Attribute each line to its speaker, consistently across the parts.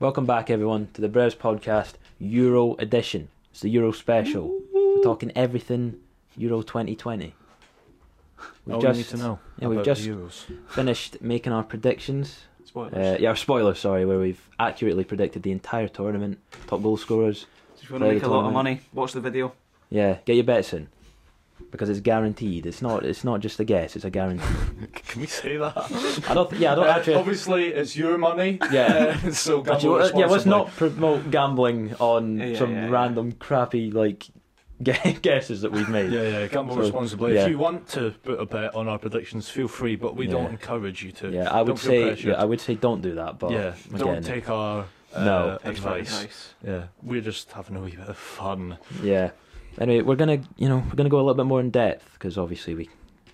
Speaker 1: Welcome back, everyone, to the Brevs Podcast Euro Edition. It's the Euro Special. We're talking everything Euro 2020. We've
Speaker 2: All
Speaker 1: just
Speaker 2: Oh, we need to know
Speaker 1: yeah, we've
Speaker 2: about
Speaker 1: just-
Speaker 2: the Euros.
Speaker 1: finished making our predictions. Uh,
Speaker 2: Oh,
Speaker 3: Spoilers.
Speaker 1: yeah, our spoilers, sorry, where we've accurately predicted the entire tournament, top goal scorers.
Speaker 3: if you want
Speaker 1: play
Speaker 3: to
Speaker 1: the
Speaker 3: make a lot of
Speaker 1: tournament.
Speaker 3: money, watch the video.
Speaker 1: Yeah, get your bets in because it's guaranteed. It's not. It's not just a guess. It's a guarantee.
Speaker 2: Can we say that?
Speaker 1: I don't. Yeah, I don't
Speaker 2: Uh,
Speaker 1: actually.
Speaker 2: Obviously, it's your money.
Speaker 1: Yeah.
Speaker 2: uh, so
Speaker 1: Actually,
Speaker 2: gamble
Speaker 1: uh, yeah, let's
Speaker 2: responsibly.
Speaker 1: not promote gambling on
Speaker 3: Yeah, yeah,
Speaker 1: some
Speaker 3: yeah, yeah.
Speaker 1: random crappy like gu- guesses that we've made.
Speaker 2: Yeah, yeah, gamble
Speaker 1: So,
Speaker 2: responsibly.
Speaker 1: yeah.
Speaker 2: If you want to put a bet on our predictions, feel free, but we
Speaker 1: Yeah.
Speaker 2: don't encourage you to.
Speaker 1: Yeah, I would
Speaker 2: Don't feel
Speaker 1: say.
Speaker 2: pressured.
Speaker 1: Yeah, I would say don't do that. But
Speaker 2: Yeah,
Speaker 1: again,
Speaker 2: don't take our uh,
Speaker 1: No.
Speaker 3: Extra
Speaker 2: advice.
Speaker 3: advice.
Speaker 2: Yeah, we're just having a wee bit of fun.
Speaker 1: yeah. Anyway, we're gonna you know we're gonna go a little bit more in depth because obviously we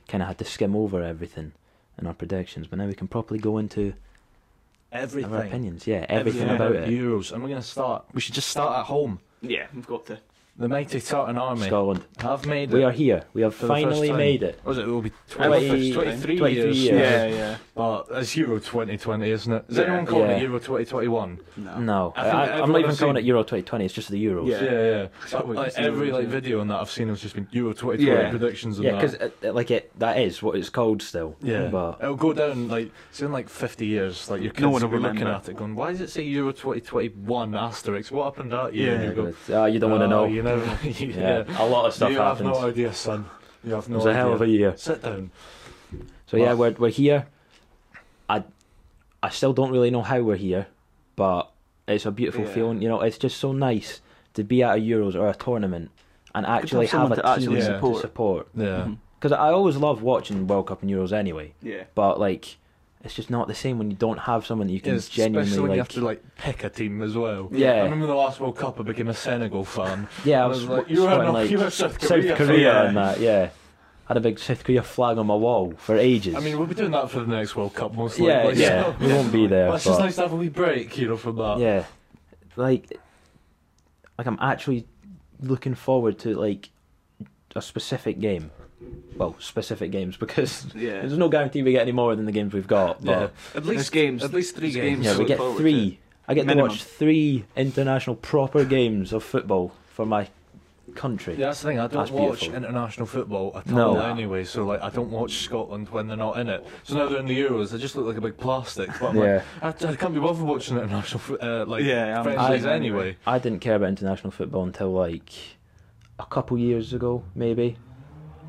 Speaker 1: kind of had to skim over everything in our predictions, but now we can properly go into
Speaker 2: Everything.
Speaker 1: our opinions. Yeah, everything
Speaker 3: Yeah.
Speaker 1: about it.
Speaker 2: Euros, and we're going to start. We should just start at home.
Speaker 3: Yeah, we've got to.
Speaker 2: The mighty Tartan Army
Speaker 1: Scotland,
Speaker 2: have made
Speaker 1: we
Speaker 2: it.
Speaker 1: are here. We have
Speaker 2: For the first
Speaker 1: finally
Speaker 2: time.
Speaker 1: made it.
Speaker 2: Was it? It will be
Speaker 1: Twenty-
Speaker 2: 20, 23,
Speaker 1: 23
Speaker 2: years.
Speaker 1: years. Yeah.
Speaker 3: yeah.
Speaker 2: But it's Euro 2020, isn't it? Is
Speaker 3: Yeah.
Speaker 2: anyone calling
Speaker 1: Yeah.
Speaker 2: it Euro 2021?
Speaker 3: No.
Speaker 1: No,
Speaker 2: I
Speaker 1: I
Speaker 2: think
Speaker 1: am not
Speaker 2: everyone
Speaker 1: even
Speaker 2: has
Speaker 1: calling
Speaker 2: seen-
Speaker 1: it Euro 2020. It's just the Euros.
Speaker 3: Yeah.
Speaker 2: yeah.
Speaker 3: So we
Speaker 2: Like,
Speaker 3: just
Speaker 2: every
Speaker 3: Euros,
Speaker 2: like
Speaker 3: yeah.
Speaker 2: video on that I've seen has just been Euro 2020
Speaker 3: Yeah.
Speaker 2: predictions and
Speaker 1: Yeah,
Speaker 2: that.
Speaker 1: because like it, that is what it's called still.
Speaker 2: yeah,
Speaker 1: but
Speaker 2: it'll go down like it's in like 50 years. Like your kids
Speaker 3: No one
Speaker 2: will be
Speaker 3: will
Speaker 2: looking
Speaker 3: remember.
Speaker 2: at it, going, "Why does it say Euro 2021 asterisk? What happened that year?"
Speaker 3: Yeah,
Speaker 2: And you go,
Speaker 1: but, uh, you don't want
Speaker 2: "Oh,
Speaker 1: to know.
Speaker 2: You know,
Speaker 1: yeah.
Speaker 2: yeah.
Speaker 1: a lot of stuff
Speaker 2: you have
Speaker 1: happens.
Speaker 2: no idea, son. You have
Speaker 1: it
Speaker 2: no
Speaker 1: was
Speaker 2: idea.
Speaker 1: a hell of a year.
Speaker 2: Sit down.
Speaker 1: So yeah,
Speaker 2: Well-
Speaker 1: we're we're here. I I still don't really know how we're here, but it's a beautiful
Speaker 3: Yeah.
Speaker 1: feeling. You know, it's just so nice to be at a Euros or a tournament and actually
Speaker 3: have
Speaker 1: have,
Speaker 3: someone
Speaker 1: a
Speaker 3: to
Speaker 1: team
Speaker 3: actually
Speaker 1: to
Speaker 3: support.
Speaker 1: support.
Speaker 2: Yeah.
Speaker 3: Mhm.
Speaker 1: Because I always love watching World Cup and Euros anyway,
Speaker 3: Yeah.
Speaker 1: but like. It's just not the same when you don't have someone that you
Speaker 2: Yeah,
Speaker 1: can genuinely
Speaker 2: especially when
Speaker 1: like.
Speaker 2: you have to like pick a team as well.
Speaker 1: Yeah.
Speaker 2: I remember the last World Cup I became a Senegal fan.
Speaker 1: yeah, I
Speaker 2: And
Speaker 1: was,
Speaker 2: like,
Speaker 1: like,
Speaker 2: you are
Speaker 1: sweating,
Speaker 2: not
Speaker 1: like,
Speaker 2: you are South
Speaker 1: South
Speaker 2: Korea.
Speaker 1: Korea, and that. Yeah, had a big South Korea flag on my wall for ages.
Speaker 2: I mean, we'll be doing that for the next World Cup most
Speaker 1: yeah,
Speaker 2: likely.
Speaker 1: yeah,
Speaker 2: so-
Speaker 1: we won't be there.
Speaker 2: But it's just
Speaker 1: but-
Speaker 2: nice to have a wee break, you know, from that.
Speaker 1: yeah like like i'm actually looking forward to like a specific game well specific games because
Speaker 3: Yeah.
Speaker 1: there's no guarantee we get any more than the games we've got
Speaker 2: Yeah.
Speaker 1: but
Speaker 2: At
Speaker 3: There's games.
Speaker 2: At least three
Speaker 3: There's
Speaker 2: games.
Speaker 3: games.
Speaker 1: yeah,
Speaker 3: so
Speaker 1: we
Speaker 3: look
Speaker 1: get
Speaker 3: forward to
Speaker 1: three i get
Speaker 3: Minimum.
Speaker 1: to watch three international proper games of football for my country
Speaker 2: Yeah, that's the thing. I don't
Speaker 1: That's
Speaker 2: watch
Speaker 1: beautiful.
Speaker 2: international football at
Speaker 1: No.
Speaker 2: all anyway. So like, I don't watch Scotland when they're not in it. So now they're in the Euros. They just look like a big plastic. But I'm
Speaker 1: Yeah.
Speaker 2: like, I, I can't be bothered watching international fo- uh, like
Speaker 3: Yeah, I'm-
Speaker 2: friendlies
Speaker 3: I-
Speaker 2: anyway.
Speaker 1: i didn't care about international football until like a couple years ago maybe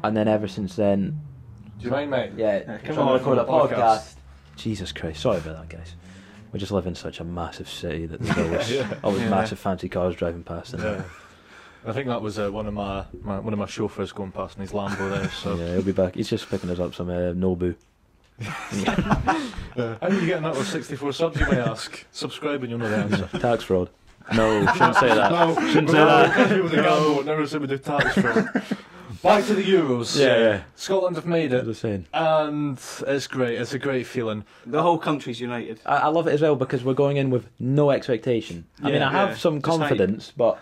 Speaker 1: and then ever since then
Speaker 2: Do you mind, mate?
Speaker 1: Yeah,
Speaker 3: Yeah,
Speaker 1: come
Speaker 3: come
Speaker 1: on,
Speaker 3: on,
Speaker 1: record a
Speaker 2: podcast.
Speaker 1: podcast. Jesus Christ, sorry about that, guys. We just live in such a massive city that there's always, always
Speaker 3: Yeah.
Speaker 1: massive fancy cars driving past. And
Speaker 2: Yeah. I think that was uh, one of my, my one of my chauffeurs going past in his Lambo there. So
Speaker 1: yeah, he'll be back. He's just picking us up some uh, Nobu.
Speaker 2: how are you getting that with 64 subs? You may ask. Subscribe and you'll know the answer.
Speaker 1: Tax fraud. No, shouldn't say that.
Speaker 2: No,
Speaker 1: Shouldn't say that.
Speaker 2: People think I'm the one, never said we do tax fraud. Back to the Euros.
Speaker 1: Yeah, yeah.
Speaker 2: Scotland have made
Speaker 1: That's
Speaker 2: it,
Speaker 1: what I'm saying.
Speaker 2: and it's great. It's a great feeling.
Speaker 3: The whole country's united.
Speaker 1: I, I love it as well because we're going in with no expectation. I mean,
Speaker 2: Yeah,
Speaker 1: I have
Speaker 3: yeah.
Speaker 1: some
Speaker 3: Just hype.
Speaker 1: confidence, but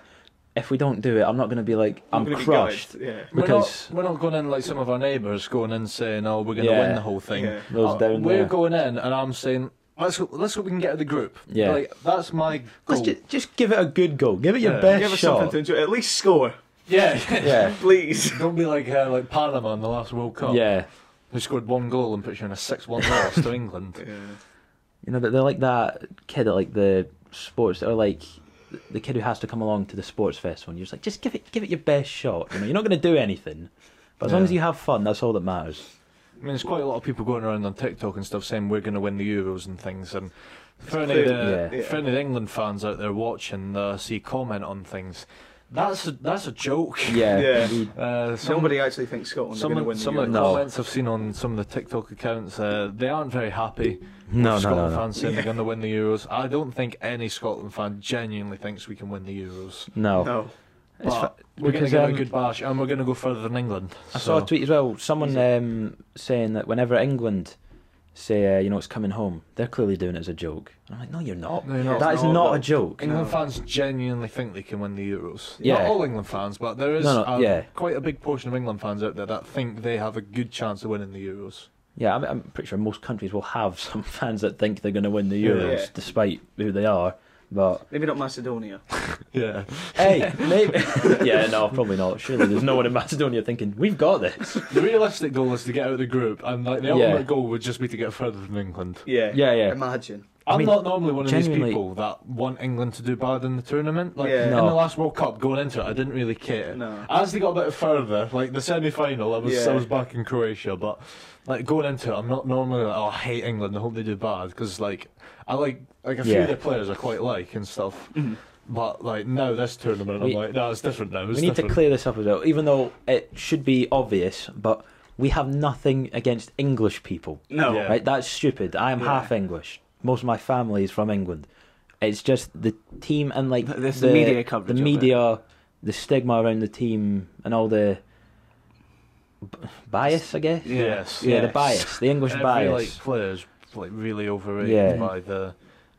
Speaker 1: if we don't do it, I'm not going to be like, I'm,
Speaker 3: gonna be
Speaker 1: crushed.
Speaker 3: gutted, Yeah.
Speaker 1: Because-
Speaker 2: we're not, we're not going in like some of our neighbours going in saying, "Oh, we're going to
Speaker 1: Yeah.
Speaker 2: win the whole thing."
Speaker 3: Yeah.
Speaker 1: Those
Speaker 2: Uh,
Speaker 1: down
Speaker 2: we're
Speaker 1: there.
Speaker 2: going in, and I'm saying, "Let's hope, let's hope we can get out of the group."
Speaker 1: Yeah.
Speaker 2: like that's my goal.
Speaker 1: Let's ju- just give it a good go. Give it your
Speaker 2: Yeah.
Speaker 1: best
Speaker 3: Give us something
Speaker 1: shot.
Speaker 3: to enjoy. At least score,
Speaker 2: yeah,
Speaker 1: yeah,
Speaker 3: please.
Speaker 2: Don't be like uh, like Panama in the last World Cup,
Speaker 1: yeah.
Speaker 2: who scored one goal and put you in a six-one loss to England.
Speaker 1: You know, they're they're like that kid at like the sports, or like the kid who has to come along to the sports festival. And you're just like, just give it, give it your best shot. You know, you're not going to do anything, but as long
Speaker 2: Yeah.
Speaker 1: as you have fun, that's all that matters.
Speaker 2: I mean, there's quite a lot of people going around on TikTok and stuff saying we're going to win the Euros and things. And for any,
Speaker 3: clear.
Speaker 2: uh,
Speaker 3: Yeah.
Speaker 2: for any England fans out there watching, uh, see comment on things. That's a, that's a joke.
Speaker 1: Yeah,
Speaker 3: Yeah.
Speaker 1: we-
Speaker 2: Uh, some,
Speaker 3: Nobody actually thinks Scotland are
Speaker 2: Some
Speaker 3: going to
Speaker 2: of,
Speaker 3: win
Speaker 2: some
Speaker 3: the
Speaker 2: of
Speaker 3: Euros.
Speaker 2: the
Speaker 1: No.
Speaker 2: comments I've seen on some of the TikTok accounts, uh, they aren't very happy.
Speaker 1: no,
Speaker 2: with
Speaker 1: no, no,
Speaker 2: Scotland
Speaker 1: no,
Speaker 2: fans saying they're going to win the Euros. I don't think any Scotland fan genuinely thinks we can win the Euros.
Speaker 1: no.
Speaker 3: No.
Speaker 1: It's
Speaker 2: But
Speaker 1: fa-
Speaker 2: we're going
Speaker 1: because,
Speaker 2: to get
Speaker 1: um,
Speaker 2: a good bash, and we're going to go further than England.
Speaker 1: I saw
Speaker 2: so-
Speaker 1: a tweet as well. Someone um, saying that whenever England say, uh, you know, it's coming home, they're clearly doing it as a joke. And I'm like, no, you're not.
Speaker 2: No, you're not.
Speaker 1: That is
Speaker 3: No,
Speaker 1: not
Speaker 3: no.
Speaker 1: a joke.
Speaker 2: England
Speaker 3: No.
Speaker 2: fans genuinely think they can win the Euros.
Speaker 1: Yeah.
Speaker 2: Not all England fans, but there is
Speaker 1: No, no,
Speaker 2: a,
Speaker 1: yeah.
Speaker 2: quite a big portion of England fans out there that think they have a good chance of winning the Euros.
Speaker 1: Yeah, I'm, I'm pretty sure most countries will have some fans that think they're going to win the
Speaker 2: Yeah.
Speaker 1: Euros,
Speaker 3: Yeah.
Speaker 1: despite who they are. But
Speaker 3: Maybe not Macedonia.
Speaker 2: Yeah.
Speaker 1: hey, maybe. yeah, no, probably not. Surely there's no one in Macedonia thinking we've got this.
Speaker 2: The realistic goal is to get out of the group, and like the
Speaker 1: Yeah.
Speaker 2: ultimate goal would just be to get further than England.
Speaker 3: Yeah.
Speaker 1: Yeah, yeah.
Speaker 3: Imagine.
Speaker 1: I
Speaker 2: I'm
Speaker 1: mean,
Speaker 2: not normally one of these
Speaker 1: genuinely-
Speaker 2: people that want England to do bad in the tournament. Like
Speaker 3: Yeah.
Speaker 2: in
Speaker 1: No.
Speaker 2: the last World Cup, going into it, I didn't really care.
Speaker 3: No.
Speaker 2: As they got a bit further, like the semi-final, I was
Speaker 3: Yeah.
Speaker 2: I was back in Croatia, but like going into it, I'm not normally like, oh, I hate England. I hope they do bad because like I like like a few
Speaker 1: Yeah.
Speaker 2: of their players I quite like and stuff.
Speaker 1: Mm-hmm.
Speaker 2: But like now this tournament,
Speaker 1: We-
Speaker 2: I'm like, no, it's different now. It's
Speaker 1: we need to
Speaker 2: different.
Speaker 1: clear this up as well, even though it should be obvious, but we have nothing against English people.
Speaker 3: No.
Speaker 2: Yeah.
Speaker 1: Right? That's stupid. I am
Speaker 3: Yeah.
Speaker 1: half English. Most of my family is from England. It's just the team and like
Speaker 3: Th- there's the media coverage
Speaker 1: the
Speaker 3: of it.
Speaker 1: media, the stigma around the team, and all the b- bias, I guess.
Speaker 3: Yeah.
Speaker 2: Yes.
Speaker 1: Yeah, the
Speaker 3: Yes.
Speaker 1: bias, the English
Speaker 2: Every like
Speaker 1: bias.
Speaker 2: players like really overrated
Speaker 1: Yeah.
Speaker 2: by the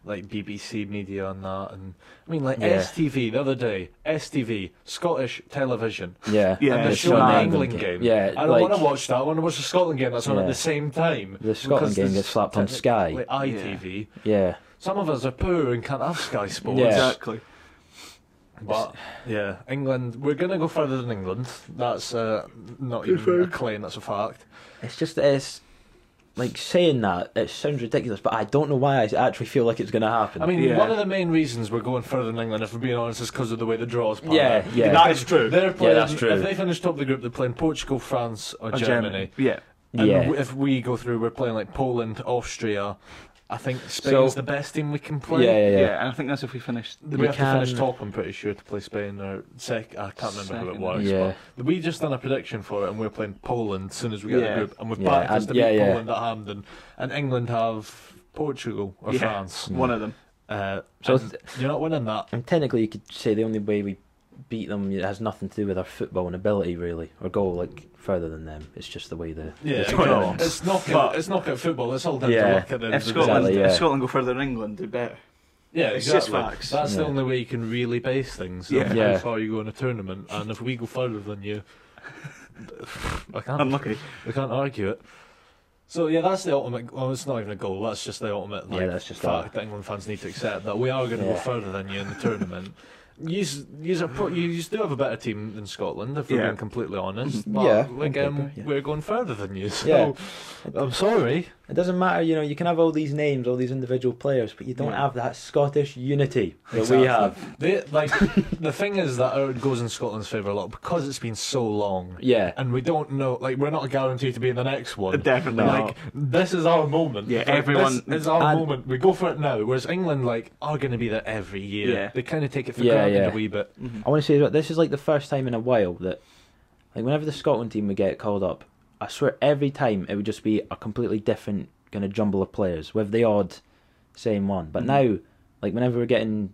Speaker 2: like BBC media and that, and I mean like
Speaker 1: Yeah.
Speaker 2: STV the other day, STV Scottish television.
Speaker 1: yeah,
Speaker 3: Yeah,
Speaker 2: and they're
Speaker 3: it's
Speaker 2: showing the
Speaker 3: mad.
Speaker 2: England game.
Speaker 1: Yeah,
Speaker 2: I don't
Speaker 1: like-
Speaker 2: want to watch that. I want to watch the Scotland game that's on
Speaker 1: Yeah.
Speaker 2: at the same time.
Speaker 1: The Scotland
Speaker 2: because
Speaker 1: game
Speaker 2: there's
Speaker 1: gets slapped on Sky.
Speaker 2: technically ITV.
Speaker 1: yeah,
Speaker 2: Some of us are poor and can't have Sky Sports.
Speaker 1: Yeah.
Speaker 3: Exactly.
Speaker 2: But yeah, England. We're gonna go further than England. That's uh, not even a claim. That's a fact.
Speaker 1: it's just it's like saying that it sounds ridiculous, but I don't know why I actually feel like it's going to happen.
Speaker 2: I mean,
Speaker 3: Yeah.
Speaker 2: one of the main reasons we're going further than England, if we're being honest, is because of the way the draws pan
Speaker 1: Yeah,
Speaker 2: out.
Speaker 1: yeah.
Speaker 3: That is true.
Speaker 2: They're playing,
Speaker 1: that's true.
Speaker 2: If they finish top of the group, they're playing Portugal, France, or,
Speaker 3: Or
Speaker 2: Germany.
Speaker 3: Yeah.
Speaker 2: And
Speaker 1: yeah,
Speaker 2: w- if we go through, we're playing like Poland, Austria. I think Spain's
Speaker 1: So-
Speaker 2: the best team we can play.
Speaker 1: yeah, yeah, yeah.
Speaker 3: and I think that's if we finish.
Speaker 2: We,
Speaker 1: We
Speaker 2: have
Speaker 1: can-
Speaker 2: to finish top, I'm pretty sure, to play Spain or sec. I can't remember who it
Speaker 3: Second.
Speaker 2: was.
Speaker 1: Yeah.
Speaker 2: But we just done a prediction for it, and we're playing Poland as soon as we get
Speaker 3: Yeah.
Speaker 2: the group, and we've
Speaker 1: Yeah,
Speaker 2: backed us
Speaker 1: and-
Speaker 2: to
Speaker 1: yeah,
Speaker 2: beat
Speaker 1: yeah.
Speaker 2: Poland at Hampden, and England have Portugal or
Speaker 3: Yeah.
Speaker 2: France.
Speaker 3: One of them.
Speaker 2: Uh,
Speaker 1: So
Speaker 2: so
Speaker 1: it's-
Speaker 2: you're not winning that.
Speaker 1: And technically, you could say the only way we beat them has nothing to do with our football and ability, really, or go like further than them. It's just the way the
Speaker 2: Yeah,
Speaker 1: the
Speaker 2: it's
Speaker 1: tournament-
Speaker 2: not, it's not
Speaker 3: But-
Speaker 2: it's not at football. It's all down
Speaker 1: Yeah.
Speaker 2: to luck at the end
Speaker 3: If
Speaker 2: of the day.
Speaker 3: Scotland,
Speaker 1: Exactly, yeah.
Speaker 3: if Scotland go further than England, do better.
Speaker 2: Yeah,
Speaker 3: It's
Speaker 2: exactly.
Speaker 3: just facts.
Speaker 2: That's the
Speaker 1: Yeah.
Speaker 2: only way you can really base things.
Speaker 3: Yeah.
Speaker 2: Yeah.
Speaker 1: Yeah.
Speaker 2: How far you go in a tournament, and if we go further than you, I can't.
Speaker 3: Unlucky.
Speaker 2: We can't argue it. So yeah, that's the ultimate. Well, it's not even a goal. That's just the ultimate. Like,
Speaker 1: Yeah, that's just
Speaker 2: fact that England fans need to accept that we are going to go
Speaker 1: Yeah.
Speaker 2: further than you in the tournament. You you are pro- you do have a better team than Scotland, if we're
Speaker 3: Yeah.
Speaker 2: being completely honest. But
Speaker 1: Mm-hmm. Yeah, on
Speaker 2: like, um,
Speaker 1: paper, yeah.
Speaker 2: we're going further than you. So
Speaker 1: Yeah.
Speaker 2: I'm sorry.
Speaker 1: It doesn't matter, you know. You can have all these names, all these individual players, but you don't
Speaker 2: Yeah.
Speaker 1: have that Scottish unity that
Speaker 2: Exactly.
Speaker 1: we have.
Speaker 2: They, like the thing is that it goes in Scotland's favour a lot because it's been so long,
Speaker 1: Yeah,
Speaker 2: and we don't know. Like we're not guaranteed to be in the next one.
Speaker 3: Definitely.
Speaker 2: Like this is our moment.
Speaker 3: Yeah,
Speaker 2: Like,
Speaker 3: everyone-
Speaker 2: This is our
Speaker 1: And-
Speaker 2: moment. We go for it now. Whereas England, like, are going to be there every year.
Speaker 3: Yeah.
Speaker 2: They kind of take it for
Speaker 1: Yeah,
Speaker 2: granted
Speaker 1: yeah.
Speaker 2: a wee bit.
Speaker 3: Mm-hmm.
Speaker 1: I want to say as well, this is like the first time in a while that, like, whenever the Scotland team would get called up, I swear every time it would just be a completely different kind of jumble of players with the odd same one. But now, like, whenever we're getting
Speaker 3: Mm.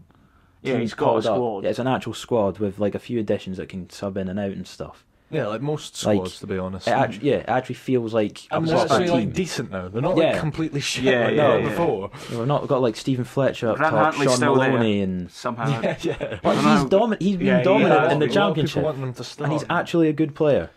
Speaker 3: Yeah,
Speaker 1: teams
Speaker 3: he's got a
Speaker 1: called up,
Speaker 3: squad.
Speaker 1: yeah, it's an actual squad with like a few additions that can sub in and out and stuff.
Speaker 2: Yeah, like most
Speaker 1: Like,
Speaker 2: squads, to be honest.
Speaker 1: It actually, yeah, it actually feels like a
Speaker 2: and they're
Speaker 1: proper
Speaker 2: actually like
Speaker 1: team.
Speaker 2: decent now. They're not
Speaker 1: Yeah.
Speaker 2: like completely shit
Speaker 3: Yeah,
Speaker 2: like
Speaker 1: yeah,
Speaker 2: they were
Speaker 1: yeah.
Speaker 2: before.
Speaker 1: You know, we've not got like Stephen Fletcher up
Speaker 3: Grant
Speaker 1: top,
Speaker 3: Hantley's
Speaker 1: Sean
Speaker 3: still there.
Speaker 1: Maloney, and
Speaker 3: Somehow.
Speaker 2: Yeah, yeah.
Speaker 1: but
Speaker 3: I
Speaker 1: he's
Speaker 3: don't know.
Speaker 1: domin- he's been
Speaker 3: Yeah, he
Speaker 1: dominant
Speaker 3: has
Speaker 1: in the
Speaker 3: been.
Speaker 2: A lot of people
Speaker 1: championship,
Speaker 2: want them to start.
Speaker 1: and he's actually a good player.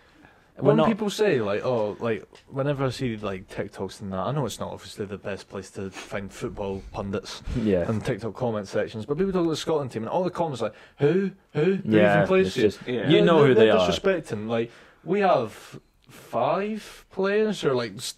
Speaker 1: We're
Speaker 2: When
Speaker 1: not.
Speaker 2: people say like, "Oh, like," whenever I see like TikToks and that, I know it's not obviously the best place to find football pundits
Speaker 1: yeah,
Speaker 2: and TikTok comment sections, but people talk about the Scotland team and all the comments like, "Who, who, who
Speaker 1: yeah.
Speaker 2: even plays
Speaker 1: it's
Speaker 2: you?"
Speaker 1: just-
Speaker 3: Yeah.
Speaker 1: You
Speaker 2: They're-
Speaker 1: know who
Speaker 2: they're
Speaker 1: they are.
Speaker 2: Disrespecting. Like we have five players, or like s-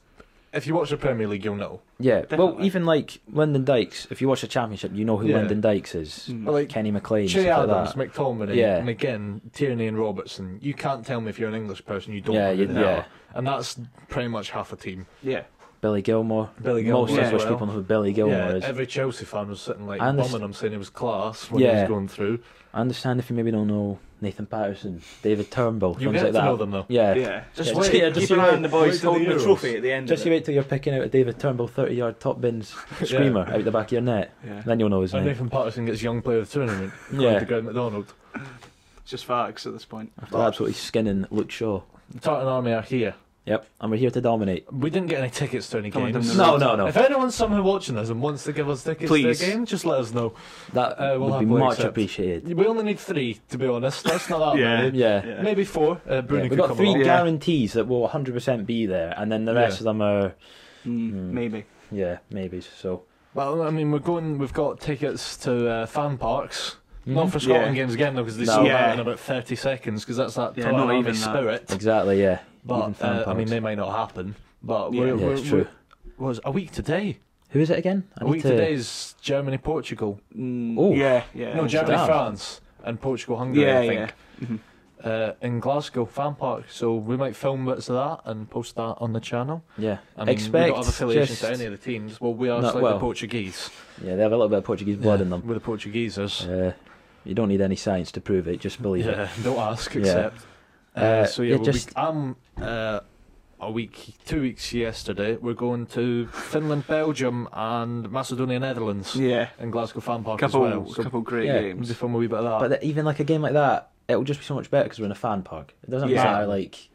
Speaker 2: if you watch the Premier League, you'll know.
Speaker 1: Yeah, well,
Speaker 3: Definitely.
Speaker 1: even like Lyndon Dykes. If you watch the championship, you know who
Speaker 2: Yeah.
Speaker 1: Lyndon Dykes is.
Speaker 3: Mm.
Speaker 2: But like
Speaker 1: Kenny McLean,
Speaker 2: Che
Speaker 1: stuff
Speaker 2: Adams,
Speaker 1: like that.
Speaker 2: McTominay,
Speaker 1: Yeah.
Speaker 2: McGinn, Tierney, and Robertson. You can't tell me if you're an English person, you don't
Speaker 1: Yeah,
Speaker 2: know who
Speaker 1: you-
Speaker 2: they
Speaker 1: yeah.
Speaker 2: are. and that's pretty much half a team.
Speaker 3: Yeah.
Speaker 1: Billy Gilmore.
Speaker 2: Billy
Speaker 1: Most
Speaker 2: Gilmour as
Speaker 1: English
Speaker 2: well.
Speaker 1: people know who Billy Gilmore
Speaker 2: yeah,
Speaker 1: is.
Speaker 2: every Chelsea fan was sitting like
Speaker 1: I underst-
Speaker 2: bumming him, saying he was class when he
Speaker 1: Yeah.
Speaker 2: was going through.
Speaker 1: I understand if you maybe don't know Nathan Patterson, David Turnbull,
Speaker 2: You
Speaker 1: things
Speaker 2: get
Speaker 1: like
Speaker 2: to
Speaker 1: that.
Speaker 2: know them though.
Speaker 1: Yeah.
Speaker 3: Yeah.
Speaker 1: Just
Speaker 2: Just
Speaker 1: wait.
Speaker 2: wait.
Speaker 1: Yeah, just
Speaker 3: Keep an
Speaker 1: wait.
Speaker 3: eye on the
Speaker 2: Wait
Speaker 3: boys
Speaker 2: till
Speaker 3: holding
Speaker 2: the
Speaker 3: the
Speaker 2: Euros.
Speaker 3: trophy at the end.
Speaker 1: Just
Speaker 3: of
Speaker 1: you
Speaker 3: it.
Speaker 1: wait till you're picking out a David Turnbull 30 yard top bins screamer out the back of your net.
Speaker 3: Yeah.
Speaker 1: Then you'll know his
Speaker 2: And
Speaker 1: name.
Speaker 2: Nathan Patterson gets young player of the tournament.
Speaker 1: Yeah.
Speaker 2: to Graham McDonald.
Speaker 3: It's just facts at this point.
Speaker 1: After absolutely skinning Luke Shaw.
Speaker 2: The Tartan Army are here.
Speaker 1: Yep, and we're here to dominate.
Speaker 2: We didn't get any tickets to any
Speaker 3: Come on,
Speaker 2: games.
Speaker 3: them-
Speaker 1: No, no, no.
Speaker 2: If anyone's somehow watching us and wants to give us tickets
Speaker 3: Please.
Speaker 2: to a game, just let us know.
Speaker 1: That
Speaker 2: Uh, we'll
Speaker 1: would be
Speaker 2: happily
Speaker 1: much
Speaker 2: accept.
Speaker 1: appreciated.
Speaker 2: We only need three, to be honest. That's not that
Speaker 3: Yeah.
Speaker 2: many.
Speaker 1: Yeah.
Speaker 3: Yeah.
Speaker 2: Maybe four. Uh, Bruni
Speaker 1: Yeah,
Speaker 2: could
Speaker 1: We've got
Speaker 2: come
Speaker 1: three
Speaker 2: along.
Speaker 3: Yeah.
Speaker 1: guarantees that will 100% be there, and then the rest
Speaker 2: Yeah.
Speaker 1: of them are,
Speaker 3: Mm,
Speaker 1: Mm.
Speaker 3: Maybe.
Speaker 1: yeah, maybes. So
Speaker 2: Well, I mean, we're going. We've got tickets to uh, fan parks. Not
Speaker 1: Mhm.
Speaker 2: for Scotland
Speaker 3: Yeah.
Speaker 2: games again, though, because they
Speaker 1: No.
Speaker 2: sold
Speaker 3: Yeah.
Speaker 2: out in about 30 seconds, because that's that
Speaker 3: Yeah,
Speaker 2: Tottenham
Speaker 3: not
Speaker 2: Army
Speaker 3: even that.
Speaker 2: spirit.
Speaker 1: Exactly, yeah. Even
Speaker 2: But,
Speaker 1: fan
Speaker 2: uh, I mean,
Speaker 1: parks.
Speaker 2: they might not happen. But
Speaker 3: Yeah.
Speaker 2: we're,
Speaker 1: Yeah,
Speaker 2: we're,
Speaker 1: it's true.
Speaker 2: we're- was a week today.
Speaker 1: Who is it again?
Speaker 2: A week today is Germany, Portugal.
Speaker 3: Mm,
Speaker 1: Ooh.
Speaker 3: Yeah, yeah.
Speaker 2: no, Germany,
Speaker 1: damn.
Speaker 2: France, and Portugal, Hungary,
Speaker 3: Yeah,
Speaker 2: I
Speaker 3: yeah.
Speaker 2: think.
Speaker 3: Mhm.
Speaker 2: Uh, in Glasgow, Fan Park. So we might film bits of that and post that on the channel.
Speaker 1: Yeah.
Speaker 2: I mean, we
Speaker 1: Expect
Speaker 2: don't have affiliations to
Speaker 1: just-
Speaker 2: any of the teams. Well, we are
Speaker 1: No,
Speaker 2: slightly
Speaker 1: well,
Speaker 2: Portuguese.
Speaker 1: Yeah, they have a little bit of Portuguese blood
Speaker 2: Yeah,
Speaker 1: in them.
Speaker 2: We're the Portugueses.
Speaker 1: Uh, you don't need any science to prove it, just believe it.
Speaker 2: Yeah, don't ask,
Speaker 1: Yeah.
Speaker 2: accept. Uh,
Speaker 1: Uh,
Speaker 2: so yeah,
Speaker 1: yeah,
Speaker 2: we'll
Speaker 1: just-
Speaker 2: be, I'm uh, a week, two weeks yesterday. We're going to Finland, Belgium, and Macedonia, Netherlands,
Speaker 3: Yeah.
Speaker 2: and Glasgow Fan Park
Speaker 3: Couple,
Speaker 2: as well. So
Speaker 3: couple great
Speaker 1: Yeah.
Speaker 2: we'll be
Speaker 3: games.
Speaker 2: filming a wee bit of that.
Speaker 1: But that, even like a game like that, it will just be so much better because we're in a fan park. It doesn't
Speaker 3: Yeah.
Speaker 1: matter, like,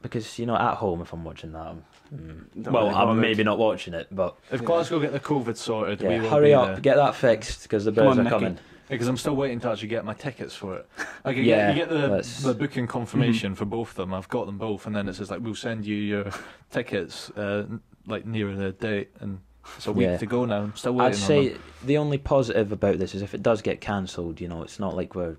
Speaker 1: because you know, at home if I'm watching that, I'm, mm,
Speaker 3: Don't
Speaker 1: well,
Speaker 3: really
Speaker 1: I'm
Speaker 3: bother.
Speaker 1: maybe not watching it, but
Speaker 2: if Glasgow get the COVID sorted, we
Speaker 1: yeah,
Speaker 2: will
Speaker 1: hurry
Speaker 2: be
Speaker 1: up,
Speaker 2: there.
Speaker 1: get that fixed because the
Speaker 3: Come
Speaker 1: birds
Speaker 3: on,
Speaker 1: are
Speaker 3: Nicky.
Speaker 1: coming.
Speaker 2: because I'm still waiting to actually get my tickets for it. Like, you
Speaker 1: Yeah,
Speaker 2: get, you get the,
Speaker 1: that's- mm-hmm.
Speaker 2: the booking confirmation for both of them. I've got them both, and then it says like we'll send you your tickets uh, n- like nearer the date, and it's a week
Speaker 1: Yeah.
Speaker 2: to go now. I'm still waiting.
Speaker 1: I'd
Speaker 2: on
Speaker 1: say
Speaker 2: them.
Speaker 1: the only positive about this is if it does get cancelled, you know, it's not like we're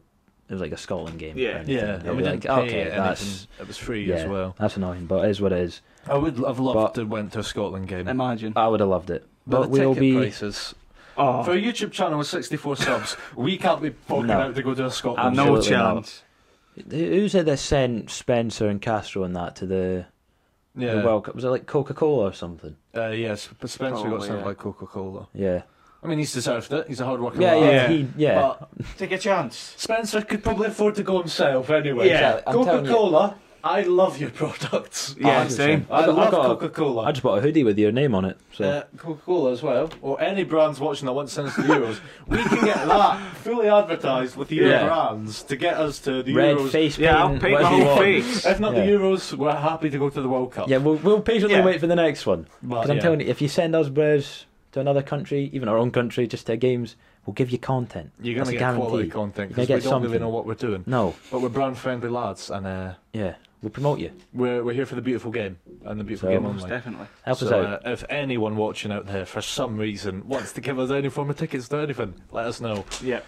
Speaker 1: it was like a Scotland game. or
Speaker 3: Yeah.
Speaker 1: anything.
Speaker 2: yeah,
Speaker 1: They'll
Speaker 2: and we
Speaker 1: be
Speaker 2: didn't
Speaker 1: like,
Speaker 2: pay
Speaker 1: okay,
Speaker 2: anything.
Speaker 1: that's
Speaker 2: It was free
Speaker 1: yeah,
Speaker 2: as well.
Speaker 1: that's annoying, but it is what it is.
Speaker 2: I would have
Speaker 1: But-
Speaker 2: loved to went to a Scotland game.
Speaker 3: Imagine.
Speaker 1: I would have loved it,
Speaker 2: but
Speaker 1: but
Speaker 2: the
Speaker 1: we'll
Speaker 2: ticket
Speaker 1: be.
Speaker 2: prices
Speaker 3: Oh,
Speaker 2: for a YouTube channel with 64 subs. We can't be poking
Speaker 1: No.
Speaker 2: out to go to a
Speaker 1: I'm
Speaker 2: Scotland.
Speaker 3: no
Speaker 1: absolutely
Speaker 3: chance.
Speaker 1: Who's it that sent Spencer and Castro and that to the,
Speaker 2: yeah,
Speaker 1: the World Cup? Was it like Coca Cola or something?
Speaker 2: uh, yes, but Spencer got
Speaker 3: Probably,
Speaker 2: sent
Speaker 3: yeah.
Speaker 2: like Coca-Cola.
Speaker 1: Yeah.
Speaker 2: I mean, he's deserved it. He's a hard worker.
Speaker 1: Yeah,
Speaker 2: lad.
Speaker 1: yeah,
Speaker 3: Yeah.
Speaker 1: he, yeah.
Speaker 2: But
Speaker 3: Take a chance.
Speaker 2: Spencer could probably afford to go himself anyway.
Speaker 1: Yeah, I'm telling
Speaker 2: Coca
Speaker 1: you.
Speaker 2: Cola. I love your products.
Speaker 3: Yeah,
Speaker 1: I
Speaker 3: same.
Speaker 2: I
Speaker 1: got- Oh, I
Speaker 2: love
Speaker 1: got a-
Speaker 2: Coca
Speaker 1: I
Speaker 2: Cola.
Speaker 1: just bought a hoodie with your name on it. So
Speaker 2: Uh, Coca Cola as well, or any brands watching that want to send us the Euros. we can get that fully advertised with the Euro
Speaker 1: Yeah.
Speaker 2: brands to get us to the
Speaker 1: red
Speaker 2: Euros.
Speaker 1: face paint.
Speaker 3: Yeah, I'll paint my
Speaker 1: whatever you
Speaker 3: whole
Speaker 1: want.
Speaker 3: face.
Speaker 2: If not
Speaker 1: Yeah.
Speaker 2: the Euros, we're happy to go to the World Cup.
Speaker 1: Yeah, we'll, we'll patiently
Speaker 3: Yeah.
Speaker 1: wait for the next one.
Speaker 2: but
Speaker 1: Because I'm telling you, if you send us bros to another country, even our own country, just to games, we'll give you content.
Speaker 2: you're going
Speaker 1: That's
Speaker 2: to
Speaker 1: a
Speaker 2: get
Speaker 1: guarantee.
Speaker 2: quality content
Speaker 1: You're gonna
Speaker 2: because
Speaker 1: get
Speaker 2: we don't
Speaker 1: something.
Speaker 2: really know what we're doing.
Speaker 1: No,
Speaker 2: But we're brand friendly lads, and uh,
Speaker 1: yeah, we'll promote you.
Speaker 2: we're we're here for the beautiful game and the beautiful
Speaker 1: So-
Speaker 2: game
Speaker 3: Most
Speaker 2: online.
Speaker 3: definitely.
Speaker 1: Help us
Speaker 2: So,
Speaker 1: out.
Speaker 2: uh, if anyone watching out there for some reason wants to give us any form of tickets to anything, let us know.
Speaker 3: Yeah.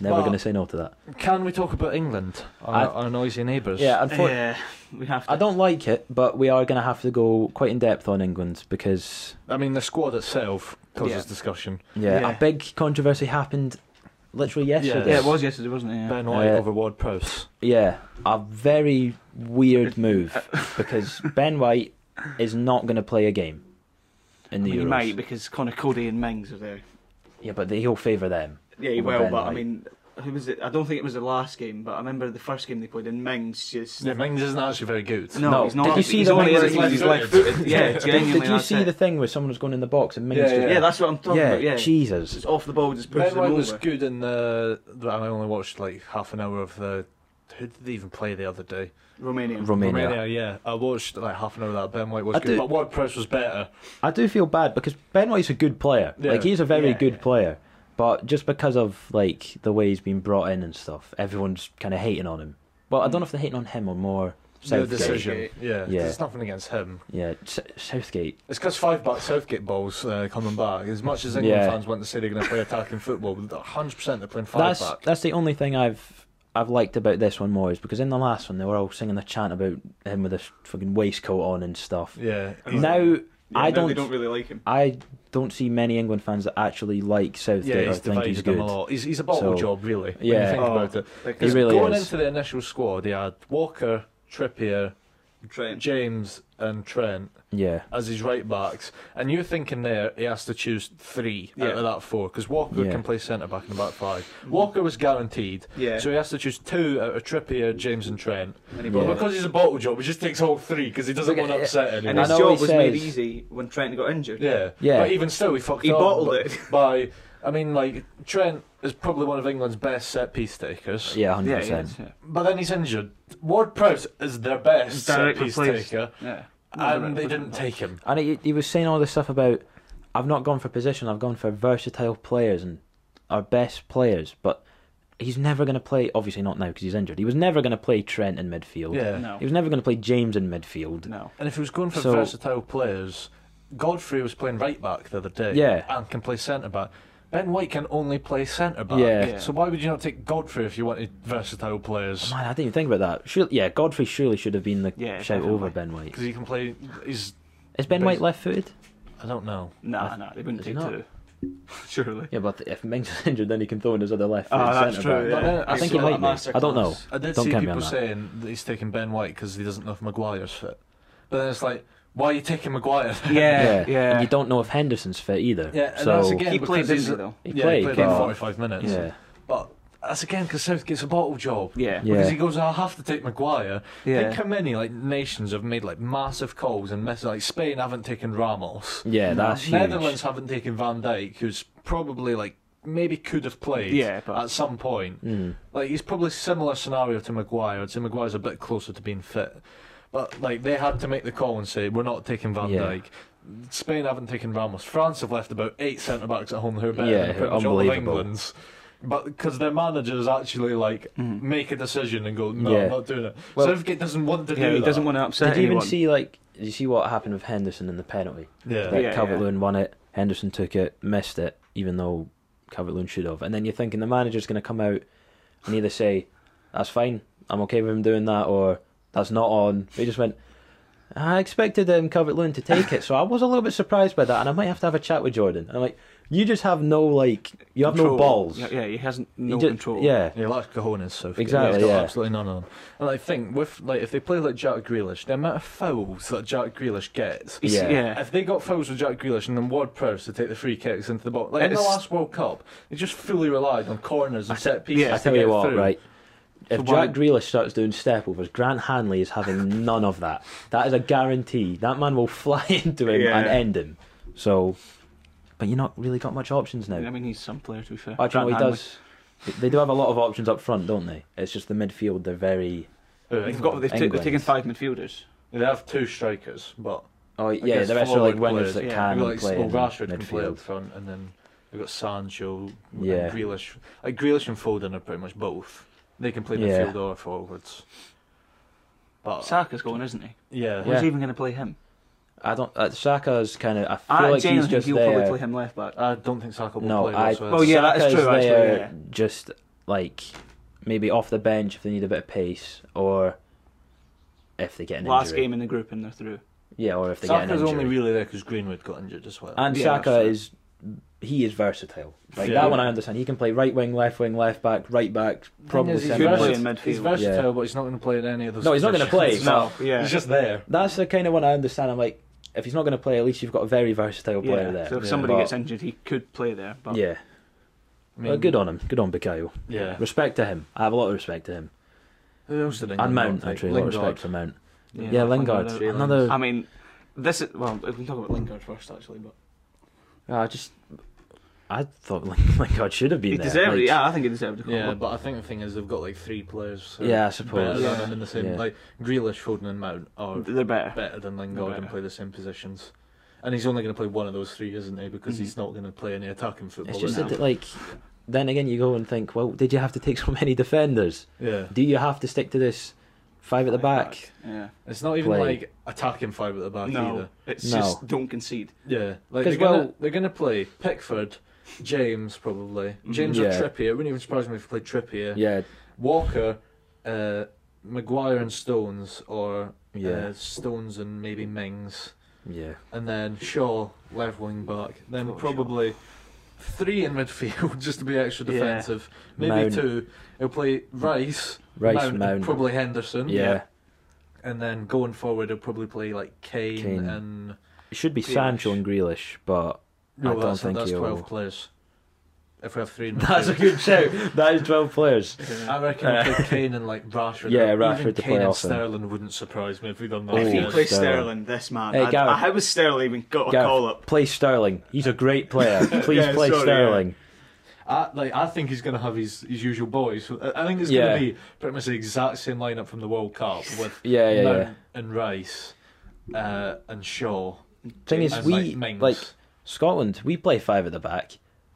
Speaker 1: Never
Speaker 2: but-
Speaker 1: going to say no to that.
Speaker 2: Can we talk about England, our,
Speaker 1: I-
Speaker 2: our noisy neighbours?
Speaker 1: Yeah, unfortunately,
Speaker 3: Yeah, we have to.
Speaker 1: I don't like it, but we are going to have to go quite in depth on England because
Speaker 2: I mean, the squad itself causes
Speaker 3: Yeah.
Speaker 2: discussion.
Speaker 1: yeah, a
Speaker 3: Yeah.
Speaker 1: big controversy happened literally yesterday.
Speaker 3: yeah, it was yesterday, wasn't it? Yeah.
Speaker 2: Ben White
Speaker 1: Uh,
Speaker 2: over Ward Prowse.
Speaker 1: Yeah, a very weird move because Ben White is not going to play a game in
Speaker 3: I
Speaker 1: the
Speaker 3: mean, he
Speaker 1: Euros.
Speaker 3: might because Connor Cody and Mings are there.
Speaker 1: Yeah, but he'll favour them.
Speaker 3: Yeah, he
Speaker 1: Over
Speaker 3: will,
Speaker 1: Ben
Speaker 3: but I
Speaker 1: White.
Speaker 3: mean, who was it? I don't think it was the last game, but I remember the first game they played in Mings just.
Speaker 2: Yeah, Mings isn't actually very good.
Speaker 3: No,
Speaker 1: No,
Speaker 3: he's not.
Speaker 1: did you see
Speaker 3: he's
Speaker 1: the
Speaker 3: only
Speaker 1: one where
Speaker 3: as good as
Speaker 2: he's
Speaker 3: he's left
Speaker 2: left-footed?
Speaker 3: footed. Yeah, genuinely.
Speaker 1: Did you
Speaker 3: that's
Speaker 1: see
Speaker 3: it.
Speaker 1: the thing where someone was going in the box and Mings?
Speaker 2: Yeah,
Speaker 1: did
Speaker 2: yeah.
Speaker 1: it?
Speaker 3: Yeah, that's what I'm talking
Speaker 1: yeah,
Speaker 3: about. Yeah,
Speaker 1: Jesus.
Speaker 3: It's off the ball, just pushes
Speaker 2: Ben
Speaker 3: him
Speaker 2: White
Speaker 3: over.
Speaker 2: was good in the. the- I only watched like half an hour of the. Who did they even play the other day?
Speaker 3: Romania.
Speaker 1: Romania.
Speaker 2: yeah. I watched like half an hour of that. Ben White was
Speaker 1: I
Speaker 2: good,
Speaker 1: do-
Speaker 2: but Ward Prowse was better.
Speaker 1: I do feel bad because Ben White's a good player.
Speaker 2: Yeah.
Speaker 1: Like he's a very
Speaker 3: Yeah,
Speaker 1: good
Speaker 3: yeah.
Speaker 1: player, but just because of like the way he's been brought in and stuff, everyone's kind of hating on him. Well, I
Speaker 3: Mm.
Speaker 1: don't know if they're hating on him or more
Speaker 2: No
Speaker 1: Southgate.
Speaker 2: decision. Yeah,
Speaker 1: Yeah.
Speaker 2: There's nothing against him.
Speaker 1: Yeah, S- Southgate.
Speaker 2: It's because five back Southgate balls uh, coming back. As much as England
Speaker 1: Yeah.
Speaker 2: fans want to say they're going to play attacking football, 100% they're playing five
Speaker 1: That's
Speaker 2: back.
Speaker 1: that's the only thing I've I've liked about this one more is because in the last one they were all singing the chant about him with his fucking waistcoat on and stuff.
Speaker 2: Yeah.
Speaker 3: Yeah.
Speaker 2: he's-
Speaker 1: Now
Speaker 3: Yeah,
Speaker 1: I
Speaker 3: no,
Speaker 1: don't
Speaker 3: They don't really like him.
Speaker 1: I don't see many England fans that actually like Southgate
Speaker 2: yeah,
Speaker 1: or
Speaker 2: he's
Speaker 1: think he's
Speaker 2: divided them
Speaker 1: good.
Speaker 2: a lot. He's, he's a bottle
Speaker 1: So-
Speaker 2: job, really. When
Speaker 1: Yeah.
Speaker 2: you think
Speaker 3: Oh,
Speaker 2: about it.
Speaker 1: He
Speaker 3: Like,
Speaker 2: Because
Speaker 1: really
Speaker 2: going
Speaker 1: is.
Speaker 2: into the initial squad, he had Walker, Trippier,
Speaker 3: Trent.
Speaker 2: James, and Trent
Speaker 1: Yeah.
Speaker 2: as his right backs. And you're thinking there he has to choose three out
Speaker 3: Yeah.
Speaker 2: of that four because Walker
Speaker 1: Yeah.
Speaker 2: can play centre back and back five. Walker was guaranteed,
Speaker 3: Yeah.
Speaker 2: so he has to choose two out of Trippier, James, and Trent.
Speaker 3: And he
Speaker 1: Yeah.
Speaker 2: But
Speaker 3: brought-
Speaker 2: because he's a bottle job, he just takes all three because he doesn't
Speaker 1: Look,
Speaker 2: want to
Speaker 1: uh,
Speaker 2: upset
Speaker 3: And
Speaker 2: anyone.
Speaker 1: I
Speaker 3: his
Speaker 1: know
Speaker 3: job
Speaker 1: he
Speaker 3: was made
Speaker 1: says-
Speaker 3: easy when Trent got injured.
Speaker 2: Yeah,
Speaker 1: Yeah.
Speaker 2: But even still, he fucked
Speaker 3: He
Speaker 2: up
Speaker 3: bottled
Speaker 2: b-
Speaker 3: it.
Speaker 2: by. I mean, like Trent is probably one of England's best set piece takers.
Speaker 1: Yeah, hundred
Speaker 3: yeah, he
Speaker 1: percent.
Speaker 3: is, yeah.
Speaker 2: But then he's injured. Ward Prowse is their best set
Speaker 3: Direct
Speaker 2: piece
Speaker 3: replace.
Speaker 2: taker,
Speaker 3: yeah.
Speaker 2: and they didn't take him.
Speaker 1: And he, he was saying all this stuff about, I've not gone for position, I've gone for versatile players and our best players, but he's never going to play, obviously not now because he's injured, he was never going to play Trent in midfield.
Speaker 2: Yeah.
Speaker 3: No.
Speaker 1: He was never going to play James in midfield.
Speaker 3: No.
Speaker 2: And if he was going for
Speaker 1: So-
Speaker 2: versatile players, Godfrey was playing right back the other day.
Speaker 1: Yeah.
Speaker 2: And can play centre back. Ben White can only play centre back.
Speaker 1: Yeah.
Speaker 3: Yeah.
Speaker 2: So why would you not take Godfrey if you wanted versatile players?
Speaker 1: Man, I didn't even think about that. Surely, yeah, Godfrey surely should have been the
Speaker 3: Yeah,
Speaker 1: shout
Speaker 3: definitely.
Speaker 1: over Ben White.
Speaker 2: Because he can play. He's.
Speaker 1: Is Ben
Speaker 2: Bas-
Speaker 1: White left footed?
Speaker 2: I don't know.
Speaker 3: Nah, nah, they wouldn't
Speaker 1: Is it
Speaker 3: take
Speaker 1: not?
Speaker 3: two. Surely.
Speaker 1: Yeah, but if Mings is injured, then he can throw in his other left foot.
Speaker 3: Ah, that's
Speaker 1: centre back.
Speaker 3: true.
Speaker 2: But
Speaker 3: Yeah.
Speaker 2: then I
Speaker 1: I think
Speaker 2: saw
Speaker 1: he
Speaker 2: a
Speaker 1: might be.
Speaker 3: masterclass.
Speaker 1: I don't know.
Speaker 2: I did
Speaker 1: Don't
Speaker 2: see
Speaker 1: count me on
Speaker 2: people
Speaker 1: that.
Speaker 2: saying that he's taking Ben White because he doesn't know if Maguire's fit. But then it's like, why are you taking Maguire?
Speaker 3: Yeah, yeah.
Speaker 1: And you don't know if Henderson's fit either.
Speaker 2: yeah, and
Speaker 1: so
Speaker 2: that's again
Speaker 3: He
Speaker 2: because
Speaker 3: played,
Speaker 2: he's-
Speaker 3: didn't he, though?
Speaker 1: He
Speaker 2: yeah,
Speaker 1: played,
Speaker 2: he played
Speaker 1: but-
Speaker 2: like 45 minutes.
Speaker 1: yeah,
Speaker 2: But that's again because South gets a bottle job.
Speaker 3: Yeah.
Speaker 1: Yeah.
Speaker 2: Because he goes, I have to take Maguire.
Speaker 3: Yeah.
Speaker 2: Think how many like nations have made like massive calls and messes. Like Spain haven't taken Ramos.
Speaker 1: yeah, that's huge.
Speaker 2: Netherlands haven't taken Van Dijk, who's probably like maybe could have played
Speaker 3: Yeah, but-
Speaker 2: at some point.
Speaker 1: Mm.
Speaker 2: Like he's probably similar scenario to Maguire. I'd say Maguire's a bit closer to being fit, but like they had to make the call and say we're not taking Van
Speaker 1: Yeah.
Speaker 2: Dijk. Spain haven't taken Ramos. France have left about eight centre backs at home who are better
Speaker 1: Yeah,
Speaker 2: than
Speaker 1: who are
Speaker 2: pretty much all of
Speaker 1: unbelievable.
Speaker 2: England's. But because their managers actually like
Speaker 3: Mhm.
Speaker 2: make a decision and go, no,
Speaker 1: Yeah.
Speaker 2: I'm not doing it.
Speaker 1: Well-
Speaker 2: Southgate doesn't want to do
Speaker 3: Yeah, he
Speaker 2: that.
Speaker 3: doesn't want to upset
Speaker 1: Did you even
Speaker 3: anyone.
Speaker 1: see like? Did you see what happened with Henderson in the penalty?
Speaker 2: Yeah.
Speaker 1: That
Speaker 3: Yeah,
Speaker 1: Calvert Lewin won it. Henderson took it, missed it, even though Calvert Lewin should have. And then you're thinking the manager's going to come out and either say, "That's fine, I'm okay with him doing that," or "That's not on." They just went. I expected um, Calvert Lewin to take it, so I was a little bit surprised by that, and I might have to have a chat with Jordan. And I'm like, you just have no like, you have no
Speaker 3: Control.
Speaker 1: balls.
Speaker 3: Yeah, yeah, he hasn't
Speaker 1: You
Speaker 3: no
Speaker 1: ju-
Speaker 3: control.
Speaker 1: Yeah,
Speaker 2: Yeah, like cojones, so
Speaker 1: Exactly,
Speaker 2: He's got
Speaker 1: yeah.
Speaker 2: absolutely none on. And I think with like if they play like Jack Grealish, the amount of fouls that Jack Grealish gets.
Speaker 3: He's-
Speaker 1: Yeah.
Speaker 3: yeah.
Speaker 2: If they got fouls with Jack Grealish and then Ward Prowse to take the free kicks into the box, like in the
Speaker 3: It's-
Speaker 2: last World Cup, they just fully relied on corners and set pieces.
Speaker 3: yeah,
Speaker 1: I
Speaker 2: to
Speaker 1: tell you
Speaker 2: get
Speaker 1: what,
Speaker 2: through.
Speaker 1: right? If
Speaker 3: So why-
Speaker 1: Jack Grealish starts doing step overs, Grant Hanley is having none of that. That is a guarantee. That man will fly into him
Speaker 3: Yeah.
Speaker 1: and end him. So, but you're not really got much options now.
Speaker 3: I mean, he's some player to be fair.
Speaker 1: Actually, no, he
Speaker 3: Grant Hanley.
Speaker 1: does. They do have a lot of options up front, don't they? It's just the midfield. They're very.
Speaker 2: Uh,
Speaker 3: They've got. They've, ta- they've
Speaker 1: England.
Speaker 3: taken five midfielders.
Speaker 2: They have two strikers, but
Speaker 1: Oh
Speaker 2: I
Speaker 1: yeah,
Speaker 2: guess
Speaker 1: the rest are
Speaker 2: forward
Speaker 1: like wingers
Speaker 2: players.
Speaker 1: that
Speaker 3: yeah.
Speaker 1: can
Speaker 2: We've got, like,
Speaker 1: play
Speaker 2: well,
Speaker 1: in
Speaker 2: Rashford can play up
Speaker 1: midfield.
Speaker 2: front, and then they've got Sancho,
Speaker 1: Yeah.
Speaker 2: and Grealish. Like Grealish and Foden are pretty much both. They can play
Speaker 1: Yeah.
Speaker 2: midfield or forwards. But
Speaker 3: Saka's going, isn't he?
Speaker 2: yeah,
Speaker 1: Uh, Yeah.
Speaker 3: Who's even going to play him?
Speaker 1: I don't. Uh, Saka's kind of. I feel
Speaker 3: I
Speaker 1: like he's
Speaker 3: genuinely think
Speaker 1: just
Speaker 3: he'll probably play
Speaker 1: there.
Speaker 3: him left back.
Speaker 2: I don't think Saka will
Speaker 1: No,
Speaker 2: play
Speaker 1: I-
Speaker 2: whatsoever.
Speaker 3: Well, yeah, that is
Speaker 1: Saka's
Speaker 3: true, actually,
Speaker 1: there
Speaker 3: yeah.
Speaker 1: just like maybe off the bench if they need a bit of pace, or if they get an
Speaker 3: Last
Speaker 1: injury.
Speaker 3: game in the group and they're through.
Speaker 1: Yeah, or if they get an
Speaker 2: Saka's
Speaker 1: injury.
Speaker 2: only really there because Greenwood got injured as well.
Speaker 1: and
Speaker 3: Yeah,
Speaker 1: Saka
Speaker 3: that's fair.
Speaker 1: is he is versatile. Like
Speaker 2: Yeah.
Speaker 1: that one, I understand. He can play right wing, left wing, left back, right back, probably
Speaker 2: he's,
Speaker 1: centre
Speaker 3: gonna play
Speaker 1: back.
Speaker 3: in
Speaker 2: versatile,
Speaker 3: midfield.
Speaker 2: he's versatile,
Speaker 1: Yeah.
Speaker 2: but he's not going to play in any of those.
Speaker 1: No, he's not gonna play.
Speaker 2: positions.
Speaker 1: No,
Speaker 3: yeah.
Speaker 2: he's just there.
Speaker 1: That's the kind of one I understand. I'm like, if he's not going to play, at least you've got a very versatile player
Speaker 3: yeah.
Speaker 1: there.
Speaker 3: So if
Speaker 2: Yeah.
Speaker 3: somebody
Speaker 1: But-
Speaker 3: gets injured, he could play there. But
Speaker 1: yeah,
Speaker 2: I
Speaker 1: well, good on him. Good on Bikayo.
Speaker 2: Yeah.
Speaker 1: Respect to him. I have a lot of respect to him.
Speaker 2: Who else did England
Speaker 1: And Mount,
Speaker 2: not take?
Speaker 1: actually, a lot of
Speaker 2: Lingard.
Speaker 1: respect for Mount.
Speaker 3: Yeah,
Speaker 1: Yeah,
Speaker 3: I
Speaker 1: Lingard.
Speaker 3: found
Speaker 2: out-
Speaker 1: Another.
Speaker 3: I mean, this is well. We can talk about Lingard first, actually. But
Speaker 1: Ah, I just. I thought Ling- Lingard should have been
Speaker 3: he
Speaker 1: there.
Speaker 3: deserved.
Speaker 1: like-
Speaker 3: it. Yeah, I think he deserved a call.
Speaker 2: Yeah, but I think the thing is they've got like three players. So
Speaker 1: Yeah, I
Speaker 2: Better
Speaker 1: suppose.
Speaker 2: than
Speaker 3: Yeah.
Speaker 2: him in the same
Speaker 1: Yeah.
Speaker 2: like Grealish, Foden, and Mount are
Speaker 3: they're better.
Speaker 2: better than Lingard
Speaker 3: Better.
Speaker 2: and play the same positions. And he's only going to play one of those three, isn't he? Because
Speaker 3: Mhm.
Speaker 2: he's not going to play any attacking football.
Speaker 1: Mm. It's just
Speaker 2: is
Speaker 1: that,
Speaker 2: he?
Speaker 1: like, then again, you go and think, well, did you have to take so many defenders?
Speaker 2: yeah.
Speaker 1: Do you have to stick to this five at the back?
Speaker 3: Yeah.
Speaker 2: It's not even
Speaker 1: Play.
Speaker 2: like attacking five at the back
Speaker 3: no,
Speaker 2: either.
Speaker 3: it's
Speaker 1: No.
Speaker 3: just don't concede.
Speaker 2: Yeah,
Speaker 1: 'Cause,
Speaker 2: like they're gonna
Speaker 1: well-
Speaker 2: they're gonna play Pickford, James probably James
Speaker 1: Mm, Yeah.
Speaker 2: or Trippier. It wouldn't even surprise me if they played Trippier,
Speaker 1: Yeah,
Speaker 2: Walker, uh, Maguire and Stones, or
Speaker 1: Yeah.
Speaker 2: uh, Stones and maybe Mings,
Speaker 1: yeah.
Speaker 2: and then Shaw left wing back. Then
Speaker 3: Oh, Shaw.
Speaker 2: probably three in midfield just to be extra
Speaker 3: Yeah.
Speaker 2: defensive. Maybe
Speaker 1: Mount.
Speaker 2: two. He'll play Rice,
Speaker 1: Rice,
Speaker 2: Mount, and
Speaker 1: Mount.
Speaker 2: probably Henderson.
Speaker 1: Yeah.
Speaker 2: and then going forward, he'll probably play like Kane,
Speaker 1: Kane.
Speaker 2: and
Speaker 1: It should be
Speaker 2: Grealish.
Speaker 1: Sancho and Grealish, but
Speaker 2: No,
Speaker 1: I don't
Speaker 2: that's,
Speaker 1: think
Speaker 2: that's
Speaker 1: he'll-
Speaker 2: 12 players. If we have three in
Speaker 1: that's a
Speaker 2: midfield.
Speaker 1: good shout. That is twelve players.
Speaker 2: I reckon we'll play Kane and like Rashford.
Speaker 1: Yeah,
Speaker 2: Even
Speaker 1: Rashford to
Speaker 2: Kane
Speaker 1: play
Speaker 2: and
Speaker 1: off him.
Speaker 2: Sterling wouldn't surprise me if we done that.
Speaker 1: If
Speaker 3: if
Speaker 1: he
Speaker 3: he
Speaker 1: Oh,
Speaker 3: plays
Speaker 1: plays Sterling.
Speaker 3: Sterling.
Speaker 1: Sterling,
Speaker 3: this man,
Speaker 1: Hey,
Speaker 3: I,
Speaker 1: Gareth.
Speaker 3: I, how has Sterling even got a
Speaker 1: Gareth.
Speaker 3: call up?
Speaker 1: Play Sterling. He's a great player. Please
Speaker 3: Yeah,
Speaker 1: play
Speaker 3: sorry, yeah.
Speaker 1: Sterling.
Speaker 2: I, like, I think he's going to have his, his usual boys. I I think it's
Speaker 1: Yeah.
Speaker 2: going to be pretty much the exact same lineup from the World Cup with
Speaker 1: Yeah, yeah,
Speaker 2: Mount
Speaker 1: yeah.
Speaker 2: and Rice uh, and Shaw
Speaker 1: Thing is,
Speaker 2: and
Speaker 1: we
Speaker 2: like Mings.
Speaker 1: like Scotland. We play five at the back,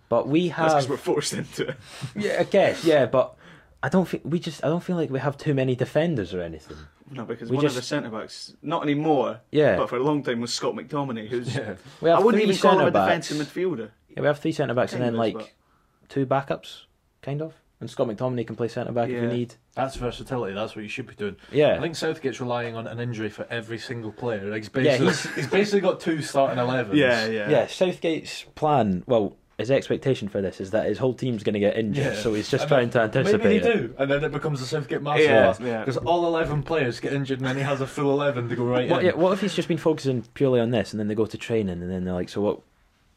Speaker 1: but we
Speaker 3: That's because
Speaker 1: have.
Speaker 3: we're forced into it.
Speaker 1: Yeah, I guess. Yeah, but I don't think we just. I don't feel like we have too many defenders or anything.
Speaker 3: No, because
Speaker 1: We
Speaker 3: one
Speaker 1: just-
Speaker 3: of the centre backs, not anymore,
Speaker 1: Yeah,
Speaker 3: but for a long time was Scott McTominay, who's
Speaker 2: Yeah.
Speaker 1: we have
Speaker 3: I wouldn't
Speaker 1: three
Speaker 3: even call him a
Speaker 1: centre-backs.
Speaker 3: defensive midfielder.
Speaker 1: Yeah, we have three centre backs and
Speaker 3: Kind
Speaker 1: then
Speaker 3: of,
Speaker 1: like two backups, kind of. And Scott McTominay can play centre back if
Speaker 3: Yeah.
Speaker 1: we need.
Speaker 2: That's versatility. That's what you should be doing. I
Speaker 1: Yeah,
Speaker 2: think Southgate's relying on an injury for every single player. Like, he's
Speaker 1: Yeah,
Speaker 2: basically, he's, basically got two starting 11s.
Speaker 3: Yeah, yeah,
Speaker 1: yeah. Southgate's plan. Well, his expectation for this is that his whole team's going to get injured,
Speaker 2: Yeah.
Speaker 1: so he's
Speaker 2: I
Speaker 1: just
Speaker 2: mean,
Speaker 1: trying to anticipate.
Speaker 2: Maybe they
Speaker 1: it.
Speaker 2: do, and then it becomes a Southgate
Speaker 3: Yeah,
Speaker 2: masterclass.
Speaker 3: yeah.
Speaker 2: Because all 11 players get injured, and then he has a full 11 to go right
Speaker 1: What,
Speaker 2: in.
Speaker 1: yeah, what if he's just been focusing purely on this, and then they go to training, and then they're like, "So what?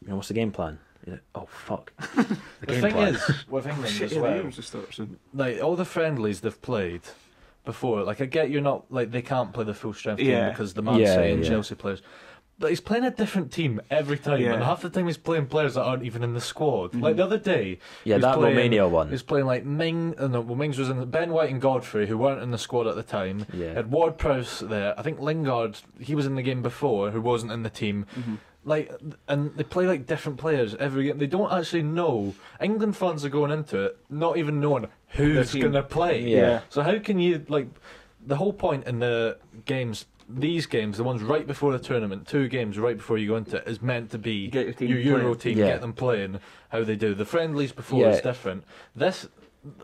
Speaker 1: You know, what's the game plan?" You're like, "Oh fuck."
Speaker 2: the
Speaker 1: game
Speaker 2: thing
Speaker 1: plan.
Speaker 2: is, with England
Speaker 3: Shit,
Speaker 2: as
Speaker 3: yeah, the
Speaker 2: well,
Speaker 3: Euros just starts soon.
Speaker 2: like all the friendlies they've played before, like I get you're not like they can't play the full strength
Speaker 3: Yeah.
Speaker 2: team because the Man
Speaker 1: Yeah,
Speaker 2: City and
Speaker 1: yeah.
Speaker 2: Chelsea players. But he's playing a different team every time,
Speaker 3: Yeah.
Speaker 2: and half the time he's playing players that aren't even in the squad.
Speaker 1: Mm-hmm.
Speaker 2: Like the other day,
Speaker 1: Yeah,
Speaker 2: he's
Speaker 1: that
Speaker 2: playing-
Speaker 1: Romania one.
Speaker 2: he's playing like Ming. uh, No, well, Mings was in the, Ben White and Godfrey, who weren't in the squad at the time.
Speaker 1: Yeah.
Speaker 2: Had Ward Prowse there. I think Lingard. He was in the game before, who wasn't in the team.
Speaker 1: Mm-hmm.
Speaker 2: Like, and they play like different players every game. They don't actually know. England fans are going into it not even knowing who's
Speaker 3: team.
Speaker 2: going to play.
Speaker 1: Yeah. Yeah.
Speaker 2: So how can you like? The whole point in the games, these games, the ones right before the tournament, two games right before you go into it, is meant to be
Speaker 3: Get your team
Speaker 2: Euro
Speaker 3: playing.
Speaker 2: team,
Speaker 1: Yeah.
Speaker 2: get them playing how they do. The friendlies before
Speaker 1: Yeah.
Speaker 2: is different. This,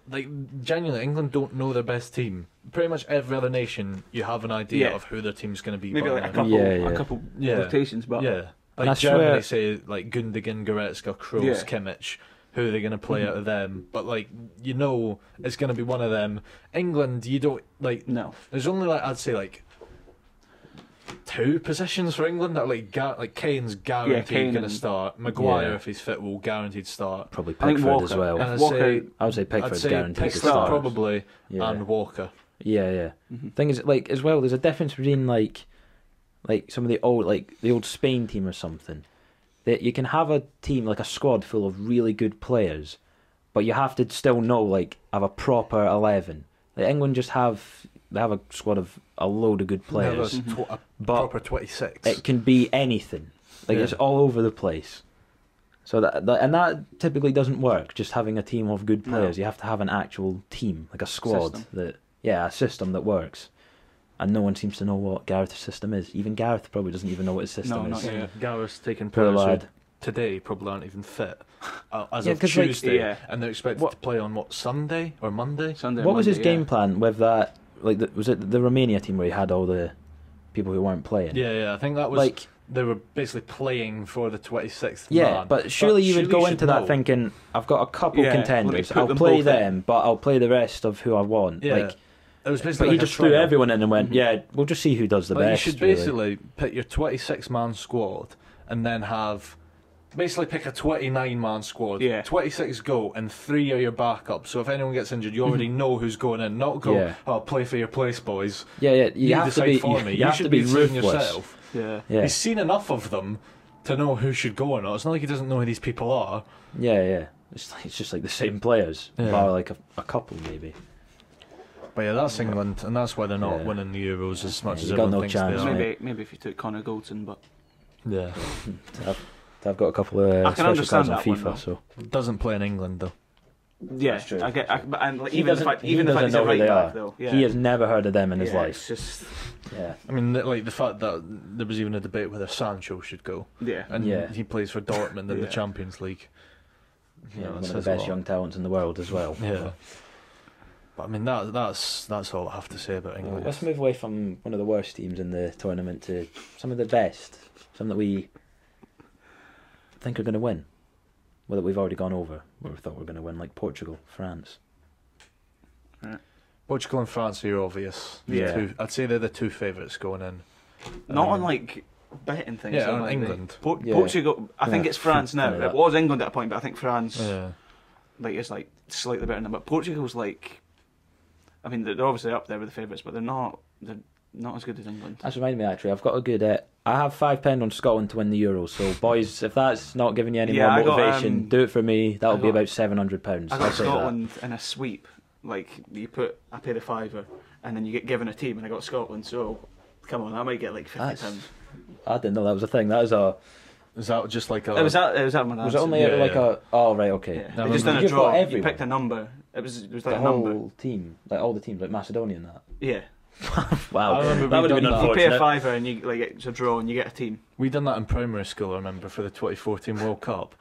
Speaker 2: like, genuinely, England don't know their best team. Pretty much every other nation, you have an idea
Speaker 3: Yeah.
Speaker 2: of who their team's going to be.
Speaker 3: Maybe
Speaker 2: by
Speaker 3: like a
Speaker 2: now.
Speaker 3: couple,
Speaker 1: Yeah, yeah.
Speaker 3: a couple
Speaker 2: Yeah.
Speaker 3: rotations, but
Speaker 2: yeah,
Speaker 1: And I
Speaker 2: like Germany
Speaker 1: swear-
Speaker 2: say like Gundogan, Goretzka, Kroos,
Speaker 3: Yeah.
Speaker 2: Kimmich. Who are they going to
Speaker 1: Mm-hmm.
Speaker 2: play out of them? But like, you know, it's going to be one of them. England, you don't like.
Speaker 3: no,
Speaker 2: There's only like I'd say like two positions for England that are, like gar- like Kane's guaranteed
Speaker 3: Kane
Speaker 2: going to
Speaker 3: and-
Speaker 2: start. Maguire,
Speaker 1: Yeah.
Speaker 2: if he's fit, will guaranteed start.
Speaker 1: Probably
Speaker 3: I think
Speaker 1: Pickford as
Speaker 3: Walker-
Speaker 1: well.
Speaker 2: And I'd
Speaker 3: Walker-
Speaker 2: say
Speaker 1: I would say
Speaker 2: I'd
Speaker 1: Pickford's
Speaker 2: say
Speaker 1: guaranteed to
Speaker 2: Pickford
Speaker 1: start.
Speaker 2: probably
Speaker 1: yeah.
Speaker 2: and Walker.
Speaker 1: yeah, yeah.
Speaker 3: mm-hmm.
Speaker 1: Thing is, like as well, there's a difference between like, like some of the old, like the old Spain team or something. That you can have a team like a squad full of really good players, but you have to still know like have a proper eleven. Like England just have they have a squad of a load of good
Speaker 2: Now
Speaker 1: players. Mm-hmm.
Speaker 2: there's tw- a
Speaker 1: But
Speaker 2: proper twenty six.
Speaker 1: It can be anything. Like it's
Speaker 2: Yeah.
Speaker 1: all over the place. So that, that and that typically doesn't work. Just having a team of good
Speaker 3: No.
Speaker 1: players, you have to have an actual team, like a squad
Speaker 3: System.
Speaker 1: that yeah, a system that works. And no one seems to know what Gareth's system is. Even Gareth probably doesn't even know what his system
Speaker 3: No,
Speaker 1: is.
Speaker 3: not yet.
Speaker 2: Yeah, Gareth's taking
Speaker 1: Poor
Speaker 2: players who
Speaker 1: lad.
Speaker 2: today probably aren't even fit uh, as
Speaker 1: Yeah,
Speaker 2: of
Speaker 1: 'cause, like,
Speaker 2: Tuesday,
Speaker 3: yeah.
Speaker 2: and they're expected
Speaker 1: What-
Speaker 2: to play on what Sunday or Monday.
Speaker 3: Sunday.
Speaker 1: What was his
Speaker 3: Monday, yeah.
Speaker 1: game plan with that? Like, the, was it the Romania team where he had all the people who weren't playing?
Speaker 2: Yeah, yeah, I think that was
Speaker 1: Like,
Speaker 2: they were basically playing for the 26th
Speaker 1: yeah,
Speaker 2: man.
Speaker 1: but surely you would
Speaker 2: surely
Speaker 1: go
Speaker 2: should
Speaker 1: into
Speaker 2: know.
Speaker 1: that thinking, I've got a couple
Speaker 3: Yeah, let me
Speaker 1: contenders.
Speaker 3: put
Speaker 1: I'll
Speaker 3: them
Speaker 1: play
Speaker 3: both in."
Speaker 1: them, but I'll play the rest of who I want.
Speaker 2: Yeah.
Speaker 1: Like,
Speaker 2: it was
Speaker 1: But
Speaker 2: basically
Speaker 1: he
Speaker 2: like a
Speaker 1: just threw
Speaker 2: trial.
Speaker 1: everyone in and went,
Speaker 3: Mhm.
Speaker 1: "Yeah, we'll just see who does the
Speaker 2: Like,
Speaker 1: best."
Speaker 2: you should
Speaker 1: really."
Speaker 2: basically pick your 26 man squad and then have basically pick a 29 man squad.
Speaker 3: Yeah.
Speaker 2: 26 go and three are your backup. So if anyone gets injured, you already know who's going in. Not go,
Speaker 1: Mm-hmm. Yeah.
Speaker 2: oh, play for your place, boys.
Speaker 1: yeah, yeah. You,
Speaker 2: You,
Speaker 1: have to
Speaker 2: decide
Speaker 1: be,
Speaker 2: for
Speaker 1: you,
Speaker 2: me.
Speaker 1: have
Speaker 2: should
Speaker 1: to be
Speaker 2: deciding
Speaker 1: ruthless.
Speaker 2: yourself.
Speaker 3: Yeah,
Speaker 1: Yeah,
Speaker 2: He's seen enough of them to know who should go or not. It's not like he doesn't know who these people are.
Speaker 1: yeah, yeah. It's like, it's just like the same players,
Speaker 2: Yeah.
Speaker 1: bar like a, a couple maybe.
Speaker 2: But yeah, that's England, and that's why they're not
Speaker 1: Yeah.
Speaker 2: winning the Euros as much
Speaker 1: Yeah,
Speaker 2: as
Speaker 1: you got
Speaker 2: everyone
Speaker 1: no
Speaker 2: thinks
Speaker 1: chance,
Speaker 2: they are.
Speaker 1: mate.
Speaker 3: maybe maybe if you took Connor Goldson, but
Speaker 2: Yeah.
Speaker 1: I've got a couple of uh,
Speaker 3: can
Speaker 1: special
Speaker 3: understand
Speaker 1: cards on
Speaker 3: that one,
Speaker 1: FIFA,
Speaker 3: though.
Speaker 1: so
Speaker 2: Doesn't play in England though.
Speaker 3: yeah,
Speaker 1: That's true.
Speaker 3: I get. I, but- and like,
Speaker 1: He
Speaker 3: even the
Speaker 1: doesn't-
Speaker 3: fact,
Speaker 1: he
Speaker 3: even the fact
Speaker 1: doesn't
Speaker 3: he's a
Speaker 1: know who
Speaker 3: right
Speaker 1: they
Speaker 3: back
Speaker 1: are.
Speaker 3: though, yeah.
Speaker 1: he has never heard of them in his
Speaker 3: Yeah,
Speaker 1: life.
Speaker 3: It's just
Speaker 1: Yeah,
Speaker 2: I mean, th- like the fact that there was even a debate whether Sancho should go,
Speaker 3: yeah,
Speaker 2: and
Speaker 1: Yeah.
Speaker 2: he plays for Dortmund in the
Speaker 3: Yeah.
Speaker 2: Champions League.
Speaker 1: yeah,
Speaker 2: You know, it
Speaker 1: one of the
Speaker 2: says a
Speaker 1: best
Speaker 2: lot.
Speaker 1: young talents in the world as well.
Speaker 2: Yeah. But I mean, that that's that's all I have to say about
Speaker 1: Uh,
Speaker 2: England.
Speaker 1: let's move away from one of the worst teams in the tournament to some of the best, some that we think are going to win. Well, that we've already gone over, where we thought we were going to win, like Portugal, France.
Speaker 2: Portugal and France are your obvious.
Speaker 1: Yeah.
Speaker 2: Two, I'd say they're the two favourites going in.
Speaker 3: not
Speaker 2: Um,
Speaker 3: on like betting things.
Speaker 2: yeah,
Speaker 3: though,
Speaker 2: on
Speaker 3: like,
Speaker 2: England.
Speaker 3: Por-
Speaker 1: Yeah.
Speaker 3: Portugal. I think
Speaker 1: Yeah.
Speaker 3: it's France now.
Speaker 1: Funny that.
Speaker 3: It was England at a point, but I think France
Speaker 2: Yeah.
Speaker 3: like is like slightly better than them. But Portugal's like, I mean, they're they're obviously up there with the favourites, but they're not. They're not as good as England.
Speaker 1: That's reminded me actually. I've got a good. Uh, I have five pound on Scotland to win the Euros. So boys, if that's not giving you any
Speaker 3: Yeah, I
Speaker 1: more
Speaker 3: got,
Speaker 1: motivation,
Speaker 3: um,
Speaker 1: do it for me. That'll
Speaker 3: I
Speaker 1: be
Speaker 3: got-
Speaker 1: about seven hundred pounds.
Speaker 3: I
Speaker 1: I'll
Speaker 3: got
Speaker 1: say that.
Speaker 3: Scotland in a sweep. Like you put, I paid a fiver, and then you get given a team, and I got Scotland. So, come on, I might get like fifty
Speaker 1: That's-
Speaker 3: pounds.
Speaker 1: I didn't know that was a thing. That is a.
Speaker 2: Is that just like a?
Speaker 3: It was that. It was that my
Speaker 1: Was
Speaker 3: answer.
Speaker 1: it only
Speaker 2: yeah,
Speaker 1: like
Speaker 2: yeah.
Speaker 1: a? Oh right, okay.
Speaker 3: Yeah.
Speaker 2: No,
Speaker 3: They just
Speaker 2: remember-
Speaker 3: done a
Speaker 1: You've got
Speaker 3: draw. You
Speaker 1: everyone.
Speaker 3: picked a number, It was it was
Speaker 1: The
Speaker 3: like a
Speaker 1: whole
Speaker 3: number.
Speaker 1: team, like all the teams, like Macedonia and that.
Speaker 3: Yeah.
Speaker 1: Wow,
Speaker 2: I remember
Speaker 1: that
Speaker 2: we
Speaker 1: would have
Speaker 2: done
Speaker 1: been
Speaker 2: that.
Speaker 3: You pay a
Speaker 1: unfortunate.
Speaker 3: fiver and you like it's a draw and you get a team.
Speaker 2: We done that in primary school, I remember, for the 2014 World Cup,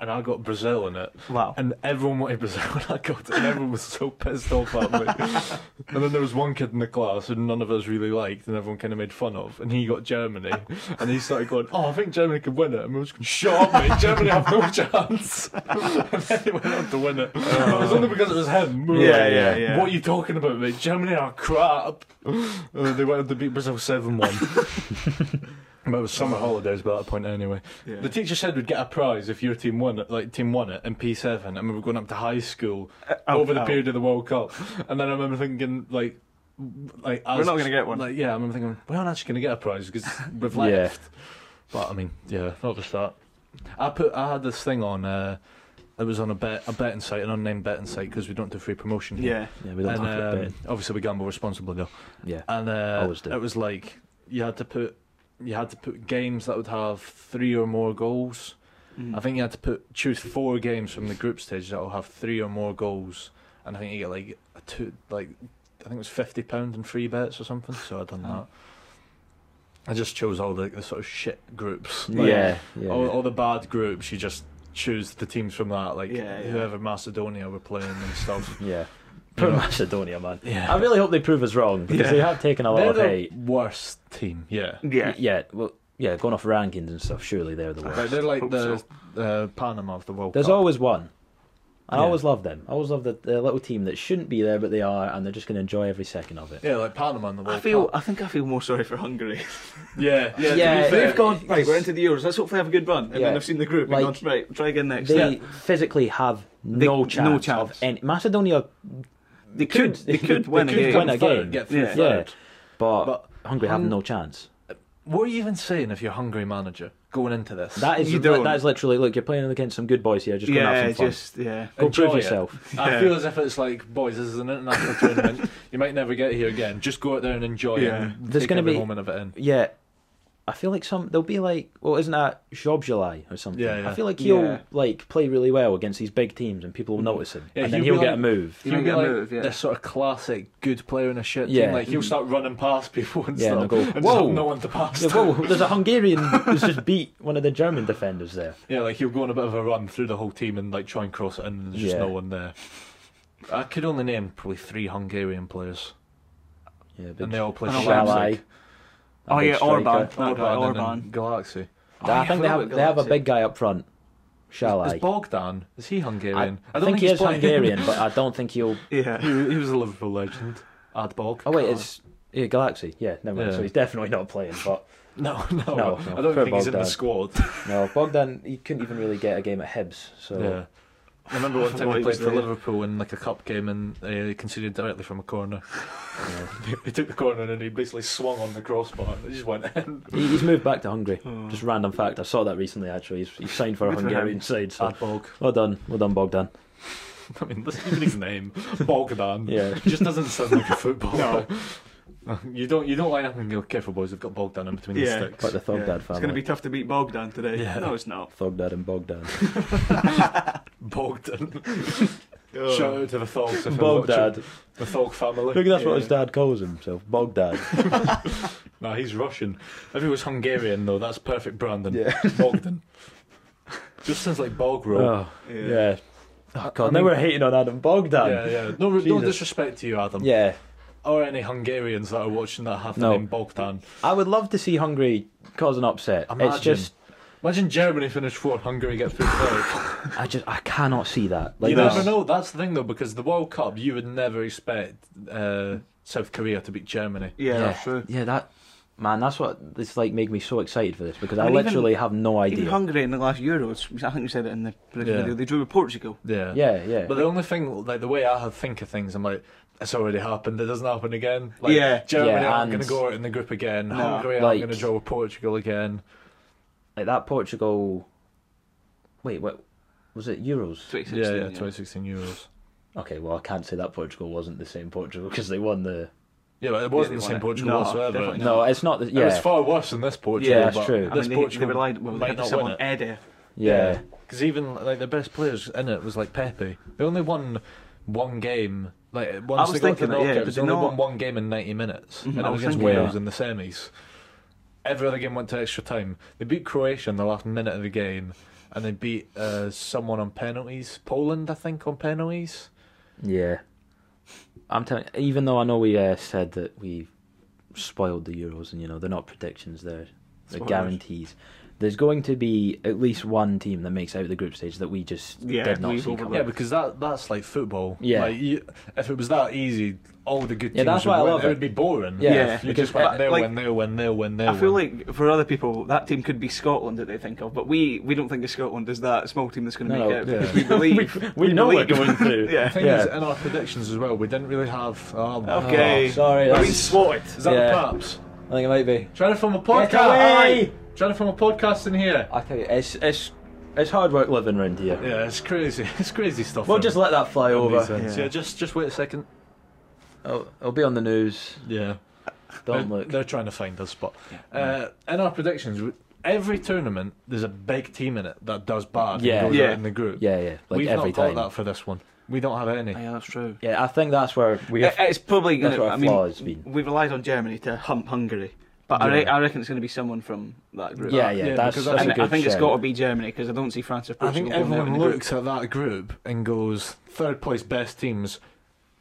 Speaker 2: and I got Brazil in it,
Speaker 3: Wow.
Speaker 2: and everyone wanted Brazil, and I got it, and everyone was so pissed off at me. and then there was one kid in the class who none of us really liked, and everyone kind of made fun of, and he got Germany, and he started going, "Oh, I think Germany could win it," and we were just going, "Shut up, mate! Germany have no chance." and then he went on to win it. And it was only because it was him. We were
Speaker 3: Oh. Yeah,
Speaker 2: like,
Speaker 3: yeah, yeah.
Speaker 2: What are you talking about, mate? Germany are crap. and then they went on to beat Brazil seven-one. But it was summer holidays by that point anyway.
Speaker 3: Yeah.
Speaker 2: The teacher said we'd get a prize if your team won it, like team won it in P seven, and we were going up to high school
Speaker 3: oh,
Speaker 2: over the
Speaker 3: oh.
Speaker 2: period of the World Cup. And then I remember thinking like, w- like
Speaker 3: We're
Speaker 2: as-
Speaker 3: not gonna get one.
Speaker 2: Like yeah, I remember thinking we're not actually gonna get a prize because we've
Speaker 1: Yeah.
Speaker 2: left. But I mean, yeah, not just that. I put I had this thing on. Uh, it was on a bet a betting site, an unnamed betting site because we don't do free promotion. here.
Speaker 3: Yeah.
Speaker 1: Yeah, we don't
Speaker 2: and,
Speaker 1: talk about
Speaker 2: um,
Speaker 1: it.
Speaker 2: obviously we gamble responsibly though
Speaker 1: Yeah,
Speaker 2: and uh,
Speaker 1: Always do.
Speaker 2: it was like you had to put you had to put games that would have three or more goals.
Speaker 3: Mm.
Speaker 2: I think you had to put choose four games from the group stage that will have three or more goals, and I think you get like a two like I think it was fifty pound in free bets or something. So I done
Speaker 3: Oh.
Speaker 2: that. I just chose all the, the sort of shit groups.
Speaker 1: yeah,
Speaker 2: Like,
Speaker 1: yeah. yeah.
Speaker 2: all, all the bad groups. You just choose the teams from that, like
Speaker 3: Yeah, yeah.
Speaker 2: whoever Macedonia were playing and stuff.
Speaker 1: Poor
Speaker 2: Yeah.
Speaker 1: Macedonia, man.
Speaker 2: Yeah,
Speaker 1: I really hope they prove us wrong because
Speaker 3: Yeah.
Speaker 1: they have taken a lot
Speaker 2: they're
Speaker 1: of
Speaker 2: the
Speaker 1: hate.
Speaker 2: worst team. Yeah,
Speaker 3: Mm. Yeah.
Speaker 1: Y- Yeah, well, yeah, going off rankings and stuff. Surely they're the
Speaker 2: Right,
Speaker 1: worst.
Speaker 2: they're like
Speaker 3: Hope
Speaker 2: the uh, Panama of the World
Speaker 1: There's
Speaker 2: Cup.
Speaker 1: always one. I
Speaker 2: Yeah.
Speaker 1: always love them. I always love the, the little team that shouldn't be there, but they are, and they're just going to enjoy every second of it.
Speaker 2: yeah, like Panama in the World
Speaker 3: I feel.
Speaker 2: Cup.
Speaker 3: I think I feel more sorry for Hungary.
Speaker 2: Yeah,
Speaker 1: Yeah,
Speaker 2: yeah. to be fair.
Speaker 1: they've gone-
Speaker 3: right. We're into the Euros. Let's hopefully have a good run. And
Speaker 1: Yeah.
Speaker 3: then I've seen the group.
Speaker 1: Like,
Speaker 3: and gone, right. Try again next.
Speaker 1: They
Speaker 3: Yeah.
Speaker 1: physically have no
Speaker 3: no
Speaker 1: chance,
Speaker 3: chance.
Speaker 1: of any. Macedonia,
Speaker 3: They could. They could win
Speaker 1: they
Speaker 3: a
Speaker 1: could
Speaker 3: game.
Speaker 1: win a
Speaker 2: third,
Speaker 1: game.
Speaker 2: Get through
Speaker 3: Yeah.
Speaker 2: third.
Speaker 1: but,
Speaker 2: But
Speaker 1: Hungary have
Speaker 2: Hun-
Speaker 1: no chance.
Speaker 2: what are you even saying if you're a hungry manager going into this?
Speaker 1: That is
Speaker 3: You don't.
Speaker 1: that is literally look. You're playing against some good boys here. Just going to
Speaker 3: Yeah.
Speaker 1: have some fun.
Speaker 3: Just yeah.
Speaker 1: Go
Speaker 2: Enjoy
Speaker 1: prove
Speaker 2: it.
Speaker 1: yourself.
Speaker 2: I
Speaker 3: Yeah.
Speaker 2: feel as if it's like, boys, this is an international tournament. You might never get here again. Just go out there and enjoy
Speaker 3: Yeah.
Speaker 2: it. And
Speaker 1: There's
Speaker 2: take
Speaker 1: gonna
Speaker 2: every
Speaker 1: be-
Speaker 2: moment of it in.
Speaker 1: Yeah, I feel like some they'll be like, well, isn't that Job July or something?
Speaker 2: Yeah, yeah.
Speaker 1: I feel like he'll
Speaker 3: Yeah.
Speaker 1: like play really well against these big teams, and people will notice him,
Speaker 2: Mm. Yeah,
Speaker 1: and then
Speaker 2: he'll
Speaker 1: he'll
Speaker 2: be
Speaker 1: get
Speaker 2: like-
Speaker 1: a move.
Speaker 3: You don't get
Speaker 2: You'll be
Speaker 3: a
Speaker 2: like
Speaker 3: move, yeah.
Speaker 2: this sort of classic good player in a shit
Speaker 1: Yeah.
Speaker 2: team. Like he'll start running past people and
Speaker 1: Yeah,
Speaker 2: stuff,
Speaker 1: and they'll go,
Speaker 2: and just
Speaker 1: "Whoa."
Speaker 2: have no one to pass.
Speaker 1: Yeah,
Speaker 2: to.
Speaker 1: whoa, there's a Hungarian who's just beat one of the German defenders there.
Speaker 2: Yeah, like he'll go on a bit of a run through the whole team and like try and cross it in, and there's just
Speaker 1: Yeah.
Speaker 2: no one there. I could only name probably three Hungarian players,
Speaker 1: Yeah, big
Speaker 2: and they all play
Speaker 3: And
Speaker 2: for
Speaker 3: Orban.
Speaker 1: Shalai.
Speaker 2: Leipzig.
Speaker 1: a
Speaker 3: Oh,
Speaker 1: big
Speaker 3: yeah, Orban.
Speaker 1: striker.
Speaker 3: That guy,
Speaker 2: Orban and then
Speaker 3: Orban.
Speaker 2: Galaxy.
Speaker 3: Oh,
Speaker 1: I
Speaker 3: yeah,
Speaker 1: think they
Speaker 3: I
Speaker 1: have
Speaker 3: forgot
Speaker 1: they have a
Speaker 3: Galaxy.
Speaker 1: big guy up front.
Speaker 2: Is
Speaker 1: Shalai.
Speaker 2: Bogdan? Is he
Speaker 1: I,
Speaker 2: Hungarian?
Speaker 1: I think he
Speaker 2: he's
Speaker 1: is
Speaker 2: playing.
Speaker 1: Hungarian, but I don't think he'll.
Speaker 3: Yeah.
Speaker 2: he, he was a Liverpool legend. Ad Bog.
Speaker 1: Oh wait, it's yeah, Galaxy. Yeah, never mind.
Speaker 2: Yeah.
Speaker 1: So he's definitely not playing. But
Speaker 2: no, no,
Speaker 1: No, no,
Speaker 2: I
Speaker 1: poor
Speaker 2: don't think he's in
Speaker 1: Bogdan.
Speaker 2: the squad.
Speaker 1: no, Bogdan he couldn't even really get a game at Hibs. So
Speaker 2: Yeah. I remember
Speaker 3: I
Speaker 2: one time
Speaker 3: forgot
Speaker 2: he
Speaker 3: he
Speaker 2: played
Speaker 3: was
Speaker 2: for
Speaker 3: there.
Speaker 2: Liverpool in like a cup game and uh, he conceded directly from a corner. he took the corner and he basically swung on the crossbar. It just went in.
Speaker 1: He- He's moved back to Hungary.
Speaker 3: Oh.
Speaker 1: Just random fact. I saw that recently. Actually, he's, he's signed for a
Speaker 3: Good for him.
Speaker 1: Hungarian side. So
Speaker 2: Ad Bog.
Speaker 1: well done, well done, Bogdan.
Speaker 2: I mean, listen, even his name, Bogdan.
Speaker 1: Yeah.
Speaker 2: It just doesn't sound like a footballer.
Speaker 3: No.
Speaker 2: You don't. You don't line up and go, "Careful, boys, we've got Bogdan in between
Speaker 3: Yeah.
Speaker 2: the sticks."
Speaker 1: But the Thugdad
Speaker 3: Oh, Yeah.
Speaker 1: family.
Speaker 3: It's going to be tough to beat Bogdan today.
Speaker 2: Yeah.
Speaker 3: No, it's not.
Speaker 1: Thugdad and Bogdan.
Speaker 2: Bogdan. Shout out to the Thogs. if they're watching.
Speaker 1: Bogdad.
Speaker 2: The Thog family.
Speaker 1: Maybe that's what
Speaker 3: Yeah.
Speaker 1: his dad calls himself. Bogdad.
Speaker 2: No, he's Russian. If he was Hungarian, though, that's perfect Brandon.
Speaker 1: Yeah.
Speaker 2: Bogdan. Just sounds like bog roll.
Speaker 1: Oh, yeah. Oh god.
Speaker 2: I
Speaker 1: now
Speaker 2: mean-
Speaker 1: we're hating on Adam Bogdan.
Speaker 2: yeah,
Speaker 1: Yeah.
Speaker 2: yeah. No, no
Speaker 1: Oh, Jesus.
Speaker 2: disrespect to you, Adam, or any Hungarians that are watching that have the
Speaker 1: No.
Speaker 2: name Bogdan.
Speaker 1: I would love to see Hungary cause an upset. It's
Speaker 2: Imagine.
Speaker 1: just,
Speaker 2: Imagine Germany finish fourth, Hungary get through third.
Speaker 1: I just, I cannot see that. Like
Speaker 2: you
Speaker 1: that's-
Speaker 2: never know. That's the thing, though, because the World Cup, you would never expect uh, South Korea to beat Germany.
Speaker 3: Yeah,
Speaker 1: Yeah.
Speaker 3: that's true.
Speaker 1: Yeah, that man. That's what this like made me so excited for this because I,
Speaker 3: I mean, even-
Speaker 1: literally have no idea.
Speaker 3: Even Hungary in the last Euros, I think you said it in the
Speaker 2: Yeah.
Speaker 3: video, they drew with Portugal.
Speaker 2: Yeah.
Speaker 1: yeah, yeah.
Speaker 2: But the only thing, like the way I have think of things, I'm like, it's already happened. It doesn't happen again. Like,
Speaker 3: Yeah.
Speaker 2: Germany
Speaker 1: Yeah,
Speaker 2: aren't going
Speaker 1: and-
Speaker 2: to go out in the group again.
Speaker 3: No.
Speaker 2: Hungary
Speaker 1: Like-
Speaker 2: aren't going to draw with Portugal again.
Speaker 1: like that Portugal. Wait, what was it? Euros.
Speaker 3: 2016.
Speaker 2: yeah, yeah, 2016 Euros.
Speaker 1: Okay, well I can't say that Portugal wasn't the same Portugal because they won the.
Speaker 2: Yeah, but it wasn't
Speaker 3: they
Speaker 2: the same
Speaker 3: won it.
Speaker 2: Portugal
Speaker 3: No,
Speaker 2: whatsoever.
Speaker 3: definitely
Speaker 1: No, it's not. The, yeah,
Speaker 2: It was far worse than this Portugal.
Speaker 1: Yeah, that's
Speaker 2: but
Speaker 1: true.
Speaker 3: I
Speaker 2: This
Speaker 3: mean, they,
Speaker 2: Portugal
Speaker 3: they relied, well, they
Speaker 2: might
Speaker 3: had to
Speaker 2: not
Speaker 3: sell
Speaker 2: win
Speaker 3: on
Speaker 2: it.
Speaker 3: Eder.
Speaker 1: yeah,
Speaker 2: Because even like the best players in it was like Pepe. They only won one game. Like
Speaker 3: I
Speaker 2: once
Speaker 3: was
Speaker 2: they got to
Speaker 3: thinking
Speaker 2: the
Speaker 3: that, yeah,
Speaker 2: knockout,
Speaker 3: 'cause
Speaker 2: they
Speaker 3: they
Speaker 2: only
Speaker 3: know-
Speaker 2: won one game in ninety minutes,
Speaker 3: Mhm,
Speaker 2: and
Speaker 3: I
Speaker 2: it was
Speaker 3: was
Speaker 2: against
Speaker 1: Mm-hmm. thinking
Speaker 2: Wales
Speaker 1: that.
Speaker 2: in the semis. Every other game went to extra time. They beat Croatia in the last minute of the game, and they beat uh, someone on penalties. Poland, I think, on penalties.
Speaker 1: Yeah. I'm telling even though I know we uh, said that we spoiled the Euros and you know they're not predictions they're, they're
Speaker 3: Spoilers.
Speaker 1: guarantees. There's going to be at least one team that makes out of the group stage that we just
Speaker 3: Yeah,
Speaker 1: did not
Speaker 3: we've
Speaker 1: see
Speaker 3: overlooked.
Speaker 1: coming.
Speaker 2: Yeah, because that that's like football.
Speaker 1: Yeah.
Speaker 2: Like, you, if it was that easy, all the good teams
Speaker 1: Yeah, that's
Speaker 2: would
Speaker 1: why I
Speaker 2: win.
Speaker 1: love
Speaker 2: it.
Speaker 1: it.
Speaker 2: would be boring.
Speaker 1: Yeah,
Speaker 2: if you
Speaker 3: because,
Speaker 2: just went
Speaker 3: uh,
Speaker 2: there,
Speaker 3: like-
Speaker 2: win there, win there, win there.
Speaker 3: I feel
Speaker 2: win.
Speaker 3: like for other people that team could be Scotland that they think of, but we, we don't think of Scotland as that small team that's going to
Speaker 1: No,
Speaker 3: make
Speaker 1: no,
Speaker 3: it
Speaker 2: yeah.
Speaker 3: because we believe
Speaker 1: we, know we're
Speaker 3: believe.
Speaker 1: going through.
Speaker 2: The
Speaker 3: yeah.
Speaker 2: thing
Speaker 1: Yeah.
Speaker 2: is, in our predictions as well, we didn't really have. Um,
Speaker 3: Okay.
Speaker 1: Oh, sorry,
Speaker 3: We've
Speaker 1: that's-
Speaker 3: been swatted.
Speaker 2: Is that
Speaker 1: Yeah.
Speaker 2: the paps?
Speaker 1: I think it might be.
Speaker 2: Trying to form a
Speaker 1: Get
Speaker 2: podcast.
Speaker 1: away!
Speaker 2: Trying to form a podcast in here.
Speaker 1: I tell you, it's it's it's hard work living around here.
Speaker 2: Yeah, it's crazy. It's crazy stuff.
Speaker 1: We'll
Speaker 2: man.
Speaker 1: just let that fly
Speaker 2: Amazing.
Speaker 1: over.
Speaker 2: Yeah. just just wait a second.
Speaker 1: It'll, it'll be on the news.
Speaker 2: Yeah,
Speaker 1: Don't
Speaker 2: they're,
Speaker 1: look.
Speaker 2: They're trying to find us, but uh, in our predictions, we- every tournament there's a big team in it that does bad.
Speaker 1: Yeah.
Speaker 2: and goes
Speaker 3: Yeah.
Speaker 2: out in the group.
Speaker 1: Yeah, yeah, like
Speaker 2: we've
Speaker 1: every
Speaker 2: not got
Speaker 1: time.
Speaker 2: that for this one. We don't have any.
Speaker 3: Yeah, that's true.
Speaker 1: Yeah, I think that's where we have.
Speaker 3: It- Uh, it's probably
Speaker 1: that's
Speaker 3: going to.
Speaker 1: where
Speaker 3: I
Speaker 1: our
Speaker 3: mean,
Speaker 1: flaw has been.
Speaker 3: we relied on Germany to hump Hungary, but I,
Speaker 2: Yeah.
Speaker 3: re- I reckon it's going to be someone from that group.
Speaker 1: yeah,
Speaker 2: yeah,
Speaker 1: yeah, that's,
Speaker 2: because
Speaker 1: that's
Speaker 2: I
Speaker 1: a
Speaker 3: And
Speaker 2: think-
Speaker 1: good
Speaker 3: I think it's
Speaker 1: shout.
Speaker 3: got to be Germany because I don't see France or
Speaker 2: I
Speaker 3: Portugal.
Speaker 2: think
Speaker 3: going down in
Speaker 2: everyone
Speaker 3: the group.
Speaker 2: looks at that group and goes third place best teams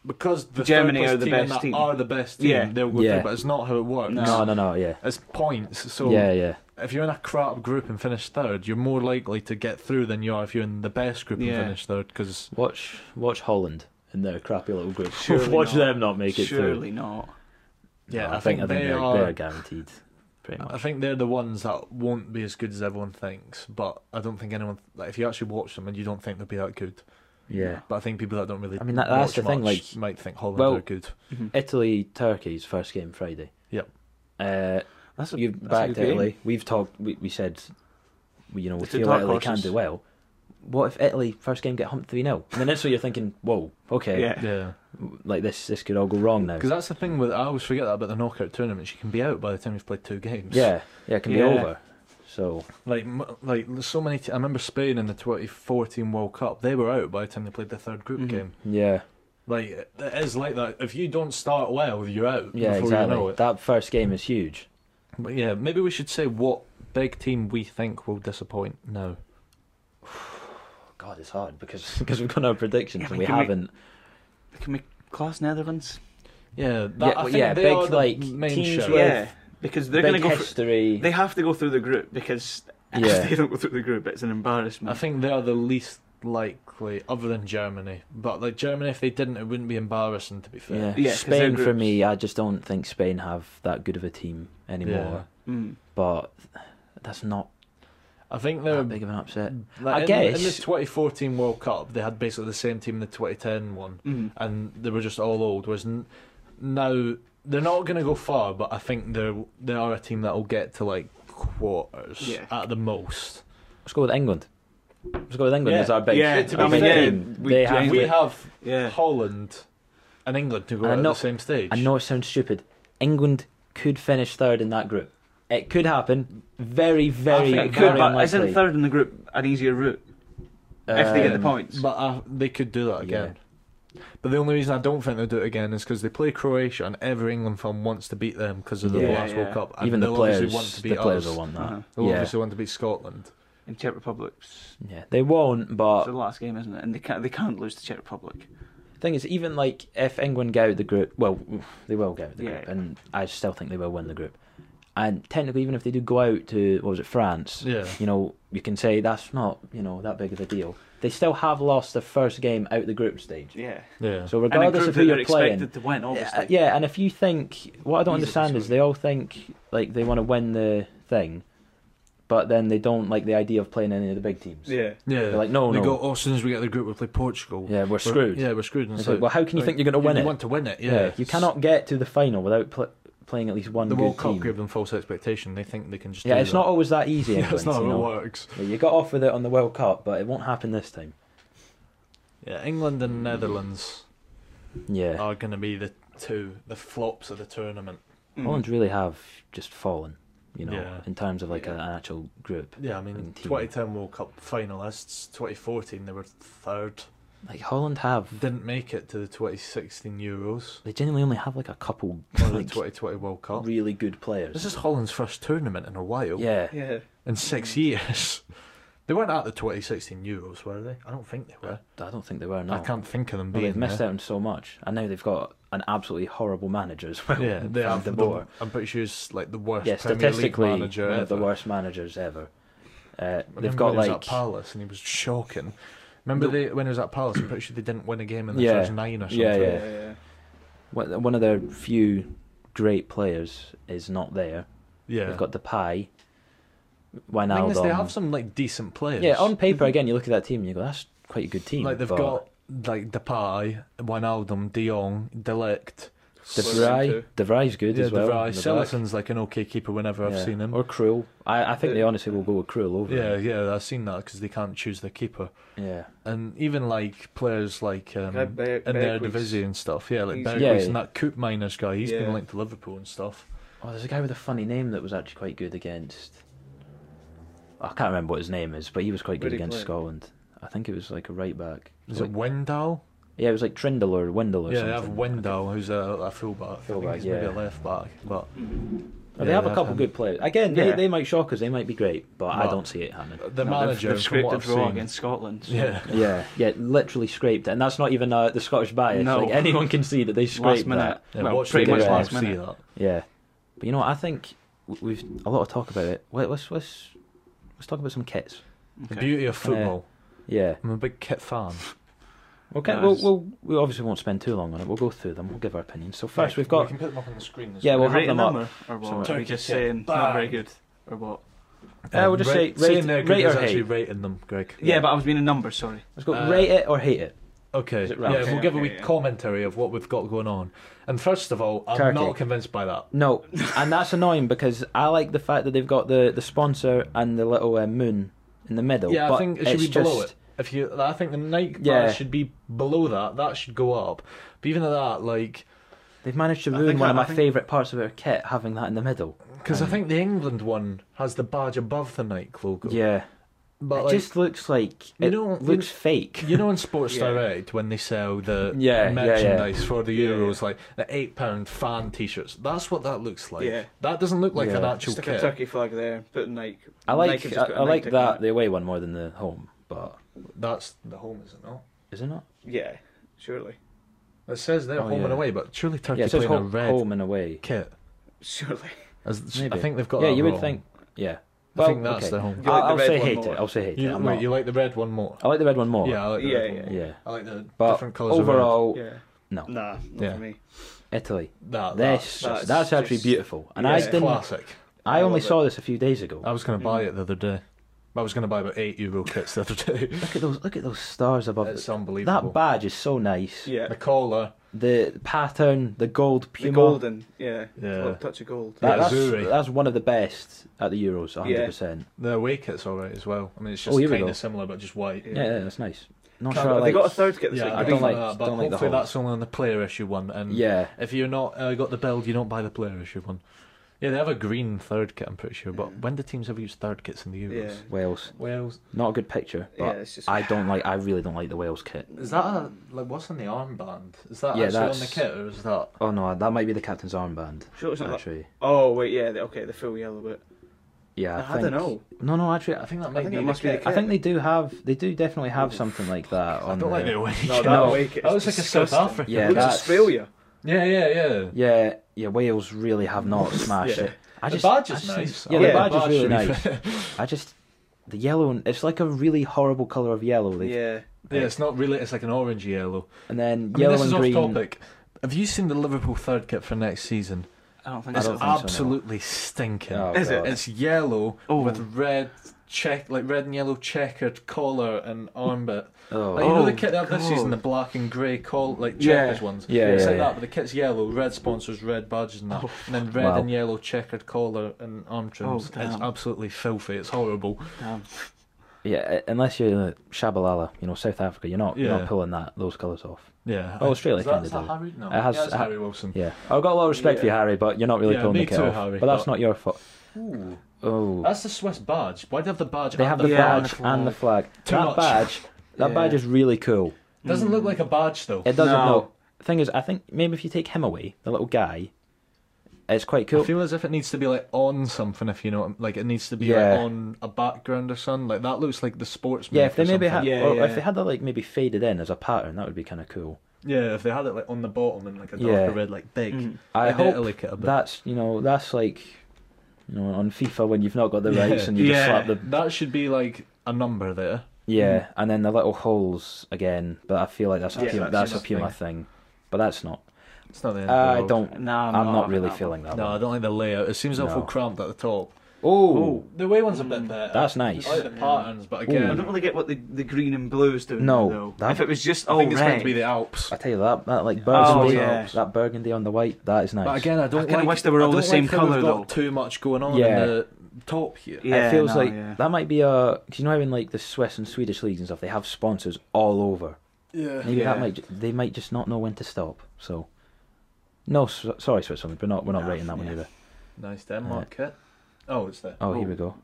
Speaker 2: because the
Speaker 3: Germany
Speaker 2: third place
Speaker 3: are the
Speaker 2: team
Speaker 3: best
Speaker 2: that
Speaker 3: team.
Speaker 2: are the best team.
Speaker 3: Yeah.
Speaker 2: They'll go
Speaker 1: Yeah.
Speaker 2: through, but it's not how it works.
Speaker 3: No.
Speaker 1: No, no, no. Yeah,
Speaker 2: It's points. So
Speaker 1: yeah, yeah.
Speaker 2: if you're in a crap group and finish third, you're more likely to get through than you are if you're in the best group
Speaker 3: Yeah.
Speaker 2: and finish third. Because
Speaker 1: Watch, watch Holland in their crappy little group.
Speaker 3: Surely
Speaker 1: watch
Speaker 3: not.
Speaker 1: them not make it through.
Speaker 3: Surely not.
Speaker 2: yeah,
Speaker 1: No,
Speaker 2: I, think, they
Speaker 1: they're,
Speaker 2: are.
Speaker 1: they're guaranteed. Pretty much.
Speaker 2: I think they're the ones that won't be as good as everyone thinks. But I don't think anyone like if you actually watch them and you don't think they'll be that good.
Speaker 1: Yeah.
Speaker 2: But I think people that don't really
Speaker 1: I mean, that- that's
Speaker 2: watch
Speaker 1: the thing,
Speaker 2: much
Speaker 1: like-
Speaker 2: might think Holland
Speaker 1: Well-
Speaker 2: are good.
Speaker 3: Mhm.
Speaker 1: Italy, Turkey's first game Friday.
Speaker 2: Yep.
Speaker 1: Uh,
Speaker 3: That's a,
Speaker 1: you
Speaker 3: that's a
Speaker 1: back
Speaker 3: good
Speaker 1: to
Speaker 3: game.
Speaker 1: Italy. We've talked. We, we said, we- you know, we
Speaker 3: The two
Speaker 1: feel
Speaker 3: dark
Speaker 1: Italy can
Speaker 3: horses.
Speaker 1: do well. What if Italy first game get humped three 0 And then that's what you're thinking. Whoa, okay,
Speaker 3: Yeah.
Speaker 2: Yeah.
Speaker 1: like this, this could all go wrong now.
Speaker 2: Because that's the thing with I always forget that about the knockout tournaments. You can be out by the time you've played two games.
Speaker 1: Yeah, yeah, it can
Speaker 3: Yeah.
Speaker 1: be over. So
Speaker 2: Like m- like so many. T- I remember Spain in the 2014 World Cup. They were out by the time they played the third group
Speaker 1: Mm-hmm.
Speaker 3: Mhm.
Speaker 2: game.
Speaker 1: yeah,
Speaker 2: Like it is like that. If you don't start well, you're out.
Speaker 1: yeah,
Speaker 2: before
Speaker 1: exactly.
Speaker 2: You know it.
Speaker 1: That first game is huge.
Speaker 2: But yeah, maybe we should say what big team we think will disappoint now.
Speaker 1: God, it's hard because because we've got our predictions
Speaker 3: Yeah,
Speaker 1: and
Speaker 3: we
Speaker 1: we
Speaker 3: can make-
Speaker 1: haven't.
Speaker 3: Can we class Netherlands?
Speaker 2: Yeah, that,
Speaker 1: Yeah,
Speaker 2: I
Speaker 1: well,
Speaker 2: think
Speaker 1: yeah,
Speaker 2: they
Speaker 1: big,
Speaker 2: are the
Speaker 1: like,
Speaker 2: main
Speaker 1: teams
Speaker 2: show.
Speaker 1: with-
Speaker 3: Yeah, because they're going to
Speaker 1: big
Speaker 3: go. Through,
Speaker 1: history.
Speaker 3: they have to go through the group because
Speaker 1: Yeah.
Speaker 3: if they don't go through the group, it's an embarrassment.
Speaker 2: I think they are the least likely, other than Germany. But like Germany, if they didn't, it wouldn't be embarrassing. To be fair.
Speaker 1: yeah.
Speaker 3: Yeah, 'cause
Speaker 1: Spain
Speaker 3: their
Speaker 1: for me, I just don't think Spain have that good of a team anymore.
Speaker 3: Mm.
Speaker 1: But that's not
Speaker 2: I think they're
Speaker 1: that big of an upset.
Speaker 2: Like,
Speaker 1: I
Speaker 2: in, in the
Speaker 1: guess-
Speaker 2: 2014 World Cup, they had basically the same team in the 2010 one,
Speaker 3: Mm.
Speaker 2: and they were just all old. Whereas n- now they're not going to go far, but I think they're they are a team that will get to like quarters
Speaker 3: Yeah.
Speaker 2: at the most.
Speaker 1: Let's go with England. Let's go with England
Speaker 2: Yeah.
Speaker 1: as our big.
Speaker 3: Yeah,
Speaker 2: to be
Speaker 1: our big
Speaker 2: fair,
Speaker 1: team.
Speaker 3: we-
Speaker 1: they
Speaker 3: yeah,
Speaker 1: have.
Speaker 2: we
Speaker 1: to-
Speaker 2: have
Speaker 3: Yeah.
Speaker 2: Holland and England to go
Speaker 1: And I
Speaker 2: out at
Speaker 1: know-
Speaker 2: the same stage.
Speaker 1: I know it sounds stupid. England could finish third in that group. It could happen. Very, very,
Speaker 2: think
Speaker 3: It
Speaker 1: very
Speaker 3: could, but
Speaker 1: unlikely.
Speaker 3: isn't third in the group an easier route if they get the
Speaker 1: Um,
Speaker 3: points?
Speaker 2: But uh, they could do that again. But the only reason I don't think they'll do it again is because they play Croatia, and every England fan wants to beat them because of the
Speaker 1: Yeah.
Speaker 2: last
Speaker 3: Yeah, yeah.
Speaker 2: World Cup. And
Speaker 1: Even the
Speaker 2: they'll obviously
Speaker 1: players,
Speaker 2: want to
Speaker 1: the
Speaker 2: beat
Speaker 1: players
Speaker 2: us.
Speaker 1: will want that.
Speaker 3: Uh-huh.
Speaker 2: They'll
Speaker 1: Yeah.
Speaker 2: obviously want to beat Scotland.
Speaker 3: In Czech Republic's
Speaker 1: Yeah, they won't. But
Speaker 3: it's the last game, isn't it? And they can't they can't lose to Czech Republic.
Speaker 1: thing is, even like if England get out of the group, well, they will get out of the
Speaker 3: Yeah.
Speaker 1: group, and I still think they will win the group. And technically, even if they do go out to what was it, France?
Speaker 2: Yeah.
Speaker 1: You know, you can say that's not you know that big of a deal. They still have lost their first game out the group stage.
Speaker 3: Yeah.
Speaker 2: Yeah.
Speaker 1: So
Speaker 3: And a
Speaker 1: regardless
Speaker 3: group
Speaker 1: of
Speaker 3: that
Speaker 1: who
Speaker 3: they're
Speaker 1: you're playing,
Speaker 3: expected to win, obviously.
Speaker 1: yeah, yeah. And if you think what I don't
Speaker 3: Easily,
Speaker 1: understand is
Speaker 3: sorry.
Speaker 1: they all think like they want to win the thing, but then they don't like the idea of playing any of the big teams.
Speaker 3: Yeah.
Speaker 2: yeah.
Speaker 1: They're like, no,
Speaker 2: they
Speaker 1: no.
Speaker 2: go, oh, as soon as we get the group, we play Portugal.
Speaker 1: Yeah, we're screwed.
Speaker 2: yeah, we're screwed. And
Speaker 1: It's like, well, how can you think you're going to win
Speaker 2: you
Speaker 1: it?
Speaker 2: want to win it, yeah.
Speaker 1: Yeah, you cannot get to the final without pl- playing at least one
Speaker 2: The
Speaker 1: good
Speaker 2: World Cup
Speaker 1: team.
Speaker 2: gave them false expectation. They think they can just
Speaker 1: yeah,
Speaker 2: do
Speaker 1: it's
Speaker 2: that.
Speaker 1: not always that easy.
Speaker 2: Yeah, that's
Speaker 1: England,
Speaker 2: not how
Speaker 1: you,
Speaker 2: it
Speaker 1: know.
Speaker 2: works.
Speaker 1: Yeah, you got off with it on the World Cup, but it won't happen this time.
Speaker 2: Yeah, England and Netherlands
Speaker 1: Yeah,
Speaker 2: are going to be the two, the flops of the tournament.
Speaker 3: Mm.
Speaker 1: Holland really have just fallen, you know,
Speaker 2: Hmm. Yeah.
Speaker 1: in terms of like
Speaker 3: Yeah.
Speaker 1: an actual group.
Speaker 2: Yeah, I mean,
Speaker 1: And team.
Speaker 2: 2010 World Cup finalists, 2014 they were third.
Speaker 1: Like Holland have
Speaker 2: Didn't make it to the 2016 Euros
Speaker 1: they genuinely only have like a couple
Speaker 2: or the
Speaker 1: like,
Speaker 2: 2020 World Cup.
Speaker 1: really good players.
Speaker 2: This is Holland's first tournament in a while.
Speaker 1: yeah.
Speaker 3: Yeah.
Speaker 2: In
Speaker 1: Mm.
Speaker 2: six years. They weren't at the 2016 Euros, were they? I don't think they were.
Speaker 1: I don't think they were. No,
Speaker 2: I can't think of them
Speaker 1: Well,
Speaker 2: being
Speaker 1: they've missed
Speaker 2: there.
Speaker 1: out on so much, and now they've got an absolutely horrible manager as well.
Speaker 2: Yeah, they
Speaker 1: Frank
Speaker 2: have
Speaker 1: de
Speaker 2: the
Speaker 1: Boer.
Speaker 2: I'm pretty sure he's like the worst
Speaker 1: yeah,
Speaker 2: Premier League
Speaker 1: statistically,
Speaker 2: manager
Speaker 1: one
Speaker 2: ever.
Speaker 1: of the worst managers ever. Uh,
Speaker 2: I
Speaker 1: they've
Speaker 2: remember
Speaker 1: got
Speaker 2: when he
Speaker 1: like
Speaker 2: was at Palace and he was shocking. Remember
Speaker 1: The-
Speaker 2: they, when he was at Palace? I'm pretty sure they didn't win a game in the
Speaker 1: Yeah.
Speaker 2: first nine or something.
Speaker 1: Yeah,
Speaker 3: Yeah. yeah.
Speaker 1: one one of their few great players is not there.
Speaker 2: Yeah.
Speaker 1: They've got Depay,
Speaker 2: The thing is, they
Speaker 1: Wijnaldum.
Speaker 2: have some like decent players.
Speaker 1: Yeah, on paper again, you look at that team and you go, "That's quite a good team."
Speaker 2: like they've
Speaker 1: but
Speaker 2: got like Depay, Wijnaldum, De Jong, Delict.
Speaker 1: De
Speaker 3: Slipson
Speaker 1: Vrij.
Speaker 3: too.
Speaker 1: De Vrij's good
Speaker 2: yeah,
Speaker 1: as well.
Speaker 2: De
Speaker 1: in
Speaker 2: Vrij.
Speaker 1: the back.
Speaker 2: Sellison's like an okay keeper whenever I've
Speaker 1: Yeah.
Speaker 2: seen him.
Speaker 1: Or Cruel. I, I think they honestly will go with Cruel over.
Speaker 2: yeah,
Speaker 1: him.
Speaker 2: yeah, I've seen that because they can't choose their keeper.
Speaker 1: yeah.
Speaker 2: And even like players like um,
Speaker 3: Guy Ber-
Speaker 2: in their
Speaker 3: Berghuis.
Speaker 2: division and stuff, yeah, like
Speaker 3: He's-
Speaker 2: Berghuis
Speaker 1: Yeah,
Speaker 2: and that Coop Miners guy, He's
Speaker 3: Yeah.
Speaker 2: been linked to Liverpool and stuff.
Speaker 1: Oh, there's a guy with a funny name that was actually quite good against. I can't remember what his name is, but he was quite good
Speaker 3: Where'd he
Speaker 1: against
Speaker 3: play?
Speaker 1: Scotland. I think it was like a right back.
Speaker 2: Is
Speaker 1: Like-
Speaker 2: it Wendell?
Speaker 1: yeah, it was like Trindle or Wendell or
Speaker 2: Yeah,
Speaker 1: something.
Speaker 2: they have Wendell, who's a, a fullback. I
Speaker 1: Fullback,
Speaker 2: think he's maybe
Speaker 1: yeah.
Speaker 2: a left back, but
Speaker 1: They
Speaker 2: Yeah,
Speaker 1: have a
Speaker 2: they have
Speaker 1: couple
Speaker 2: him.
Speaker 1: good players. Again, they,
Speaker 3: Yeah.
Speaker 1: they might shock us. They might be great, but I
Speaker 2: Well,
Speaker 1: don't see it happening.
Speaker 2: the
Speaker 3: No, they've-
Speaker 2: manager,
Speaker 3: they've
Speaker 2: from
Speaker 3: scraped
Speaker 2: what
Speaker 3: it
Speaker 2: I've
Speaker 3: raw
Speaker 2: seen,
Speaker 3: against Scotland. so-
Speaker 2: yeah,
Speaker 1: Yeah, yeah, literally scraped it, and that's not even uh, the Scottish bias.
Speaker 3: No.
Speaker 1: Like anyone can see that they
Speaker 3: Last
Speaker 1: scraped
Speaker 3: minute.
Speaker 1: that.
Speaker 2: yeah
Speaker 3: well,
Speaker 2: watch
Speaker 3: pretty
Speaker 2: the
Speaker 3: much
Speaker 2: game,
Speaker 3: last
Speaker 2: you'll
Speaker 3: minute.
Speaker 2: See
Speaker 1: Yeah, but you know what? I think w- we've a lot of talk about it. Wait, let's let's let's talk about some kits.
Speaker 2: that. The
Speaker 3: Okay.
Speaker 2: beauty of football.
Speaker 1: Yeah.
Speaker 2: I'm a big kit fan.
Speaker 1: Okay,
Speaker 3: Yeah,
Speaker 1: we'll,
Speaker 3: it's-
Speaker 1: we'll, we obviously won't spend too long on it. We'll go through them. We'll give our opinions. So first,
Speaker 2: Like,
Speaker 1: we've got
Speaker 2: We can put them up on the screen. as
Speaker 1: Yeah,
Speaker 2: well.
Speaker 1: we'll have
Speaker 3: Rating
Speaker 1: them up.
Speaker 3: or, or
Speaker 1: Somewhere.
Speaker 3: what? Are we just
Speaker 2: Turkey, yeah.
Speaker 3: saying not very
Speaker 2: Bang.
Speaker 3: good or what?
Speaker 2: Um,
Speaker 1: Uh, we'll just say rate-
Speaker 2: saying they're good
Speaker 1: rate
Speaker 2: is
Speaker 1: or
Speaker 2: actually
Speaker 1: hate.
Speaker 2: rating them, Greg.
Speaker 3: Yeah, but I was being a number. Sorry.
Speaker 1: let's go
Speaker 2: uh,
Speaker 1: rate it or hate it.
Speaker 2: Okay,
Speaker 1: Is it
Speaker 2: yeah,
Speaker 1: round?
Speaker 2: we'll
Speaker 3: Okay,
Speaker 2: give a
Speaker 3: okay,
Speaker 2: wee
Speaker 3: yeah.
Speaker 2: commentary of what we've got going on. And first of all, I'm
Speaker 1: Turkey.
Speaker 2: not convinced by that.
Speaker 1: No, and that's annoying because I like the fact that they've got the, the sponsor and the little uh, moon in the middle.
Speaker 2: Yeah,
Speaker 1: but
Speaker 2: I think it should
Speaker 1: it's
Speaker 2: be
Speaker 1: just,
Speaker 2: below it. If you, I think the Nike
Speaker 1: Yeah.
Speaker 2: bar should be below that. That should go up. But even at that, like,
Speaker 1: They've managed to
Speaker 3: I
Speaker 1: ruin
Speaker 3: think
Speaker 1: one
Speaker 3: I-
Speaker 1: of
Speaker 3: I
Speaker 1: my
Speaker 3: think-
Speaker 1: favourite parts of their kit, having that in the middle.
Speaker 2: because
Speaker 1: Um,
Speaker 2: I think the England one has the badge above the Nike logo.
Speaker 1: Yeah,
Speaker 2: but
Speaker 1: it
Speaker 2: like,
Speaker 1: just looks like
Speaker 2: You
Speaker 1: it
Speaker 2: know-
Speaker 1: looks fake.
Speaker 2: you know, in Sports
Speaker 3: Yeah.
Speaker 2: Direct when they sell the
Speaker 1: Yeah, yeah, yeah.
Speaker 2: merchandise for the
Speaker 3: Yeah, yeah.
Speaker 2: Euros, like the eight pound fan T-shirts. That's what that looks like.
Speaker 3: Yeah.
Speaker 2: That doesn't look like
Speaker 1: Yeah.
Speaker 2: an actual
Speaker 3: Stick a
Speaker 2: kit.
Speaker 3: turkey flag there. Put a Nike.
Speaker 1: I
Speaker 3: Nike have
Speaker 1: like I,
Speaker 3: just put a
Speaker 1: I
Speaker 3: Nike
Speaker 1: like
Speaker 3: tick
Speaker 1: that
Speaker 3: on it.
Speaker 1: the away one more than the home, but
Speaker 2: That's the home, is it not?
Speaker 1: is it not?
Speaker 3: Yeah, surely,
Speaker 2: It says they're
Speaker 1: Oh,
Speaker 2: home and
Speaker 1: yeah.
Speaker 2: away, but surely Turkey
Speaker 1: yeah, it says
Speaker 2: playing a
Speaker 1: home,
Speaker 2: red
Speaker 1: home and away.
Speaker 2: kit.
Speaker 3: surely.
Speaker 2: As,
Speaker 1: Maybe.
Speaker 2: I think they've got.
Speaker 1: yeah,
Speaker 2: that
Speaker 1: you
Speaker 2: wrong.
Speaker 1: would think. Yeah,
Speaker 2: I think that's
Speaker 1: okay.
Speaker 2: their home.
Speaker 3: You like
Speaker 1: I'll,
Speaker 3: the
Speaker 1: I'll
Speaker 3: red
Speaker 1: say
Speaker 3: one
Speaker 1: hate
Speaker 3: more.
Speaker 1: it. I'll say hate it.
Speaker 2: You,
Speaker 1: I'm
Speaker 2: wait,
Speaker 1: not-
Speaker 2: you like the red one more?
Speaker 1: I like the red one more.
Speaker 2: Oh, Yeah, I like the
Speaker 3: Yeah,
Speaker 2: red
Speaker 3: yeah,
Speaker 2: one more.
Speaker 1: Yeah.
Speaker 2: I like the
Speaker 1: But
Speaker 2: different colours. of red.
Speaker 1: overall,
Speaker 3: Yeah.
Speaker 1: Oh, no.
Speaker 3: Nah, not
Speaker 2: Yeah.
Speaker 3: for me.
Speaker 1: Italy.
Speaker 2: that,
Speaker 1: This
Speaker 3: that's
Speaker 1: that's, actually
Speaker 3: just-
Speaker 1: beautiful, and
Speaker 3: yeah,
Speaker 1: I
Speaker 3: it's
Speaker 1: didn't.
Speaker 2: classic.
Speaker 1: I
Speaker 3: I
Speaker 1: only
Speaker 3: love
Speaker 1: saw this a few days ago.
Speaker 2: I was going to buy it the other day. I was going to buy about eight euro kits the other day.
Speaker 1: Look at those! Look at those stars above
Speaker 2: it's
Speaker 1: it.
Speaker 2: unbelievable.
Speaker 1: That badge is so nice.
Speaker 3: Yeah,
Speaker 2: The collar.
Speaker 1: The pattern, the gold
Speaker 3: the
Speaker 1: puma.
Speaker 3: golden. Yeah,
Speaker 2: Yeah.
Speaker 3: little touch of gold.
Speaker 1: That-
Speaker 2: Yeah,
Speaker 1: that's,
Speaker 2: Azzurri.
Speaker 1: that's one of the best at the Euros, 100. percent
Speaker 2: The away kit's alright as well. I mean, it's
Speaker 1: Oh,
Speaker 2: just
Speaker 1: here we
Speaker 2: kind
Speaker 1: go.
Speaker 2: of similar, but just white.
Speaker 1: Yeah, yeah, that's nice. Not
Speaker 2: Can't-
Speaker 1: sure. I
Speaker 3: Have they
Speaker 1: like,
Speaker 3: got a third kit this
Speaker 2: Yeah,
Speaker 3: week?
Speaker 2: I
Speaker 1: I
Speaker 2: don't
Speaker 1: don't
Speaker 2: like
Speaker 1: like-
Speaker 2: that, but
Speaker 1: don't like the
Speaker 2: hopefully
Speaker 1: whole-
Speaker 2: that's only on the player issue one. And
Speaker 1: Yeah,
Speaker 2: if you're not uh, got the build, you don't buy the player issue one. Yeah, they have a green third kit. I'm pretty sure. But
Speaker 3: Yeah.
Speaker 2: when do teams ever use third kits in the Euros?
Speaker 3: Yeah.
Speaker 1: Wales.
Speaker 2: Wales.
Speaker 1: Not a good picture,
Speaker 3: Yeah,
Speaker 1: but
Speaker 3: it's just.
Speaker 1: I don't like. I really don't like the Wales kit.
Speaker 2: Is that a, like what's on the armband? Is that
Speaker 1: Yeah,
Speaker 2: actually on the
Speaker 1: that's-
Speaker 2: kit, or is that?
Speaker 1: Oh no, that might be the captain's armband.
Speaker 3: Sure, it's not that.
Speaker 1: Actually,
Speaker 3: Oh wait, yeah. the- Okay, the full yellow bit.
Speaker 1: yeah. I,
Speaker 3: I don't
Speaker 1: think-
Speaker 3: know.
Speaker 1: No, no. Actually,
Speaker 2: I
Speaker 1: I
Speaker 2: think that
Speaker 3: I
Speaker 2: might
Speaker 3: think
Speaker 2: be.
Speaker 3: it
Speaker 2: the
Speaker 3: must be
Speaker 2: kit.
Speaker 3: the
Speaker 1: I
Speaker 3: kit.
Speaker 1: think they do have. They do definitely have something like that on.
Speaker 2: I don't like
Speaker 1: the-
Speaker 2: the away.
Speaker 3: No,
Speaker 2: kit.
Speaker 3: that
Speaker 1: No.
Speaker 3: away kit.
Speaker 2: That
Speaker 3: is
Speaker 2: was like a South
Speaker 3: disgusting.
Speaker 2: African.
Speaker 1: Yeah,
Speaker 3: It looks
Speaker 1: that's-
Speaker 3: Australia.
Speaker 2: Yeah, yeah, yeah.
Speaker 1: Yeah, yeah. Wales really have not smashed
Speaker 3: Yeah.
Speaker 1: it. I
Speaker 2: the
Speaker 1: just,
Speaker 2: badge
Speaker 1: I
Speaker 2: is
Speaker 1: just think-
Speaker 2: nice.
Speaker 1: Yeah,
Speaker 2: I like
Speaker 1: the badge is really
Speaker 2: should be
Speaker 1: nice.
Speaker 2: fair.
Speaker 1: I just the yellow. and- It's like a really horrible color of yellow. They,
Speaker 3: Yeah.
Speaker 2: yeah, it's not really. It's like an orange yellow.
Speaker 1: And then
Speaker 2: I mean,
Speaker 1: yellow
Speaker 2: this is
Speaker 1: and
Speaker 2: off
Speaker 1: green.
Speaker 2: topic. Have you seen the Liverpool third kit for next season?
Speaker 3: I don't think
Speaker 1: I
Speaker 2: It's
Speaker 1: don't think so, no.
Speaker 2: absolutely stinking.
Speaker 1: Oh,
Speaker 3: Is it?
Speaker 1: God.
Speaker 2: It's yellow
Speaker 3: Oh.
Speaker 1: Mm.
Speaker 2: with red check, like red and yellow checkered collar and armbit.
Speaker 1: Oh.
Speaker 2: Like, you know the
Speaker 3: Oh,
Speaker 2: kit they have this
Speaker 3: God.
Speaker 2: season, the black and grey call like
Speaker 3: Yeah.
Speaker 2: checkers ones.
Speaker 1: Yeah,
Speaker 2: it's
Speaker 1: yeah,
Speaker 2: like
Speaker 1: yeah. Oh,
Speaker 2: that, but the kit's yellow, red sponsors, red badges and that, and then red
Speaker 1: Wow. Oh,
Speaker 2: and yellow checkered collar and arm trims. it's
Speaker 3: damn.
Speaker 2: absolutely filthy. It's horrible.
Speaker 3: Damn.
Speaker 1: Yeah, unless you're uh, Shabalala, you know South Africa, you're not you're
Speaker 2: Yeah.
Speaker 1: not pulling that those colours off.
Speaker 2: Yeah.
Speaker 1: Oh, Australia
Speaker 2: Is that,
Speaker 1: kinda
Speaker 2: is that
Speaker 1: do.
Speaker 2: Harry? No,
Speaker 1: It has-
Speaker 2: yeah, it's
Speaker 1: it ha-
Speaker 2: Harry Wilson.
Speaker 1: Yeah, I've got a lot of respect for you,
Speaker 3: Yeah.
Speaker 1: Harry, but you're not really
Speaker 2: Mm. Yeah,
Speaker 1: pulling
Speaker 2: me
Speaker 1: the kit
Speaker 2: too,
Speaker 1: off.
Speaker 2: Harry,
Speaker 1: but that's
Speaker 2: but-
Speaker 1: not your fault.
Speaker 2: Ooh.
Speaker 1: Oh,
Speaker 2: That's the Swiss badge. Why do they have the badge?
Speaker 1: they have
Speaker 2: and
Speaker 1: the
Speaker 3: Yeah,
Speaker 1: badge and the flag.
Speaker 2: Too
Speaker 1: that
Speaker 2: much.
Speaker 1: badge, that
Speaker 3: Yeah.
Speaker 1: badge is really cool.
Speaker 2: Doesn't
Speaker 3: mm.
Speaker 2: look like a badge though.
Speaker 1: It doesn't.
Speaker 3: No.
Speaker 1: No. Thing is, I think maybe if you take him away, the little guy, it's quite cool.
Speaker 2: I feel as if it needs to be like on something, if you know, what I'm- like it needs to be
Speaker 1: Yeah.
Speaker 2: like, on a background or something. Like that looks like the sportsman.
Speaker 1: yeah, if they
Speaker 2: or
Speaker 1: maybe had,
Speaker 2: something.
Speaker 3: Yeah,
Speaker 1: or
Speaker 3: yeah.
Speaker 1: if they had that like maybe faded in as a pattern, that would be kind of cool.
Speaker 2: yeah, if they had it like on the bottom and like a darker
Speaker 1: Yeah.
Speaker 2: red, like big.
Speaker 3: Mm.
Speaker 1: I
Speaker 2: I'd
Speaker 1: hope
Speaker 2: like it a bit.
Speaker 1: that's you know that's like, you know, on FIFA when you've not got the rights
Speaker 2: Yeah.
Speaker 1: and you just
Speaker 3: Yeah.
Speaker 1: slap the
Speaker 2: That should be like a number there.
Speaker 1: Yeah, and then the little holes again, but I feel like that's a
Speaker 2: Yeah,
Speaker 1: Puma,
Speaker 2: that's
Speaker 1: that's, a
Speaker 2: just
Speaker 1: Puma
Speaker 2: thing.
Speaker 1: thing. but that's not.
Speaker 2: It's not the end.
Speaker 1: I
Speaker 2: of the world.
Speaker 1: don't.
Speaker 3: Nah,
Speaker 1: I'm, not,
Speaker 3: having
Speaker 1: really
Speaker 3: that
Speaker 1: feeling that.
Speaker 2: No, I
Speaker 1: one.
Speaker 2: don't like the layout. It seems awful
Speaker 1: No.
Speaker 2: cramped at the top.
Speaker 1: Oh,
Speaker 2: The way one's a bit
Speaker 3: Mm.
Speaker 2: better.
Speaker 1: That's nice.
Speaker 2: I like the
Speaker 3: Yeah.
Speaker 2: patterns, but
Speaker 1: Ooh.
Speaker 2: again,
Speaker 3: I don't really get what the, the green and blue is doing.
Speaker 1: No,
Speaker 3: though.
Speaker 1: that-
Speaker 3: if it was just
Speaker 2: I
Speaker 3: all
Speaker 2: think it's
Speaker 3: red,
Speaker 2: meant to be the Alps.
Speaker 1: I tell you that that like
Speaker 3: Oh,
Speaker 1: burgundy,
Speaker 3: yeah.
Speaker 1: that burgundy on the white, that is nice.
Speaker 2: But again, I don't
Speaker 3: kinda
Speaker 2: like.
Speaker 3: wish they were
Speaker 2: I
Speaker 3: all the
Speaker 2: don't
Speaker 3: same
Speaker 2: like how we've
Speaker 3: colour,
Speaker 2: got
Speaker 3: though.
Speaker 2: Too much going on
Speaker 1: Yeah.
Speaker 2: in the top here.
Speaker 3: Yeah,
Speaker 1: it feels
Speaker 3: no,
Speaker 1: like
Speaker 3: yeah.
Speaker 1: that might be a. Cause you know how in like the Swiss and Swedish leagues and stuff, they have sponsors all over.
Speaker 2: Yeah.
Speaker 1: Maybe that
Speaker 3: Yeah.
Speaker 1: might ju- they might just not know when to stop. So, no, so, sorry Switzerland, we're not we're not
Speaker 3: No,
Speaker 1: rating that one
Speaker 3: yeah.
Speaker 1: either.
Speaker 2: Nice Denmark kit. Oh, it's there.
Speaker 1: Oh, here we go.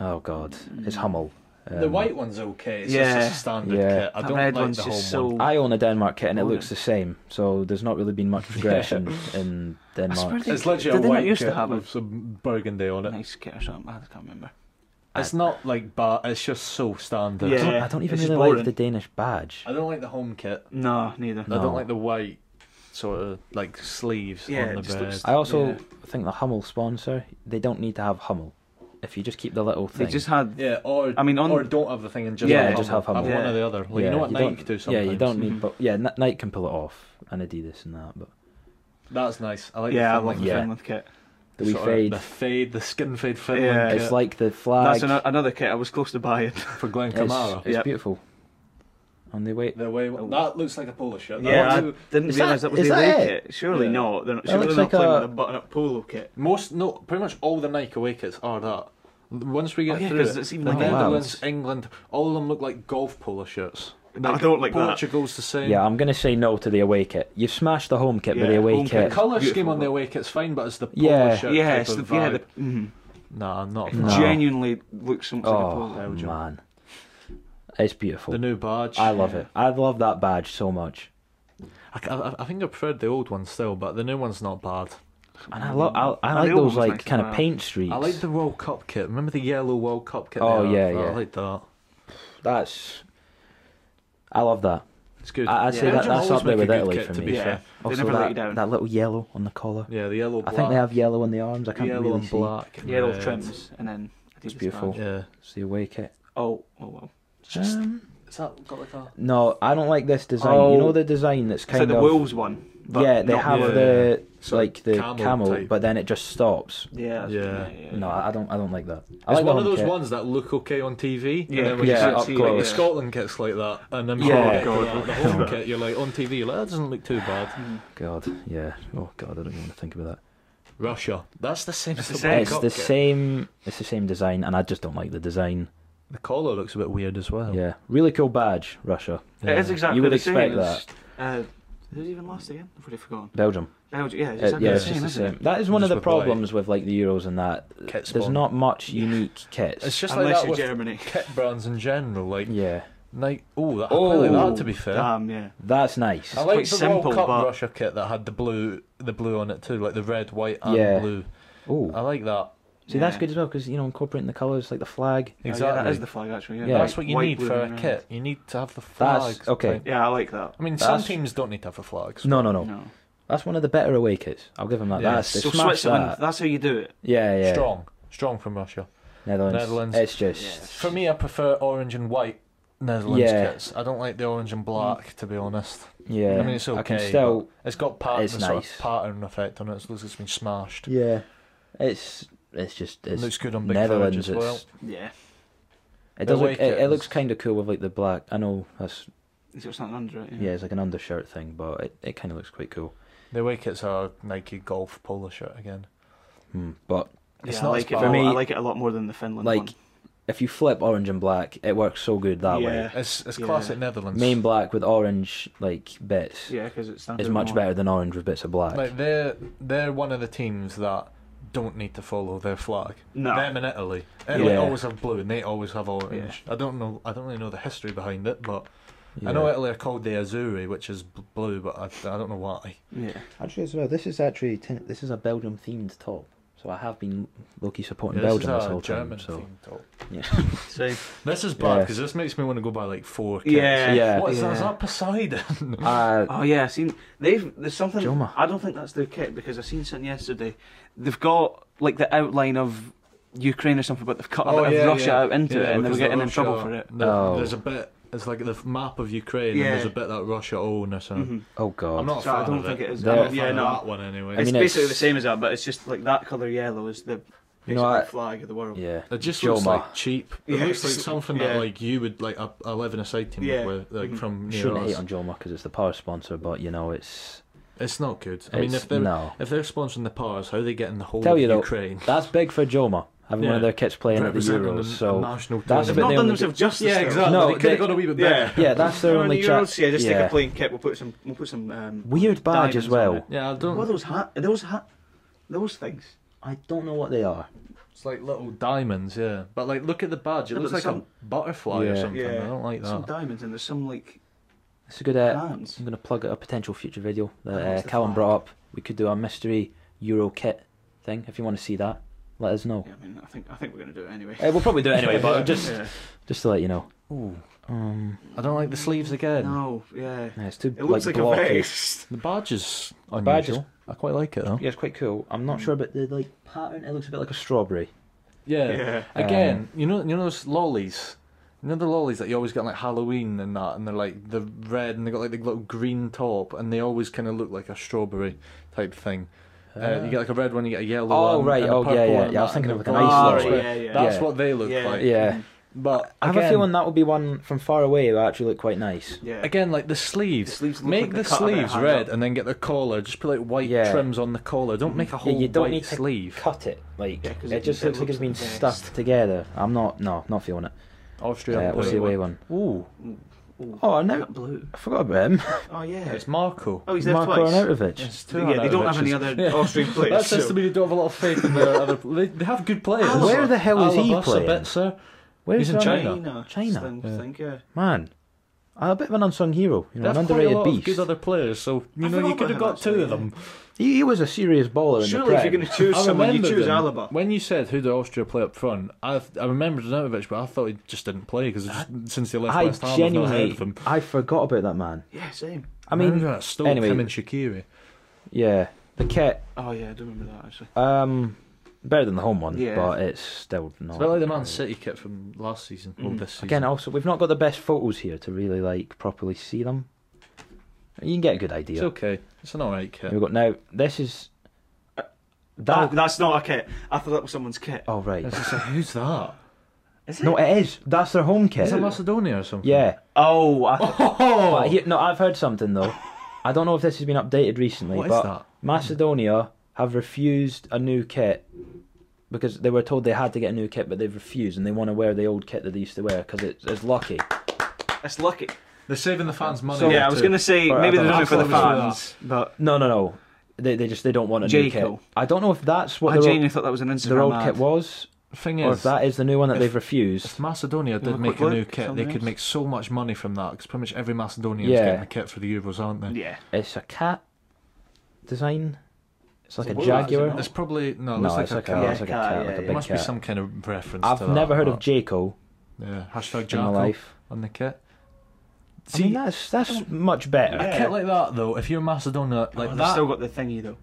Speaker 1: Oh God, it's
Speaker 3: Mm.
Speaker 1: Hummel.
Speaker 2: The
Speaker 1: Um,
Speaker 2: white one's okay. It's
Speaker 3: Yeah.
Speaker 2: just a standard
Speaker 1: Yeah.
Speaker 2: kit. I
Speaker 3: That
Speaker 2: don't
Speaker 3: red
Speaker 2: like
Speaker 3: one's
Speaker 2: the whole
Speaker 3: just
Speaker 2: one.
Speaker 3: so.
Speaker 1: I own a Denmark kit and it
Speaker 3: Oh,
Speaker 1: looks the same, so there's not really been much progression in
Speaker 3: swear
Speaker 1: Denmark.
Speaker 3: to-
Speaker 2: It's
Speaker 3: Did
Speaker 2: literally a
Speaker 3: they not
Speaker 2: white
Speaker 3: used to
Speaker 2: kit
Speaker 3: have
Speaker 2: with some burgundy on it.
Speaker 3: nice kit or something. I can't remember.
Speaker 2: It's not like bar. It's just so standard.
Speaker 1: I don't,
Speaker 3: Yeah,
Speaker 1: I don't even
Speaker 3: it's just
Speaker 1: really like
Speaker 3: boring.
Speaker 1: the Danish badge.
Speaker 2: I don't like the home kit.
Speaker 3: No, neither.
Speaker 1: No.
Speaker 2: I don't like the white sort of like sleeves
Speaker 3: Yeah,
Speaker 2: on
Speaker 3: it
Speaker 2: the
Speaker 3: just
Speaker 2: bed.
Speaker 3: looks-
Speaker 1: I also
Speaker 3: Yeah.
Speaker 1: think the Hummel sponsor, they don't need to have Hummel. If you just keep the little
Speaker 3: They
Speaker 1: thing.
Speaker 3: just had.
Speaker 2: Yeah, or
Speaker 3: I mean, on-
Speaker 2: or don't have the thing and just
Speaker 3: Yeah,
Speaker 2: have
Speaker 1: just have
Speaker 2: Have
Speaker 1: Hummel.
Speaker 2: one or the other. Like, you know what Nike
Speaker 1: don't-
Speaker 2: do sometimes.
Speaker 1: Yeah, you don't need,
Speaker 3: Mhm.
Speaker 1: but yeah, N- Nike can pull it off and Adidas and that, but
Speaker 2: That's nice. I like.
Speaker 3: yeah, I
Speaker 2: the
Speaker 3: love
Speaker 2: Finland
Speaker 3: the
Speaker 1: Yeah.
Speaker 3: Finland kit.
Speaker 1: the wee
Speaker 2: sort of-
Speaker 1: fade.
Speaker 2: the fade, the skin fade Finland
Speaker 3: Yeah.
Speaker 2: kit
Speaker 1: it's like the flag.
Speaker 3: That's ano- another kit I was close to buying.
Speaker 2: for Glenn
Speaker 1: it's
Speaker 2: Kamara.
Speaker 1: it's
Speaker 3: Yeah.
Speaker 1: beautiful. And they wait.
Speaker 2: The way that looks like a polo shirt. That
Speaker 3: Yeah, I
Speaker 2: looks-
Speaker 3: didn't
Speaker 1: Is
Speaker 3: realise
Speaker 1: that-
Speaker 3: that, was
Speaker 1: is
Speaker 3: the
Speaker 1: that
Speaker 3: away
Speaker 1: it?
Speaker 3: kit. Surely
Speaker 2: Yeah.
Speaker 3: not. They're not,
Speaker 1: That
Speaker 3: surely
Speaker 1: looks
Speaker 3: they're not
Speaker 1: like
Speaker 3: playing
Speaker 1: a-
Speaker 3: with a button-up polo kit.
Speaker 2: most no, pretty much all the Nike away kits are that. Once we get
Speaker 3: Oh, yeah,
Speaker 2: through
Speaker 3: 'cause
Speaker 2: it,
Speaker 3: it's even
Speaker 2: the
Speaker 1: like- Oh, wow.
Speaker 2: Netherlands, England, all of them look like golf polo shirts.
Speaker 3: No, I don't like that.
Speaker 2: Portugal's the same.
Speaker 1: Yeah, I'm gonna say no to the away kit. You've smashed the home kit, but the
Speaker 3: Yeah,
Speaker 1: away
Speaker 3: home
Speaker 2: The
Speaker 1: kit.
Speaker 3: kit.
Speaker 2: colour scheme
Speaker 3: Beautiful.
Speaker 2: on the away kit's fine, but it's the polo
Speaker 1: Yeah.
Speaker 2: shirt
Speaker 3: Yeah,
Speaker 2: type
Speaker 3: it's the,
Speaker 2: of
Speaker 3: yeah,
Speaker 2: vibe.
Speaker 3: the, mm,
Speaker 2: Nah, I'm not. a
Speaker 1: No.
Speaker 2: fan.
Speaker 3: genuinely looks so much
Speaker 1: Oh
Speaker 3: like a polo.
Speaker 2: Belgium.
Speaker 1: man, it's beautiful.
Speaker 2: The new badge.
Speaker 1: I love it. I love that badge so much,
Speaker 2: I, I, I think I preferred the old one still, but the new one's not bad.
Speaker 1: and I love. I, I
Speaker 3: And
Speaker 1: like
Speaker 3: the old
Speaker 1: those
Speaker 3: one's
Speaker 1: like
Speaker 3: nice as
Speaker 1: kind of
Speaker 3: well.
Speaker 1: paint streaks.
Speaker 2: I like the World Cup kit. Remember the yellow World Cup kit?
Speaker 1: Oh,
Speaker 2: they had?
Speaker 1: yeah,
Speaker 2: I
Speaker 1: yeah.
Speaker 2: like that.
Speaker 1: That's. I love that.
Speaker 2: It's good.
Speaker 1: I- I'd say
Speaker 3: Yeah.
Speaker 1: that,
Speaker 3: Belgium
Speaker 1: that's
Speaker 2: always
Speaker 1: up there
Speaker 2: make
Speaker 1: with
Speaker 2: a good
Speaker 1: Italy
Speaker 2: kit,
Speaker 1: for
Speaker 2: to
Speaker 1: me.
Speaker 2: be
Speaker 3: Yeah,
Speaker 2: fair.
Speaker 3: they
Speaker 1: Also,
Speaker 3: never
Speaker 1: that,
Speaker 3: let you down.
Speaker 1: that little yellow on the collar.
Speaker 2: Yeah, the yellow.
Speaker 1: I
Speaker 2: Black,
Speaker 1: think they have yellow on the arms. I can't
Speaker 2: yellow
Speaker 1: really
Speaker 2: and black. and
Speaker 3: Yeah, they'll
Speaker 2: red.
Speaker 3: trims and then. Adidas
Speaker 1: beautiful.
Speaker 3: badge.
Speaker 2: Yeah.
Speaker 1: see. It's the away kit.
Speaker 3: Oh, oh well.
Speaker 2: Just-
Speaker 1: Um,
Speaker 2: Is that got like a?
Speaker 1: no, I don't like this design. You
Speaker 3: Oh.
Speaker 1: know the design that's
Speaker 3: It's
Speaker 1: kind
Speaker 3: like the
Speaker 1: of
Speaker 3: Wolves one. But
Speaker 1: yeah. They
Speaker 3: not-
Speaker 1: have
Speaker 2: Yeah.
Speaker 1: the
Speaker 2: So,
Speaker 1: like the
Speaker 2: camel
Speaker 1: camel,
Speaker 2: type.
Speaker 1: but then it just stops.
Speaker 3: Yeah,
Speaker 2: Yeah.
Speaker 3: yeah, yeah.
Speaker 1: No, I I don't. I don't like that. I
Speaker 2: It's
Speaker 1: like the
Speaker 2: one of
Speaker 1: home
Speaker 2: those
Speaker 1: kit.
Speaker 2: ones that look okay on TV.
Speaker 3: Yeah,
Speaker 2: and then when
Speaker 1: yeah,
Speaker 2: you
Speaker 1: up
Speaker 2: see, like, the
Speaker 1: close.
Speaker 2: Scotland kit's like that, and then
Speaker 1: Yeah.
Speaker 2: yeah,
Speaker 3: God.
Speaker 2: the home kit, you're like on TV, you're like that doesn't look too bad.
Speaker 1: God, yeah. Oh God, I don't even want to think about that.
Speaker 2: Russia, that's the same. as
Speaker 3: the
Speaker 2: the
Speaker 3: same.
Speaker 2: World
Speaker 1: it's
Speaker 2: Cup
Speaker 1: the
Speaker 2: kit.
Speaker 1: same. It's the same design, and I just don't like the design.
Speaker 2: The collar looks a bit weird as well.
Speaker 1: Yeah, really cool badge, Russia,
Speaker 3: It is exactly
Speaker 1: You would
Speaker 3: the same.
Speaker 1: expect
Speaker 3: It's, Uh, who's even last again? I've already forgotten.
Speaker 1: Belgium.
Speaker 3: Belgium. Yeah, it's
Speaker 1: Uh,
Speaker 3: exactly
Speaker 1: yeah,
Speaker 3: the
Speaker 1: it's
Speaker 3: same.
Speaker 1: just the
Speaker 3: isn't
Speaker 1: same.
Speaker 3: it?
Speaker 1: That is one of
Speaker 2: Just
Speaker 1: the
Speaker 2: with white.
Speaker 1: problems with like the Euros and that.
Speaker 2: Kit
Speaker 1: There's
Speaker 2: spawn.
Speaker 1: not much unique kits.
Speaker 2: It's just
Speaker 3: Unless
Speaker 2: like that
Speaker 3: you're
Speaker 2: with
Speaker 3: Germany.
Speaker 2: kit brands in general. Like,
Speaker 1: yeah,
Speaker 2: Nike. Oh, that, I quite like
Speaker 1: Oh,
Speaker 2: that. To be fair,
Speaker 3: Damn, yeah.
Speaker 1: that's nice.
Speaker 2: I like the
Speaker 3: quite simple,
Speaker 2: World Cup
Speaker 3: but-
Speaker 2: Russia kit that had the blue, the blue on it too, like the red, white, and
Speaker 1: Yeah.
Speaker 2: blue. I
Speaker 1: Oh,
Speaker 2: like that.
Speaker 1: see, that's
Speaker 3: Yeah.
Speaker 1: good as well because you know incorporating the colours like the flag.
Speaker 2: Exactly.
Speaker 3: Oh, yeah, that is the flag actually. Yeah,
Speaker 1: Yeah.
Speaker 2: That's what you
Speaker 3: White,
Speaker 2: need
Speaker 3: blue,
Speaker 2: for a
Speaker 3: and red.
Speaker 2: kit. You need to have the
Speaker 1: That's-
Speaker 2: flags.
Speaker 1: okay.
Speaker 2: type.
Speaker 3: Yeah, I like that.
Speaker 2: I mean, some
Speaker 1: That's-
Speaker 2: teams don't need to have the flags.
Speaker 1: No, no, no.
Speaker 3: No.
Speaker 1: That's one of the better away kits. I'll give them that.
Speaker 2: Yeah.
Speaker 1: That's they
Speaker 3: So
Speaker 1: smashed
Speaker 3: Switzerland,
Speaker 1: that.
Speaker 3: that's how you do it.
Speaker 1: Yeah, yeah.
Speaker 2: Strong, strong from Russia.
Speaker 1: Netherlands.
Speaker 2: Netherlands.
Speaker 1: It's just.
Speaker 2: For me, I prefer orange and white Netherlands
Speaker 1: Yeah.
Speaker 2: kits. I don't like the orange and black, to be honest.
Speaker 1: Yeah.
Speaker 2: I mean, it's okay.
Speaker 1: I can
Speaker 2: but
Speaker 1: still.
Speaker 2: It's got pattern,
Speaker 1: It's
Speaker 2: a sort
Speaker 1: nice.
Speaker 2: of pattern effect on it. It looks like it's been smashed.
Speaker 1: Yeah. It's it's just it's
Speaker 2: looks good on big
Speaker 1: Netherlands.
Speaker 2: Netherlands as
Speaker 1: it's,
Speaker 2: well.
Speaker 3: Yeah.
Speaker 1: It does look.
Speaker 2: Awake
Speaker 1: It, it
Speaker 2: Kittens.
Speaker 1: looks kind of cool with like the black. I know that's
Speaker 3: He's got something under it.
Speaker 1: yeah. It's like an undershirt thing, but it, it kind of looks quite cool.
Speaker 2: The away kits are Nike golf polo shirt again.
Speaker 1: Hmm. But
Speaker 2: It's
Speaker 3: Yeah,
Speaker 2: not
Speaker 3: I
Speaker 2: as
Speaker 3: like it.
Speaker 2: bad.
Speaker 3: a lot-
Speaker 1: For me-
Speaker 3: I like it a lot more than the Finland
Speaker 1: like,
Speaker 3: one.
Speaker 1: if you flip orange and black, it works so good that way.
Speaker 3: Yeah.
Speaker 2: It's it's
Speaker 3: Yeah.
Speaker 2: classic Netherlands.
Speaker 1: Main black with orange like bits
Speaker 3: Yeah, because it stands
Speaker 1: is
Speaker 3: out
Speaker 1: much
Speaker 3: more.
Speaker 1: better than orange with bits of black.
Speaker 2: like they're they're one of the teams that don't need to follow their flag.
Speaker 3: No.
Speaker 2: Them in Italy. Italy
Speaker 1: Yeah.
Speaker 2: always have blue and they always have orange. I don't know I don't really know the history behind it, but I know Italy are called the Azzurri, which is b- blue, but I, I don't know why.
Speaker 3: Yeah.
Speaker 1: Actually, as well, this is actually ten, this is a Belgium themed top, so I have been Loki supporting
Speaker 2: Yeah,
Speaker 1: Belgium this
Speaker 2: a
Speaker 1: whole time.
Speaker 2: German
Speaker 1: So
Speaker 2: themed top.
Speaker 1: yeah,
Speaker 3: Same.
Speaker 2: This is bad
Speaker 1: Yeah.
Speaker 2: because this makes me want to go buy like four. Kits.
Speaker 3: Yeah.
Speaker 1: Yeah.
Speaker 2: What is that? Is
Speaker 3: Yeah.
Speaker 2: that Poseidon?
Speaker 1: uh,
Speaker 3: Oh yeah, I've seen they've there's something
Speaker 1: Joma.
Speaker 3: I don't think that's their kit because I seen something yesterday. They've got like the outline of Ukraine or something, but they've cut a
Speaker 2: Oh,
Speaker 3: bit of Russia out into it, and they were
Speaker 2: because
Speaker 3: getting
Speaker 2: the
Speaker 3: in trouble
Speaker 2: Russia-
Speaker 3: for it.
Speaker 2: the-
Speaker 1: Oh.
Speaker 2: There's a bit. It's like the f- map of Ukraine,
Speaker 3: Yeah.
Speaker 2: and there's a bit that Russia own or something.
Speaker 3: Mhm.
Speaker 1: oh god,
Speaker 2: I'm not. A
Speaker 3: So I
Speaker 2: fan
Speaker 3: don't
Speaker 2: of
Speaker 3: think it is.
Speaker 2: I'm not a
Speaker 3: Yeah,
Speaker 2: fan
Speaker 3: no.
Speaker 2: of that one anyway.
Speaker 1: I
Speaker 3: it's
Speaker 1: mean,
Speaker 3: basically
Speaker 1: it's-
Speaker 3: the same as that, but it's just like that color yellow is the
Speaker 1: You
Speaker 3: you
Speaker 1: know, I-
Speaker 3: flag of the world.
Speaker 1: yeah,
Speaker 2: It just
Speaker 1: Joma.
Speaker 2: looks like cheap. It
Speaker 3: Yeah,
Speaker 2: looks like
Speaker 3: it's-
Speaker 2: something
Speaker 3: yeah.
Speaker 2: that like you would like a, a live in a side team
Speaker 3: Yeah.
Speaker 2: with, like
Speaker 3: Mhm.
Speaker 2: from near
Speaker 1: Shouldn't hate
Speaker 2: us.
Speaker 1: on Joma because it's the power sponsor, but you know it's.
Speaker 2: It's not good. I mean,
Speaker 1: it's-
Speaker 2: if they're
Speaker 1: no,
Speaker 2: if they're sponsoring the Pars, how are they getting the whole
Speaker 1: Tell
Speaker 2: of
Speaker 1: you though,
Speaker 2: Ukraine?
Speaker 1: that's big for Joma having one of
Speaker 2: Yeah.
Speaker 1: their kits playing at the
Speaker 2: Representing
Speaker 1: Euros.
Speaker 2: the
Speaker 1: So
Speaker 2: national
Speaker 1: that's
Speaker 3: They've
Speaker 1: But
Speaker 2: tournament.
Speaker 3: not
Speaker 1: they
Speaker 3: done
Speaker 1: only-
Speaker 3: themselves justice.
Speaker 2: yeah,
Speaker 3: though.
Speaker 2: exactly.
Speaker 1: No,
Speaker 2: they could
Speaker 1: they-
Speaker 2: have gone a wee bit
Speaker 3: Yeah.
Speaker 2: better.
Speaker 1: yeah, that's their
Speaker 3: They're in
Speaker 1: only
Speaker 3: the
Speaker 1: chat.
Speaker 3: Euros, yeah, just take
Speaker 1: yeah.
Speaker 3: a plain kit. We'll put some. We'll put some um,
Speaker 1: Weird badge as
Speaker 3: diamonds on
Speaker 1: well.
Speaker 3: it.
Speaker 2: Yeah, I
Speaker 3: What are
Speaker 2: don't.
Speaker 3: those hat? Are those hat? Those things.
Speaker 1: I don't know what they are.
Speaker 2: It's like little diamonds, yeah. But like, look at the badge.
Speaker 3: Yeah,
Speaker 2: It
Speaker 3: but
Speaker 2: looks like
Speaker 3: there's some-
Speaker 2: a butterfly or
Speaker 1: Yeah.
Speaker 2: something. I don't like
Speaker 3: Some
Speaker 2: that.
Speaker 3: diamonds and there's some like
Speaker 1: It's a good. Uh,
Speaker 3: hands.
Speaker 1: I'm going to plug a potential future video that
Speaker 3: Oh,
Speaker 1: uh,
Speaker 3: what's the
Speaker 1: Callum
Speaker 3: flag?
Speaker 1: brought up. We could do a mystery Euro kit thing. If you want to see that, let us know.
Speaker 3: Yeah, I mean, I think I think we're gonna do it anyway.
Speaker 1: Uh, we'll probably do it anyway, but
Speaker 2: Yeah.
Speaker 1: just
Speaker 3: Yeah.
Speaker 1: just to let you know. Um,
Speaker 2: I don't like the sleeves again.
Speaker 3: No, yeah.
Speaker 1: yeah, it's too
Speaker 3: It looks
Speaker 1: like,
Speaker 3: like,
Speaker 1: blocky.
Speaker 3: a vase.
Speaker 2: The badge is unusual.
Speaker 1: badge is-
Speaker 2: I quite like it though.
Speaker 1: Yeah, it's quite cool. I'm not sure about the like pattern. It looks a bit like a strawberry.
Speaker 2: Yeah. Um,
Speaker 3: Yeah.
Speaker 2: Again, you know, you know those lollies. You know the lollies that you always get on, like Halloween and that, and they're like the red, and they got like the little green top, and they always kind of look like a strawberry type thing. Uh, you get like a red one, you get a yellow
Speaker 1: Oh,
Speaker 2: one.
Speaker 1: right,
Speaker 2: and a
Speaker 1: oh, yeah,
Speaker 2: purple
Speaker 1: yeah,
Speaker 2: one and
Speaker 1: yeah, I was
Speaker 2: that, and
Speaker 1: thinking
Speaker 2: the
Speaker 1: of like an
Speaker 2: blue
Speaker 1: ice
Speaker 2: one.
Speaker 1: lolly.
Speaker 2: That's
Speaker 3: Oh, Yeah, yeah.
Speaker 2: That's
Speaker 1: Yeah.
Speaker 2: what they look
Speaker 3: Yeah.
Speaker 2: like.
Speaker 1: yeah.
Speaker 2: But
Speaker 1: I have
Speaker 2: again,
Speaker 1: a feeling that will be one from far away that actually look quite nice.
Speaker 3: Yeah.
Speaker 2: Again, like the
Speaker 3: The
Speaker 2: sleeves.
Speaker 3: sleeves look
Speaker 2: Make
Speaker 3: like
Speaker 2: the
Speaker 3: they cut a bit of
Speaker 2: sleeves
Speaker 3: hand
Speaker 2: red
Speaker 3: up.
Speaker 2: and then get the collar. Just put like white
Speaker 1: Yeah. Mm.
Speaker 2: trims on the collar. Don't make a whole
Speaker 1: you don't
Speaker 2: white
Speaker 1: need to
Speaker 2: sleeve.
Speaker 1: Cut it, like
Speaker 3: Yeah, 'cause
Speaker 1: it
Speaker 3: it-
Speaker 1: just
Speaker 3: it
Speaker 1: looks like
Speaker 3: looks
Speaker 1: it's been
Speaker 3: the best.
Speaker 1: stuffed together. I'm not, no, not feeling it.
Speaker 2: Austria.
Speaker 1: Uh, what's the away one?
Speaker 2: Ooh,
Speaker 3: Ooh,
Speaker 1: Oh, I
Speaker 3: they
Speaker 1: know.
Speaker 3: got blue.
Speaker 1: I forgot about him.
Speaker 3: Oh yeah.
Speaker 2: it's Marco.
Speaker 3: oh, he's there
Speaker 1: Marko
Speaker 3: twice.
Speaker 1: Arnautovic.
Speaker 2: It's two
Speaker 3: Yeah, they don't have any
Speaker 2: Arnautovic's.
Speaker 3: other
Speaker 2: Yeah.
Speaker 3: Austrian players.
Speaker 2: That says
Speaker 3: so-
Speaker 2: to me they don't have a lot of faith in their other. They, they have good players.
Speaker 3: Alaba. Where
Speaker 1: the hell is he
Speaker 2: Alaba's a
Speaker 1: playing?
Speaker 2: bit, sir.
Speaker 1: Where's
Speaker 2: He's in
Speaker 1: Ronaldo?
Speaker 2: China.
Speaker 1: China.
Speaker 3: thing-
Speaker 2: Yeah.
Speaker 3: Think, yeah.
Speaker 1: Man, I'm a bit of an unsung hero, you know,
Speaker 2: That's
Speaker 1: an
Speaker 2: quite a
Speaker 1: underrated
Speaker 2: lot of
Speaker 1: beast.
Speaker 2: good other players. So you
Speaker 3: I
Speaker 2: know you
Speaker 3: forgot
Speaker 2: could have
Speaker 3: about him,
Speaker 2: got two of
Speaker 3: actually,
Speaker 2: them.
Speaker 1: He, he was a serious baller in
Speaker 3: Surely, if
Speaker 1: the
Speaker 3: you're going
Speaker 1: Prem.
Speaker 3: to choose
Speaker 2: I
Speaker 3: someone, you
Speaker 2: remember
Speaker 3: choose
Speaker 2: them.
Speaker 3: Alaba.
Speaker 2: When you said who do Austria play up front, I I remembered Zanovic, but I thought he just didn't play because since he left
Speaker 1: I
Speaker 2: West Ham, I've not heard
Speaker 1: genuinely,
Speaker 2: of him.
Speaker 1: I forgot about that man.
Speaker 3: Yeah, same.
Speaker 1: I mean,
Speaker 2: remember that Stoke,
Speaker 1: anyway.
Speaker 2: him and Shakiri.
Speaker 1: yeah, the kit,
Speaker 3: Oh yeah, I do remember that actually.
Speaker 1: um, better than the home one,
Speaker 3: Yeah.
Speaker 1: but it's still not.
Speaker 2: It's a bit like the Man City kit from last season. Well,
Speaker 3: Mm.
Speaker 2: this season.
Speaker 1: Oh. Again, also, we've not got the best photos here to really like properly see them. You can get a good
Speaker 2: it's
Speaker 1: idea.
Speaker 2: okay. It's an alright kit.
Speaker 1: We've got now. This is
Speaker 2: Uh,
Speaker 3: That,
Speaker 2: oh,
Speaker 3: oh,
Speaker 1: that.
Speaker 3: that's not a kit. I thought that was someone's kit.
Speaker 1: oh right.
Speaker 2: It's just like, who's that?
Speaker 3: Is
Speaker 1: No, it is. That's their home kit.
Speaker 2: Is that Macedonia or something?
Speaker 1: Yeah.
Speaker 3: Oh, I th-
Speaker 2: Oh,
Speaker 1: But here- no, I've heard something though. I don't know if this has been updated recently,
Speaker 2: What is
Speaker 1: but
Speaker 2: that?
Speaker 1: Macedonia have refused a new kit because they were told they had to get a new kit, but they've refused and they want to wear the old kit that they used to wear because it's, it's lucky.
Speaker 3: that's lucky.
Speaker 2: they're saving the fans money.
Speaker 3: yeah, I was going to say
Speaker 1: Or I
Speaker 3: maybe
Speaker 1: don't
Speaker 3: they're
Speaker 1: know.
Speaker 3: doing it for the
Speaker 2: Absolutely.
Speaker 3: fans, but
Speaker 1: No, no, no. They, they just they don't want a new
Speaker 3: Jaco.
Speaker 1: kit. I don't know if that's what
Speaker 2: Uh,
Speaker 3: I
Speaker 1: their,
Speaker 3: genuinely
Speaker 1: old,
Speaker 3: thought that was an Instagram
Speaker 1: their old
Speaker 3: ad.
Speaker 1: kit was,
Speaker 2: Thing
Speaker 1: or if
Speaker 2: is,
Speaker 1: that is the new one that
Speaker 2: if-
Speaker 1: they've refused.
Speaker 2: if Macedonia
Speaker 3: have
Speaker 2: did
Speaker 3: a
Speaker 2: make
Speaker 3: quick
Speaker 2: a
Speaker 3: look
Speaker 2: new
Speaker 3: at
Speaker 2: kit, they
Speaker 3: something
Speaker 2: could
Speaker 3: else?
Speaker 2: make so much money from that because pretty much every Macedonian is
Speaker 1: Yeah.
Speaker 2: getting a kit for the Euros, aren't they?
Speaker 3: Yeah.
Speaker 1: It's a cat design. It's like
Speaker 3: So
Speaker 1: a
Speaker 3: what about-
Speaker 1: jaguar.
Speaker 2: It's probably no.
Speaker 1: no,
Speaker 2: It looks like
Speaker 1: it's
Speaker 2: a
Speaker 1: like a,
Speaker 2: cat.
Speaker 1: it's like a
Speaker 3: Yeah,
Speaker 1: cat,
Speaker 3: yeah,
Speaker 1: like a
Speaker 3: yeah.
Speaker 1: big
Speaker 2: There must
Speaker 1: cat.
Speaker 2: be some kind of reference. to
Speaker 1: I've
Speaker 2: that,
Speaker 1: never heard of
Speaker 2: but-
Speaker 1: Jaco
Speaker 2: Yeah, hashtag
Speaker 1: in my
Speaker 2: Jackal
Speaker 1: life.
Speaker 2: on the kit.
Speaker 1: See, I mean, that's that's much better.
Speaker 2: A kit like that though, if you're Macedonia, like
Speaker 3: Like, they've
Speaker 2: that,
Speaker 3: still got the thingy though.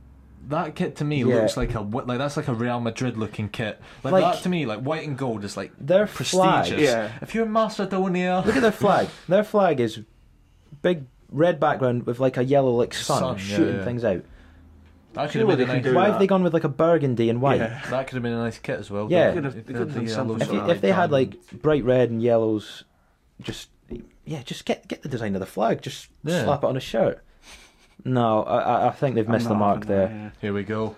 Speaker 2: that kit to me
Speaker 1: Yeah.
Speaker 2: looks like a wi- like that's like a Real Madrid looking kit. Like,
Speaker 1: Like-
Speaker 2: that to me, like white and gold is like
Speaker 1: Their flag.
Speaker 2: prestigious.
Speaker 3: Yeah.
Speaker 2: If you're Macedonia,
Speaker 1: Look at their flag. Their flag is big red background with like a yellow like sun,
Speaker 2: Sun, yeah,
Speaker 1: shooting
Speaker 2: yeah.
Speaker 1: things out.
Speaker 2: that could
Speaker 3: Surely
Speaker 2: have been
Speaker 3: they
Speaker 2: a
Speaker 3: can
Speaker 2: nice.
Speaker 3: do
Speaker 1: Why
Speaker 3: that.
Speaker 1: have they gone with like a burgundy and white?
Speaker 3: Yeah.
Speaker 2: That could have been a nice kit as well.
Speaker 1: Yeah.
Speaker 2: They could have-
Speaker 3: They
Speaker 2: they
Speaker 3: could
Speaker 2: had
Speaker 3: have
Speaker 2: the
Speaker 3: done
Speaker 2: yellow
Speaker 3: something.
Speaker 1: If,
Speaker 2: sort
Speaker 1: you-
Speaker 2: of
Speaker 1: if they had
Speaker 2: diamond.
Speaker 1: like bright red and yellows, just yeah, just get get the design of the flag. Just
Speaker 2: Yeah.
Speaker 1: slap it on a shirt. No, I, I- I think they've missed the
Speaker 3: I'm not
Speaker 1: mark
Speaker 3: having
Speaker 1: there.
Speaker 3: that, yeah.
Speaker 2: Here we go.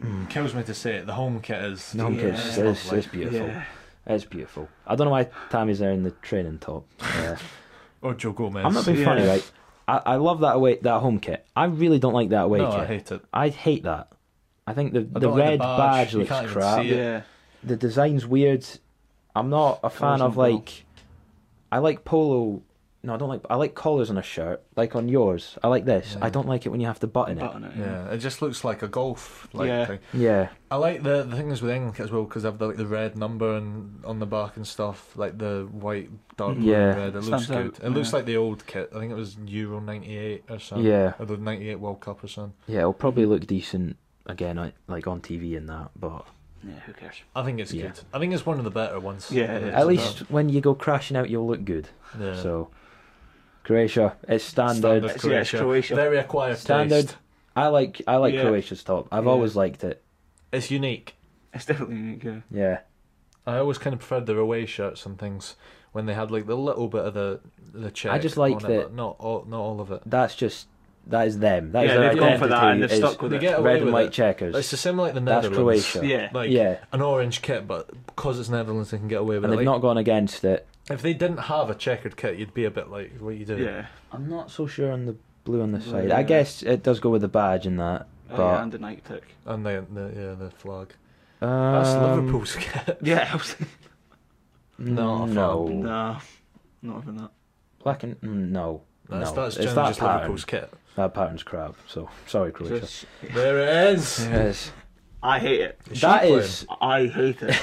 Speaker 1: Hmm.
Speaker 2: Kills me to say it. The home kit is.
Speaker 1: No,
Speaker 3: Yeah.
Speaker 1: because
Speaker 2: it's
Speaker 1: it's,
Speaker 2: lovely.
Speaker 1: it's beautiful.
Speaker 3: Yeah.
Speaker 1: It's beautiful. I don't know why Tammy's there in the training top. Yeah.
Speaker 2: Or Joe Gomez.
Speaker 1: I'm not being
Speaker 3: Yeah.
Speaker 1: funny, right? I, I love that away that home kit. I really don't like that away
Speaker 2: no,
Speaker 1: kit.
Speaker 2: I hate it.
Speaker 1: I hate that. I think the the
Speaker 2: don't like the
Speaker 1: red
Speaker 2: badge.
Speaker 1: badge,
Speaker 2: You
Speaker 1: looks
Speaker 2: can't even
Speaker 1: crap.
Speaker 2: see it.
Speaker 3: Yeah.
Speaker 1: The design's weird. I'm not a fan
Speaker 3: Colours
Speaker 1: of
Speaker 3: on the
Speaker 1: like. I I like polo. No, I don't like. I like collars on a shirt, like on yours. I like this.
Speaker 2: Yeah.
Speaker 1: I don't like it when you have to button it.
Speaker 3: Button it, yeah.
Speaker 2: Yeah, it just looks like a golf like
Speaker 3: Yeah.
Speaker 2: thing.
Speaker 1: Yeah,
Speaker 2: I like the the things with England as well because they've the, like the red number and on the back and stuff, like the white, dark blue,
Speaker 1: Yeah.
Speaker 2: and red. It
Speaker 3: Mm.
Speaker 2: looks
Speaker 3: Stands
Speaker 2: good.
Speaker 3: out,
Speaker 2: It looks
Speaker 3: yeah.
Speaker 2: like the old kit. I think it was Euro '98 or something.
Speaker 1: yeah,
Speaker 2: Or the '98 World Cup or something.
Speaker 1: yeah. It'll probably look decent again, I- like on TV and that. But
Speaker 3: Yeah, who cares?
Speaker 2: I think it's
Speaker 1: Yeah.
Speaker 2: good. I think it's one of the better ones.
Speaker 3: Yeah,
Speaker 2: It's
Speaker 3: yeah.
Speaker 1: at
Speaker 2: about-
Speaker 1: least when you go crashing out, you'll look good.
Speaker 2: yeah.
Speaker 1: So Croatia, it's standard.
Speaker 2: Standard. That's
Speaker 3: It's, yeah, it's
Speaker 2: Croatia.
Speaker 3: Croatia.
Speaker 2: very acquired
Speaker 1: Standard.
Speaker 2: taste.
Speaker 1: I like I like
Speaker 3: Yeah.
Speaker 1: Croatia's top. I've
Speaker 3: Yeah.
Speaker 1: always liked it.
Speaker 2: It's unique.
Speaker 3: It's definitely unique. Yeah.
Speaker 1: Yeah,
Speaker 2: I always kind of preferred their away shirts and things when they had like the little bit of the the check.
Speaker 1: just like
Speaker 2: on it,
Speaker 1: that-
Speaker 2: but Not all, not all of it.
Speaker 1: that's just that is them. That is
Speaker 3: yeah,
Speaker 1: their
Speaker 3: they've gone for that and they've
Speaker 1: identity,
Speaker 3: stuck with
Speaker 2: They
Speaker 3: it.
Speaker 2: get
Speaker 1: is
Speaker 2: away
Speaker 1: red and
Speaker 2: with
Speaker 1: white
Speaker 2: it. It's
Speaker 1: checkers.
Speaker 2: the same like the
Speaker 1: That's
Speaker 2: Netherlands.
Speaker 1: Croatia.
Speaker 3: Yeah.
Speaker 2: Like
Speaker 1: yeah,
Speaker 2: an orange kit, but because it's Netherlands, they can get away with
Speaker 1: and
Speaker 2: it.
Speaker 1: they've
Speaker 2: Like,
Speaker 1: not gone against it.
Speaker 2: If they didn't have a checkered kit, you'd be a bit like, "What are you doing?"
Speaker 3: Yeah.
Speaker 1: I'm not so sure on the blue on the
Speaker 3: Blue,
Speaker 1: side.
Speaker 3: yeah.
Speaker 1: I guess it does go with the badge and that. But-
Speaker 3: Oh, yeah, and the night tick.
Speaker 2: And the, the yeah the flag.
Speaker 1: Um,
Speaker 2: That's Liverpool's kit.
Speaker 3: Yeah, I was
Speaker 2: No,
Speaker 1: No, no,
Speaker 2: I
Speaker 3: nah, not even that.
Speaker 1: black and mm, no,
Speaker 2: That's
Speaker 1: no.
Speaker 2: that's
Speaker 1: it's
Speaker 2: generally
Speaker 1: that
Speaker 2: just
Speaker 1: pattern.
Speaker 2: Liverpool's kit.
Speaker 1: That pattern's crap. So sorry, Croatia.
Speaker 3: Just-
Speaker 2: There it is.
Speaker 1: Yes,
Speaker 3: I hate it.
Speaker 2: Is she
Speaker 1: that
Speaker 2: playing?
Speaker 1: is
Speaker 3: I hate it.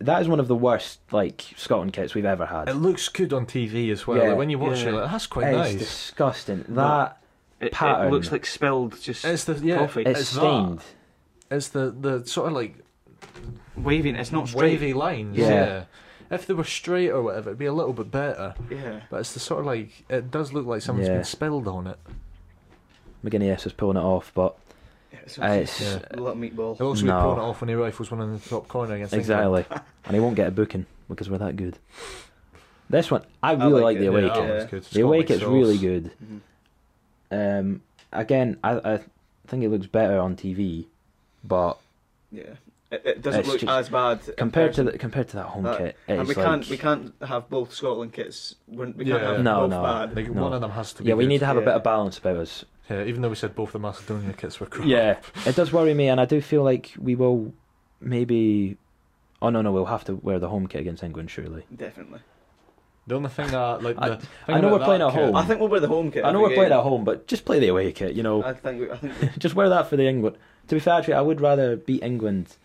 Speaker 1: that is one of the worst like Scotland kits we've ever had.
Speaker 2: It looks good on TV as well.
Speaker 1: Yeah.
Speaker 2: Like, when you watch it,
Speaker 3: Yeah.
Speaker 2: you're like, that's
Speaker 1: It
Speaker 2: quite
Speaker 1: is
Speaker 2: nice.
Speaker 1: disgusting. That
Speaker 3: It,
Speaker 1: Pattern.
Speaker 3: it looks like spilled just
Speaker 2: It's the yeah.
Speaker 3: Coffee.
Speaker 1: it's,
Speaker 2: it's that.
Speaker 1: stained.
Speaker 2: It's the the sort of like
Speaker 3: waving. It's not straight.
Speaker 2: wavy lines.
Speaker 1: Yeah.
Speaker 2: Yeah. If they were straight or whatever, it'd be a little bit better.
Speaker 3: Yeah.
Speaker 2: But it's the sort of like it does look like something's
Speaker 1: Yeah.
Speaker 2: been spilled on it.
Speaker 1: McGuinness is pulling it off, but
Speaker 3: It's,
Speaker 1: uh, it's
Speaker 2: Yeah.
Speaker 3: little meatball.
Speaker 2: He'll also be
Speaker 1: No.
Speaker 2: pulling it off when he rifles one in the top corner against England.
Speaker 1: exactly, and he won't get a booking because we're that good. This one, I really
Speaker 3: like
Speaker 1: like, the
Speaker 3: it,
Speaker 1: away kit.
Speaker 3: yeah.
Speaker 2: that one's good.
Speaker 1: The
Speaker 2: It's got,
Speaker 1: away
Speaker 2: like,
Speaker 1: kit's
Speaker 2: sauce.
Speaker 1: really good.
Speaker 3: Mhm.
Speaker 1: Um, again, I, I think it looks better on TV, but
Speaker 4: Yeah, it, it doesn't
Speaker 1: It's
Speaker 4: look
Speaker 1: just-
Speaker 4: as bad in
Speaker 1: compared to
Speaker 4: person.
Speaker 1: the, compared to that home
Speaker 4: That-
Speaker 1: kit,
Speaker 4: And
Speaker 1: it's
Speaker 4: we
Speaker 1: like
Speaker 4: can't we can't have both Scotland kits. We're, we can't
Speaker 2: Yeah.
Speaker 4: have
Speaker 1: No,
Speaker 4: both
Speaker 1: no.
Speaker 4: bad.
Speaker 2: Like
Speaker 1: No.
Speaker 2: one of them has to be.
Speaker 1: yeah, we
Speaker 2: good.
Speaker 1: need to have a bit
Speaker 4: yeah.
Speaker 1: of balance about us.
Speaker 2: Yeah, even though we said both the Macedonia kits were crap.
Speaker 1: Yeah, it does worry me, and I do feel like we will maybe. Oh no, no, we'll have to wear the home kit against England, surely.
Speaker 4: Definitely.
Speaker 2: The only thing that like the
Speaker 1: I-
Speaker 2: thing
Speaker 1: I know
Speaker 2: about
Speaker 1: we're playing
Speaker 2: that
Speaker 1: at
Speaker 2: kit-
Speaker 1: home.
Speaker 4: I think we'll wear the home kit.
Speaker 1: I know
Speaker 4: every
Speaker 1: we're playing
Speaker 4: game.
Speaker 1: at home, but just play the away kit. You know,
Speaker 4: I think we, I think we-
Speaker 1: just wear that for the England. To be fair, actually, I would rather beat England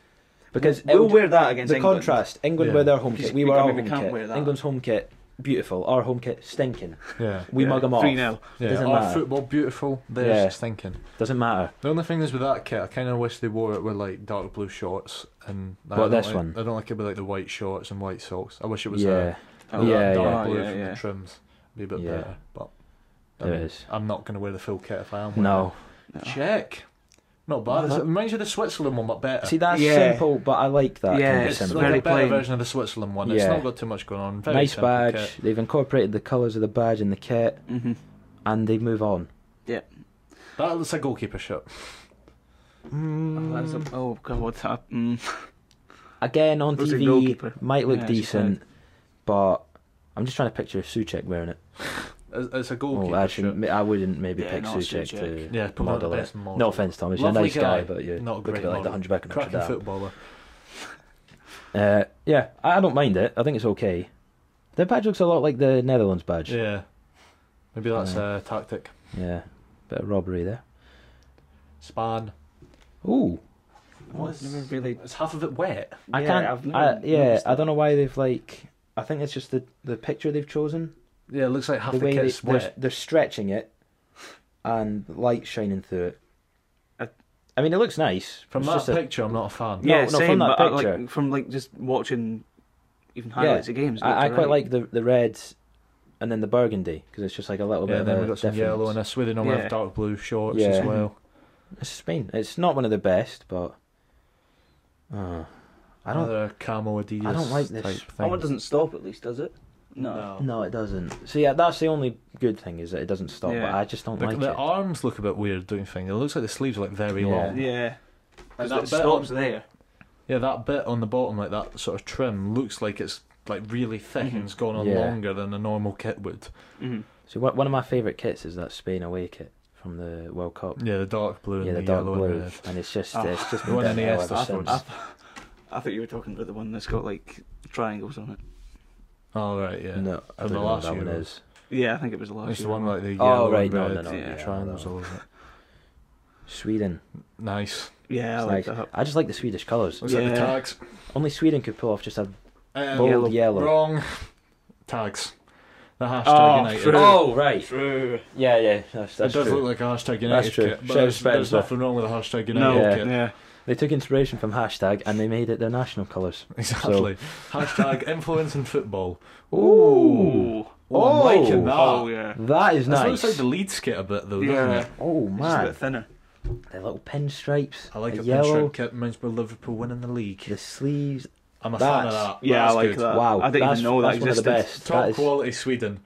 Speaker 1: because it
Speaker 4: we'll,
Speaker 1: would-
Speaker 4: wear that against
Speaker 1: the
Speaker 4: England.
Speaker 1: contrast. England
Speaker 2: Yeah.
Speaker 1: wear their home
Speaker 3: Because
Speaker 1: kit. We
Speaker 3: we
Speaker 1: wear
Speaker 3: can't-
Speaker 1: our
Speaker 3: we
Speaker 1: home
Speaker 3: can't
Speaker 1: kit.
Speaker 3: wear that.
Speaker 1: England's home kit beautiful. Our home kit stinking.
Speaker 2: Yeah,
Speaker 1: We mug 'em mug them off.
Speaker 3: Three 0
Speaker 2: yeah.
Speaker 1: Doesn't
Speaker 2: Our
Speaker 1: matter.
Speaker 2: football beautiful. There's
Speaker 1: Yeah.
Speaker 2: just thinking.
Speaker 1: Doesn't matter.
Speaker 2: The only thing is with that kit, I kind of wish they wore it with like dark blue shorts and. I
Speaker 1: What,
Speaker 2: don't
Speaker 1: this
Speaker 2: like,
Speaker 1: one?
Speaker 2: I don't like it with like the white shorts and white socks. I wish it was uh,
Speaker 1: yeah,
Speaker 2: a,
Speaker 1: Oh, yeah,
Speaker 2: dark blue
Speaker 3: yeah,
Speaker 2: from
Speaker 3: yeah.
Speaker 2: the trims. Be a bit
Speaker 1: Yeah.
Speaker 2: better, but. I
Speaker 1: there
Speaker 2: mean,
Speaker 1: is.
Speaker 2: I'm not going to wear the full kit if I am. wearing
Speaker 1: No.
Speaker 2: it. Check. Not bad.
Speaker 1: That-
Speaker 2: It reminds you of the Switzerland one, but better.
Speaker 1: See, that's
Speaker 3: Yeah.
Speaker 1: simple, but I like that.
Speaker 3: Yeah,
Speaker 1: kind of
Speaker 2: it's
Speaker 1: simple.
Speaker 2: like
Speaker 3: very
Speaker 2: a better
Speaker 3: plain.
Speaker 2: version of the Switzerland one. It's
Speaker 1: Yeah.
Speaker 2: not got too much going on. Very
Speaker 1: nice
Speaker 2: simple
Speaker 1: badge.
Speaker 2: kit.
Speaker 1: They've incorporated the colours of the badge in the kit,
Speaker 3: Mm-hmm.
Speaker 1: and they move on.
Speaker 2: That looks a goalkeeper shot.
Speaker 3: Oh, god, what's up? Mm.
Speaker 1: Again on
Speaker 3: Who's the
Speaker 1: TV,
Speaker 3: goalkeeper?
Speaker 1: might look
Speaker 3: Yeah, she's
Speaker 1: decent, but I'm just trying to picture Suchek wearing it.
Speaker 2: It's, it's a
Speaker 1: Oh,
Speaker 2: goalkeeper
Speaker 1: actually,
Speaker 2: shot.
Speaker 1: m- I wouldn't maybe
Speaker 3: Yeah,
Speaker 1: pick
Speaker 3: not
Speaker 1: Suchek,
Speaker 3: Suchek.
Speaker 1: to
Speaker 2: Yeah, probably not the
Speaker 1: model it.
Speaker 2: best model.
Speaker 1: No offense, Thomas, you're a
Speaker 2: Lovely
Speaker 1: nice guy,
Speaker 2: guy,
Speaker 1: but you're
Speaker 2: not a
Speaker 1: look a
Speaker 2: great
Speaker 1: bit like the
Speaker 2: model.
Speaker 1: hunchback of Notre
Speaker 2: Cracking
Speaker 1: Dame.
Speaker 2: footballer.
Speaker 1: Uh, yeah, I I don't mind it. I think it's okay. Their badge looks a lot like the Netherlands badge.
Speaker 2: Yeah. Maybe that's
Speaker 1: Yeah.
Speaker 2: a tactic.
Speaker 1: yeah. bit of robbery there.
Speaker 2: Span.
Speaker 1: Ooh.
Speaker 3: What's never really?
Speaker 2: It's half of it wet.
Speaker 1: I
Speaker 3: Yeah,
Speaker 1: can't.
Speaker 3: I've never
Speaker 1: I, yeah,
Speaker 3: noticed
Speaker 1: I don't know why they've like. I think it's just the the picture they've chosen.
Speaker 2: Yeah, it looks like half
Speaker 1: the
Speaker 2: the,
Speaker 1: way they,
Speaker 2: kit's
Speaker 1: they're,
Speaker 2: wet.
Speaker 1: they're stretching it, and light shining through it.
Speaker 3: I-
Speaker 1: I mean, it looks nice
Speaker 2: From
Speaker 1: it's
Speaker 2: that
Speaker 1: just a-
Speaker 2: picture, i I'm not a fan.
Speaker 1: No,
Speaker 3: yeah,
Speaker 1: no, from
Speaker 3: same.
Speaker 1: that
Speaker 3: but I,
Speaker 1: picture.
Speaker 3: like from like just watching even highlights of games.
Speaker 1: I, I
Speaker 3: looked
Speaker 1: quite
Speaker 3: alright.
Speaker 1: like the the red, and then the burgundy because it's just like a little
Speaker 2: Yeah,
Speaker 1: bit.
Speaker 2: then
Speaker 1: of
Speaker 2: we've
Speaker 1: a
Speaker 2: got some
Speaker 1: difference.
Speaker 2: yellow and a Sweden normally
Speaker 3: Yeah.
Speaker 2: have dark blue shorts
Speaker 1: Yeah.
Speaker 2: as well.
Speaker 1: It's Spain. It's not one of the best, but. Uh, I don't.
Speaker 2: Another camo Adidas.
Speaker 1: I don't like this.
Speaker 2: Type thing.
Speaker 4: That one doesn't stop at least, does it? No.
Speaker 1: No, it doesn't. So yeah, that's the only good thing is that it doesn't stop. But
Speaker 3: Yeah.
Speaker 1: I just don't
Speaker 2: The,
Speaker 1: like
Speaker 2: the
Speaker 1: it.
Speaker 2: arms look a bit weird, don't you think? It looks like the sleeves are like very
Speaker 1: Yeah.
Speaker 2: long.
Speaker 3: Yeah,
Speaker 2: Like
Speaker 3: because
Speaker 2: that
Speaker 3: it
Speaker 2: bit
Speaker 3: stops
Speaker 2: on-
Speaker 3: there.
Speaker 2: Yeah, that bit on the bottom, like that sort of trim, looks like it's like really thick and it's gone on
Speaker 1: Yeah.
Speaker 2: longer than a normal kit would.
Speaker 3: Mm-hmm.
Speaker 1: So one one of my favourite kits is that Spain away kit from the World Cup.
Speaker 2: Yeah, the dark blue and
Speaker 1: Yeah, the,
Speaker 2: the,
Speaker 1: dark
Speaker 2: yellow and
Speaker 1: blue,
Speaker 2: red.
Speaker 1: and it's just
Speaker 3: Oh.
Speaker 1: it's just
Speaker 2: The one
Speaker 1: been downhill
Speaker 2: Iniesta
Speaker 1: ever
Speaker 2: scored.
Speaker 1: since.
Speaker 3: I thought you were talking about the one that's got like triangles on it.
Speaker 2: All right, yeah.
Speaker 1: No, I
Speaker 2: From
Speaker 1: don't
Speaker 2: the
Speaker 1: know what
Speaker 2: last
Speaker 1: that one
Speaker 2: Euros.
Speaker 1: is.
Speaker 3: Yeah, I think it was the last
Speaker 2: It's the
Speaker 3: year.
Speaker 2: one like the
Speaker 1: Oh,
Speaker 2: yellow
Speaker 1: right,
Speaker 2: and
Speaker 1: no, no,
Speaker 2: red
Speaker 1: no, yeah,
Speaker 2: triangles
Speaker 1: no.
Speaker 2: all over
Speaker 1: Sweden.
Speaker 2: it. Nice.
Speaker 3: Yeah, I
Speaker 1: It's
Speaker 3: like
Speaker 1: nice.
Speaker 3: that.
Speaker 1: I just like the Swedish colours.
Speaker 2: Looks like the
Speaker 3: Yeah.
Speaker 2: tags.
Speaker 1: Only Sweden could pull off just a
Speaker 2: Um,
Speaker 1: bold yellow.
Speaker 2: Wrong. Tags. The hashtag
Speaker 3: Oh,
Speaker 2: United.
Speaker 3: true.
Speaker 1: Oh right.
Speaker 3: True.
Speaker 1: Yeah, yeah. That's, that's
Speaker 2: it does
Speaker 1: true.
Speaker 2: look like a hashtag United
Speaker 1: That's true.
Speaker 2: kit, but
Speaker 1: Shout
Speaker 2: there's,
Speaker 1: Spencer.
Speaker 2: there's nothing wrong with a hashtag United
Speaker 3: No,
Speaker 1: Yeah.
Speaker 2: kit.
Speaker 3: yeah.
Speaker 1: They took inspiration from hashtag and they made it their national colours.
Speaker 2: Exactly. hashtag influence in football.
Speaker 3: Ooh.
Speaker 2: Oh, I'm liking that.
Speaker 3: Oh, yeah.
Speaker 1: That is
Speaker 2: This
Speaker 1: nice.
Speaker 2: looks like the Leeds kit a bit though, doesn't
Speaker 3: Yeah.
Speaker 2: it?
Speaker 1: Oh
Speaker 3: It's just a
Speaker 1: man,
Speaker 3: bit thinner.
Speaker 1: the little pinstripes.
Speaker 2: I like
Speaker 1: the
Speaker 2: a
Speaker 1: yellow.
Speaker 2: pinstripe kit. Reminds me of Liverpool winning the league.
Speaker 1: The sleeves.
Speaker 2: I'm a fan of
Speaker 1: That's-
Speaker 2: that.
Speaker 3: Yeah, I
Speaker 2: That's
Speaker 3: like
Speaker 2: good.
Speaker 3: that.
Speaker 1: wow,
Speaker 3: I didn't
Speaker 1: that's,
Speaker 3: even know that
Speaker 1: that's one of the
Speaker 3: existed.
Speaker 1: best.
Speaker 2: Top
Speaker 1: that is
Speaker 2: quality Sweden.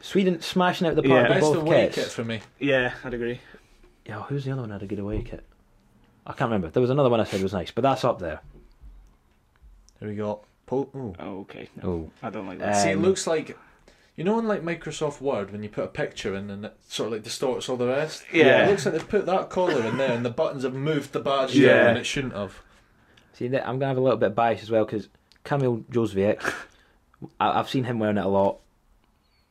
Speaker 1: Sweden smashing out the park
Speaker 3: Yeah.
Speaker 1: with
Speaker 2: Best
Speaker 1: both
Speaker 2: away
Speaker 1: kits.
Speaker 2: kit for me.
Speaker 3: Yeah, I'd agree.
Speaker 1: Yeah, who's the other one that had a good away kit? I can't remember. There was another one I said was nice, but that's up there.
Speaker 2: Here we got. Pol- ooh.
Speaker 3: Oh, okay. No,
Speaker 1: Oh,
Speaker 3: I don't like
Speaker 1: Uh,
Speaker 3: that.
Speaker 2: See, it
Speaker 1: Um,
Speaker 2: looks like. You know, in like Microsoft Word, when you put a picture in and it sort of like distorts all the rest.
Speaker 3: Yeah.
Speaker 2: It looks like they put that collar in there, and the buttons have moved the badge
Speaker 3: Yeah.
Speaker 2: down, and it shouldn't have.
Speaker 1: see, that- I'm gonna have a little bit of bias as well because Camille Josviak, I- I've seen him wearing it a lot,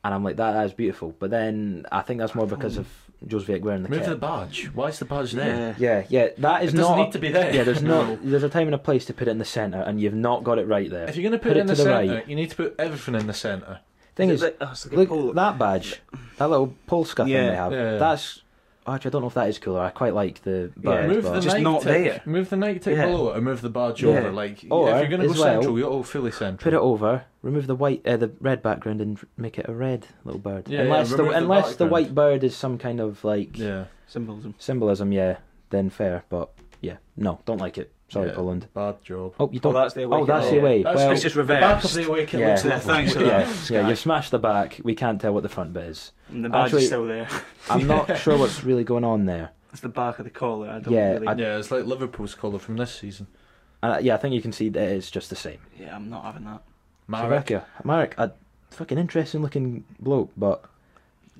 Speaker 1: and I'm like, that, that is beautiful. But then I think that's more because of Josviak wearing the
Speaker 2: Move
Speaker 1: kit.
Speaker 2: the badge. Why is the badge there?
Speaker 3: yeah.
Speaker 1: Yeah, yeah, that is
Speaker 2: It doesn't
Speaker 1: not.
Speaker 2: need to be there.
Speaker 1: Yeah, there's no. There's a time and a place to put it in the centre, and you've not got it right there.
Speaker 2: If you're going to put,
Speaker 1: Put it
Speaker 2: it in
Speaker 1: to
Speaker 2: the,
Speaker 1: the
Speaker 2: centre,
Speaker 1: right.
Speaker 2: you need to put everything in the centre.
Speaker 1: Thing is,
Speaker 4: like, oh, it's like a
Speaker 1: look
Speaker 4: pole.
Speaker 1: that badge, that little Polska
Speaker 3: Yeah,
Speaker 1: thing they have.
Speaker 2: yeah.
Speaker 1: That's actually I don't know if that is cooler. I quite like the badge.
Speaker 2: move
Speaker 1: but-
Speaker 2: the
Speaker 3: Just
Speaker 2: night
Speaker 3: not
Speaker 2: tick.
Speaker 3: there.
Speaker 2: Move the night tick
Speaker 3: Yeah.
Speaker 2: below it, and move the badge
Speaker 1: Yeah.
Speaker 2: over. Like
Speaker 1: Or,
Speaker 2: if you're going to go
Speaker 1: as well,
Speaker 2: central, you're all fully central.
Speaker 1: put it over, remove the white, uh, the red background, and make it a red little bird.
Speaker 2: Yeah, yeah,
Speaker 1: unless the
Speaker 2: remove the
Speaker 1: unless the
Speaker 2: background.
Speaker 1: white bird is some kind of like
Speaker 2: Yeah,
Speaker 3: Symbolism.
Speaker 1: symbolism, yeah, then fair. But yeah, no, don't like it. Sorry,
Speaker 2: Yeah.
Speaker 1: Poland.
Speaker 2: bad job.
Speaker 1: Oh,
Speaker 4: Oh,
Speaker 1: you don't.
Speaker 4: that's the away
Speaker 1: oh,
Speaker 4: kit.
Speaker 1: that's the
Speaker 4: yeah.
Speaker 1: way.
Speaker 2: That's
Speaker 1: well,
Speaker 3: it's just
Speaker 2: The back
Speaker 3: reversed.
Speaker 2: of the away kit
Speaker 1: Yeah.
Speaker 2: looks
Speaker 3: Yeah,
Speaker 2: lovely.
Speaker 3: thanks for that.
Speaker 1: yeah, yeah, you've smashed the back. We can't tell what the front bit is.
Speaker 3: And the badge
Speaker 1: Actually-
Speaker 3: is still there.
Speaker 1: I'm not sure what's really going on there.
Speaker 3: It's the back of the collar. I don't
Speaker 1: Yeah,
Speaker 3: really.
Speaker 1: I-
Speaker 2: Yeah, it's like Liverpool's colour from this season.
Speaker 1: And uh, yeah, I think you can see that it's just the same.
Speaker 3: Yeah, I'm not having that.
Speaker 2: Marek.
Speaker 1: Slovakia. Marek, a fucking interesting looking bloke, but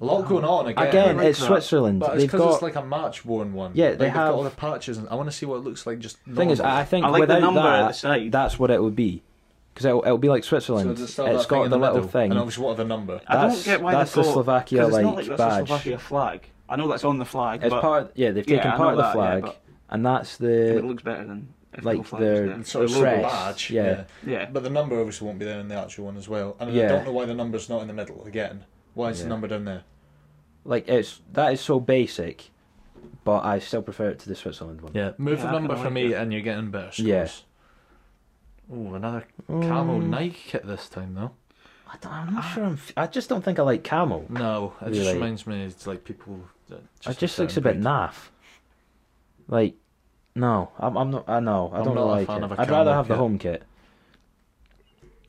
Speaker 2: A lot going on again.
Speaker 1: again,
Speaker 3: like
Speaker 1: it's
Speaker 3: that.
Speaker 1: Switzerland.
Speaker 2: but it's
Speaker 1: They've
Speaker 2: because
Speaker 1: got
Speaker 2: it's like a match worn one.
Speaker 1: Yeah,
Speaker 2: Like,
Speaker 1: they
Speaker 2: they've got
Speaker 1: have-
Speaker 2: all the patches, and I want to see what it looks like. Just
Speaker 1: thing is,
Speaker 2: normal.
Speaker 1: I think
Speaker 3: I like
Speaker 1: without
Speaker 3: the number
Speaker 1: that,
Speaker 3: at the side.
Speaker 1: that's what it would be because it'll, it'll be like
Speaker 2: So
Speaker 1: Switzerland.
Speaker 2: just
Speaker 1: it's
Speaker 2: still that thing
Speaker 1: got
Speaker 2: in
Speaker 1: the, little
Speaker 2: middle,
Speaker 1: thing.
Speaker 2: And obviously, what are the number?
Speaker 3: I don't
Speaker 1: That's-
Speaker 3: get why
Speaker 1: that's
Speaker 3: they
Speaker 1: the
Speaker 3: got-
Speaker 1: Slovakia
Speaker 3: 'cause it's
Speaker 1: like
Speaker 3: not like that's
Speaker 1: badge.
Speaker 3: the Slovakia flag. I know that's on the flag,
Speaker 1: It's
Speaker 3: but
Speaker 1: part yeah, they've
Speaker 3: Yeah,
Speaker 1: taken
Speaker 3: I
Speaker 1: part of
Speaker 3: know
Speaker 1: the
Speaker 3: that, yeah,
Speaker 1: flag, and that's
Speaker 3: it
Speaker 1: the
Speaker 3: looks better than if
Speaker 1: like
Speaker 3: no flag was
Speaker 1: their-
Speaker 3: there.
Speaker 2: And sort of
Speaker 1: the
Speaker 2: little
Speaker 1: crest,
Speaker 2: badge.
Speaker 1: yeah.
Speaker 3: Yeah,
Speaker 2: But the number obviously won't be there in the actual one as well. And
Speaker 1: Yeah.
Speaker 2: I don't know why the number's not in the middle again. Why is
Speaker 1: Yeah.
Speaker 2: the number down there?
Speaker 1: like it's that is so basic, but I still prefer it to the Switzerland one.
Speaker 2: Yeah, move
Speaker 3: Yeah, I
Speaker 2: the number
Speaker 3: kinda
Speaker 2: for
Speaker 3: like
Speaker 2: me,
Speaker 3: it.
Speaker 2: and you're getting better scores.
Speaker 1: Yeah.
Speaker 2: Oh, another camel
Speaker 1: Mm,
Speaker 2: Nike kit this time though.
Speaker 1: I don't, I'm not sure. I'm, f- I just don't think I like camel.
Speaker 2: No, it just
Speaker 1: Really?
Speaker 2: reminds me it's like people. That
Speaker 1: It
Speaker 2: just
Speaker 1: just
Speaker 2: look
Speaker 1: looks a bit
Speaker 2: downgrade.
Speaker 1: naff. Like, no, I'm, I'm not. I know. I
Speaker 2: I'm
Speaker 1: don't
Speaker 2: not a
Speaker 1: like
Speaker 2: fan
Speaker 1: it.
Speaker 2: of a
Speaker 1: I'd rather
Speaker 2: camel
Speaker 1: have the
Speaker 2: kit.
Speaker 1: home kit.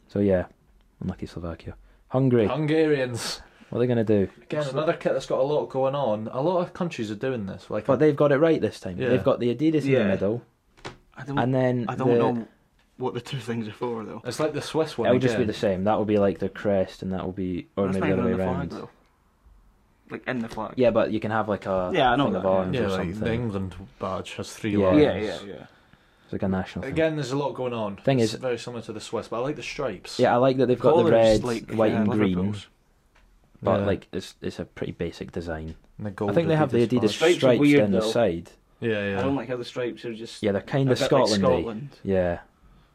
Speaker 1: So yeah, unlucky Slovakia, Hungary.
Speaker 2: Hungarians
Speaker 1: What are they gonna do?
Speaker 2: again.
Speaker 3: What's
Speaker 2: Another kit that's got a lot going on. A lot of countries are doing this. Like,
Speaker 1: But they've got it right this time.
Speaker 2: Yeah.
Speaker 1: They've got the Adidas in the
Speaker 3: Yeah.
Speaker 1: middle,
Speaker 3: I don't.
Speaker 1: and then
Speaker 3: I don't
Speaker 1: the,
Speaker 3: know what the two things are for though.
Speaker 2: it's like the Swiss one.
Speaker 1: It'll just be
Speaker 2: again.
Speaker 1: the same. That will be like the crest, and that will be, or
Speaker 3: That's
Speaker 1: maybe the
Speaker 3: not
Speaker 1: other way
Speaker 3: even on the flag,
Speaker 1: around.
Speaker 3: though. Like in the flag.
Speaker 1: Yeah, but you can have like a
Speaker 3: Yeah, I know
Speaker 1: thing of
Speaker 3: that, yeah.
Speaker 1: arms
Speaker 2: yeah,
Speaker 1: or
Speaker 2: like
Speaker 1: something.
Speaker 2: the England badge has three
Speaker 1: Yeah.
Speaker 2: lines.
Speaker 3: yeah, yeah, yeah.
Speaker 1: It's like a national thing.
Speaker 2: Again, there's a lot going on.
Speaker 1: Thing
Speaker 2: It's
Speaker 1: is-
Speaker 2: very similar to the Swiss, but I like the stripes.
Speaker 1: Yeah, I like that they've got the
Speaker 3: Colours,
Speaker 1: red,
Speaker 3: like,
Speaker 1: white,
Speaker 3: yeah,
Speaker 1: and green,
Speaker 3: Liverpool's.
Speaker 1: but
Speaker 2: Yeah.
Speaker 1: like it's it's a pretty basic design.
Speaker 2: And the gold
Speaker 1: I think they have the Adidas
Speaker 2: badge.
Speaker 3: Stripes are
Speaker 1: stripes,
Speaker 3: weird,
Speaker 1: down the
Speaker 3: though.
Speaker 1: side.
Speaker 2: Yeah, yeah.
Speaker 3: I don't like how the stripes are just.
Speaker 1: Yeah, they're kind
Speaker 3: a
Speaker 1: of
Speaker 3: bit like
Speaker 1: Scotland. eh?
Speaker 3: Scotland.
Speaker 1: Yeah,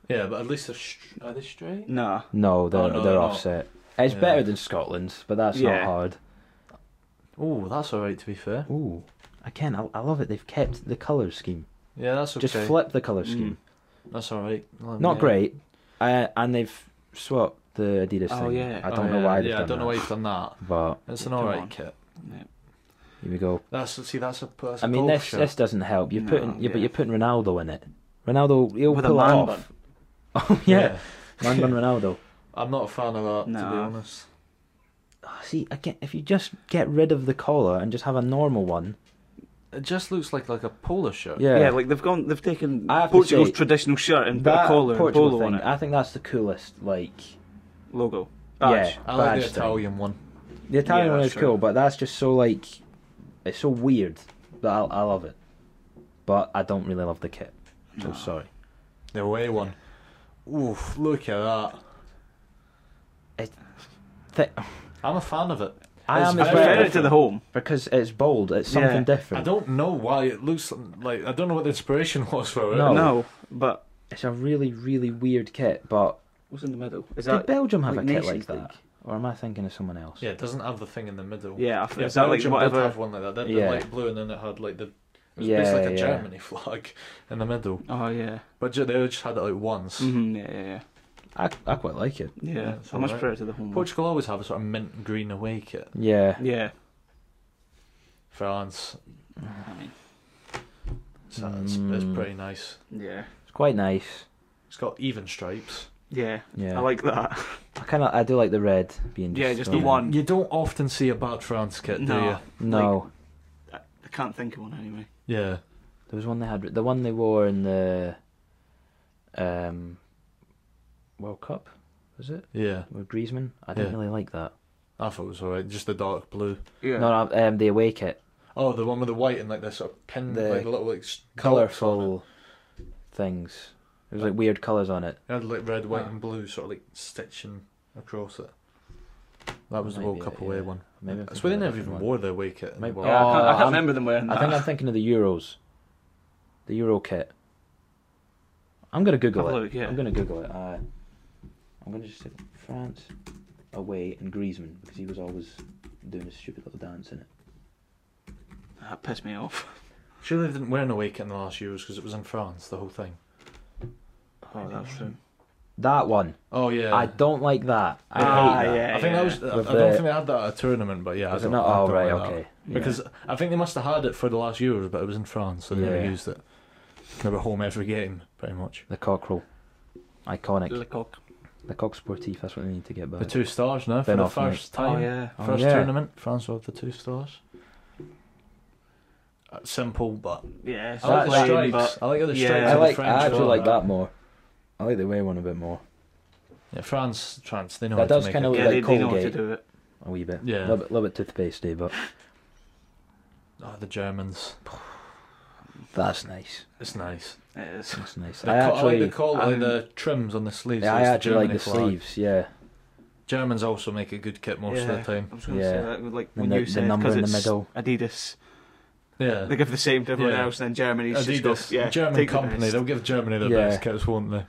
Speaker 2: Yeah, but at least they're str- are they straight?
Speaker 3: Nah.
Speaker 1: no, they're
Speaker 2: Oh, no,
Speaker 1: they're
Speaker 2: they're not.
Speaker 1: offset. It's
Speaker 2: Yeah.
Speaker 1: better than Scotland, but that's not
Speaker 3: Yeah.
Speaker 1: hard.
Speaker 2: Oh, that's all right. To be fair.
Speaker 1: Ooh, again, I, I love it. They've kept the color scheme.
Speaker 2: Yeah, that's okay.
Speaker 1: Just flip the
Speaker 3: Hmm.
Speaker 1: color scheme.
Speaker 2: That's all right. Well,
Speaker 3: Oh,
Speaker 1: Not
Speaker 2: yeah.
Speaker 1: great. Uh, and they've swapped the Adidas
Speaker 3: Oh,
Speaker 1: thing.
Speaker 3: yeah.
Speaker 1: I don't
Speaker 2: Oh,
Speaker 1: know
Speaker 2: yeah,
Speaker 1: why they've
Speaker 2: Yeah,
Speaker 1: done
Speaker 2: I don't
Speaker 1: that.
Speaker 2: know why you've done that.
Speaker 1: But
Speaker 2: It's an
Speaker 3: Come
Speaker 2: all right
Speaker 3: on.
Speaker 2: kit.
Speaker 3: Yeah.
Speaker 1: here we go.
Speaker 2: That's see, that's a. That's a
Speaker 1: I mean,
Speaker 2: goal
Speaker 1: this
Speaker 2: shot.
Speaker 1: this doesn't help. You're
Speaker 3: No,
Speaker 1: putting, yeah, but
Speaker 3: yeah.
Speaker 1: you're putting Ronaldo in it. Ronaldo, he'll
Speaker 3: With a
Speaker 1: pull it
Speaker 3: man
Speaker 1: off.
Speaker 3: bun.
Speaker 1: Oh yeah, man bun Ronaldo.
Speaker 2: I'm not a fan of that, to be
Speaker 3: Nah.
Speaker 2: honest.
Speaker 1: Oh, see, again, if you just get rid of the collar and just have a normal one,
Speaker 2: It just looks like like a polo shirt.
Speaker 1: yeah,
Speaker 3: Yeah. like they've gone, they've taken
Speaker 1: I have to
Speaker 3: Portugal's
Speaker 1: say,
Speaker 3: traditional shirt and put a
Speaker 1: that
Speaker 3: collar and
Speaker 1: Portugal
Speaker 3: polo
Speaker 1: thing,
Speaker 3: on it.
Speaker 1: I think that's the coolest. Like,
Speaker 3: Logo.
Speaker 1: yeah,
Speaker 3: Badge.
Speaker 2: I like
Speaker 1: badge
Speaker 2: the
Speaker 1: thing.
Speaker 2: Italian one.
Speaker 1: The Italian
Speaker 3: Yeah,
Speaker 1: one is
Speaker 3: that's
Speaker 1: cool,
Speaker 3: true.
Speaker 1: but that's just so like, it's so weird that I, I love it, but I don't really love the kit. So
Speaker 3: No.
Speaker 1: Oh, sorry.
Speaker 2: The away one. Oof! Look at that.
Speaker 1: Th-
Speaker 2: I'm a fan of it.
Speaker 1: I am
Speaker 3: I
Speaker 1: as
Speaker 2: very
Speaker 3: prefer
Speaker 1: well
Speaker 3: it to the home.
Speaker 1: because it's bold. It's
Speaker 3: Yeah.
Speaker 1: something
Speaker 2: I
Speaker 1: different.
Speaker 2: don't know why it looks like I don't know what the inspiration was for it.
Speaker 1: No.
Speaker 3: No, but
Speaker 1: It's a really, really weird kit. But
Speaker 4: What's in the middle? Is
Speaker 1: did
Speaker 4: that
Speaker 1: Belgium have
Speaker 4: like
Speaker 1: a kit like
Speaker 4: Nations
Speaker 1: that,
Speaker 4: League?
Speaker 1: or am I thinking of someone else?
Speaker 2: Yeah, it doesn't have the thing in the middle.
Speaker 3: yeah, I feel-
Speaker 2: Yeah,
Speaker 3: is that like
Speaker 2: Belgium did
Speaker 3: whatever?
Speaker 2: have one like that. They had
Speaker 1: Yeah.
Speaker 2: the light blue, and then it had like the. It was
Speaker 1: Yeah,
Speaker 2: basically like a
Speaker 1: yeah.
Speaker 2: Germany flag in the middle.
Speaker 3: Oh yeah,
Speaker 2: But ju- they just had it like once.
Speaker 1: Mm.
Speaker 3: hmm yeah, yeah, yeah.
Speaker 1: I, I quite like it.
Speaker 3: Yeah,
Speaker 2: Yeah, it's
Speaker 3: I much
Speaker 2: alright.
Speaker 3: prefer it to the home. one.
Speaker 2: Portugal always have a sort of mint green away kit.
Speaker 1: Yeah,
Speaker 3: Yeah,
Speaker 2: France,
Speaker 3: I mean,
Speaker 2: so it's, it's
Speaker 1: Mm.
Speaker 2: pretty nice.
Speaker 3: yeah,
Speaker 1: it's quite nice.
Speaker 2: It's got even stripes.
Speaker 3: yeah.
Speaker 1: Yeah,
Speaker 3: I like that.
Speaker 1: I kind of I do like the red being.
Speaker 3: Yeah,
Speaker 1: just
Speaker 3: just the
Speaker 1: thrown in.
Speaker 3: one.
Speaker 2: You don't often see a bad France kit, do
Speaker 3: No.
Speaker 2: you?
Speaker 1: No,
Speaker 3: I can't think of one anyway.
Speaker 2: Yeah.
Speaker 1: there was one they had. The one they wore in the um, World Cup was it?
Speaker 2: Yeah.
Speaker 1: With Griezmann, I didn't
Speaker 2: Yeah.
Speaker 1: really like that.
Speaker 2: I thought it was alright. Just the dark blue.
Speaker 3: Yeah,
Speaker 1: No, no, um, the away kit,
Speaker 2: Oh, the one with the white and like the sort of pin,
Speaker 1: The
Speaker 2: like the little like s- dots on it.
Speaker 1: colourful things. There was like weird colours on it.
Speaker 2: It had like red, white,
Speaker 3: Ah.
Speaker 2: and blue, sort of like stitching across it. That was the
Speaker 1: Might
Speaker 2: World
Speaker 1: be
Speaker 2: Cup
Speaker 1: it,
Speaker 2: away
Speaker 1: yeah.
Speaker 2: one.
Speaker 1: Maybe I'm
Speaker 2: That's
Speaker 1: thinking
Speaker 2: why they
Speaker 1: of a
Speaker 2: never
Speaker 1: different
Speaker 2: even
Speaker 1: one.
Speaker 2: wore their away kit. in the
Speaker 1: Maybe-
Speaker 2: World
Speaker 3: yeah, I, can't,
Speaker 1: Oh,
Speaker 3: I
Speaker 1: I'm-
Speaker 3: can't remember them wearing
Speaker 1: I
Speaker 3: that.
Speaker 1: think I'm thinking of the Euros, the Euro kit. I'm gonna Google
Speaker 3: Have a
Speaker 1: it.
Speaker 3: look, yeah.
Speaker 1: I'm gonna Google it. Uh, I'm gonna just say France away and Griezmann because he was always doing a stupid little dance in it.
Speaker 3: that pissed me off.
Speaker 2: Surely they didn't wear an away kit in the last Euros because it was in France, the whole thing.
Speaker 3: Oh, that's true.
Speaker 1: That one.
Speaker 2: Oh yeah.
Speaker 1: I don't like that. I
Speaker 3: Ah,
Speaker 1: hate that.
Speaker 3: yeah.
Speaker 2: I think that was. I,
Speaker 1: With
Speaker 2: I don't
Speaker 1: the-
Speaker 2: think they had that at a tournament, but yeah, I
Speaker 1: Is it
Speaker 2: don't.
Speaker 1: not?
Speaker 2: I
Speaker 1: Oh,
Speaker 2: don't
Speaker 1: right,
Speaker 2: like that.
Speaker 1: okay.
Speaker 3: Yeah.
Speaker 2: Because I think they must have had it for the last Euros, but it was in France, so they never
Speaker 1: Yeah.
Speaker 2: used it. They were home every game, pretty much.
Speaker 1: The cockerel. Iconic.
Speaker 3: Lecoq.
Speaker 1: the cock sportif, that's what they need to get back.
Speaker 2: The two stars now for
Speaker 1: Ben
Speaker 2: the
Speaker 1: Hoffman.
Speaker 2: first
Speaker 3: Oh
Speaker 2: time.
Speaker 3: yeah.
Speaker 1: Oh,
Speaker 2: First
Speaker 1: yeah.
Speaker 2: tournament, France with the two stars. Uh, Simple, but
Speaker 3: Yeah.
Speaker 1: That's
Speaker 2: I like the
Speaker 3: plain,
Speaker 2: stripes.
Speaker 3: but
Speaker 2: I like how the
Speaker 3: yeah.
Speaker 2: stripes.
Speaker 1: I
Speaker 2: on
Speaker 1: like
Speaker 2: The
Speaker 1: I
Speaker 2: French
Speaker 1: actually
Speaker 2: one.
Speaker 1: like that more. I like the way one a bit more.
Speaker 2: Yeah, France, France, they know.
Speaker 1: That
Speaker 2: how to
Speaker 1: does
Speaker 2: make
Speaker 1: kinda
Speaker 2: it.
Speaker 1: look
Speaker 3: yeah,
Speaker 1: like
Speaker 3: they, they know what to
Speaker 1: Colgate.
Speaker 3: do it.
Speaker 1: A wee bit.
Speaker 2: Yeah.
Speaker 1: A little bit, little bit toothpaste, but
Speaker 2: Oh, the Germans.
Speaker 1: that's nice.
Speaker 2: It's nice.
Speaker 3: It is.
Speaker 1: That's nice. I
Speaker 2: The co- I
Speaker 1: actually,
Speaker 2: like the col- like
Speaker 3: um,
Speaker 2: the trims on the sleeves.
Speaker 1: yeah, I
Speaker 2: it's the
Speaker 1: actually like
Speaker 2: Germany
Speaker 1: the
Speaker 2: flag.
Speaker 1: sleeves. Yeah.
Speaker 2: Germans also make a good kit most
Speaker 3: yeah.
Speaker 2: of the time.
Speaker 3: I was going to
Speaker 1: Yeah.
Speaker 3: say that. Like
Speaker 1: And
Speaker 3: when
Speaker 1: the-
Speaker 3: you
Speaker 1: the
Speaker 3: said
Speaker 1: number
Speaker 3: because
Speaker 1: in the
Speaker 3: it's
Speaker 1: middle.
Speaker 3: Adidas.
Speaker 2: Yeah.
Speaker 3: They give the same to everyone
Speaker 2: Yeah.
Speaker 3: else, and then Germany's
Speaker 2: Adidas,
Speaker 3: just goes, yeah,
Speaker 2: German
Speaker 3: take the
Speaker 2: company,
Speaker 3: best.
Speaker 2: they'll give Germany the
Speaker 1: Yeah.
Speaker 2: best kits, won't they?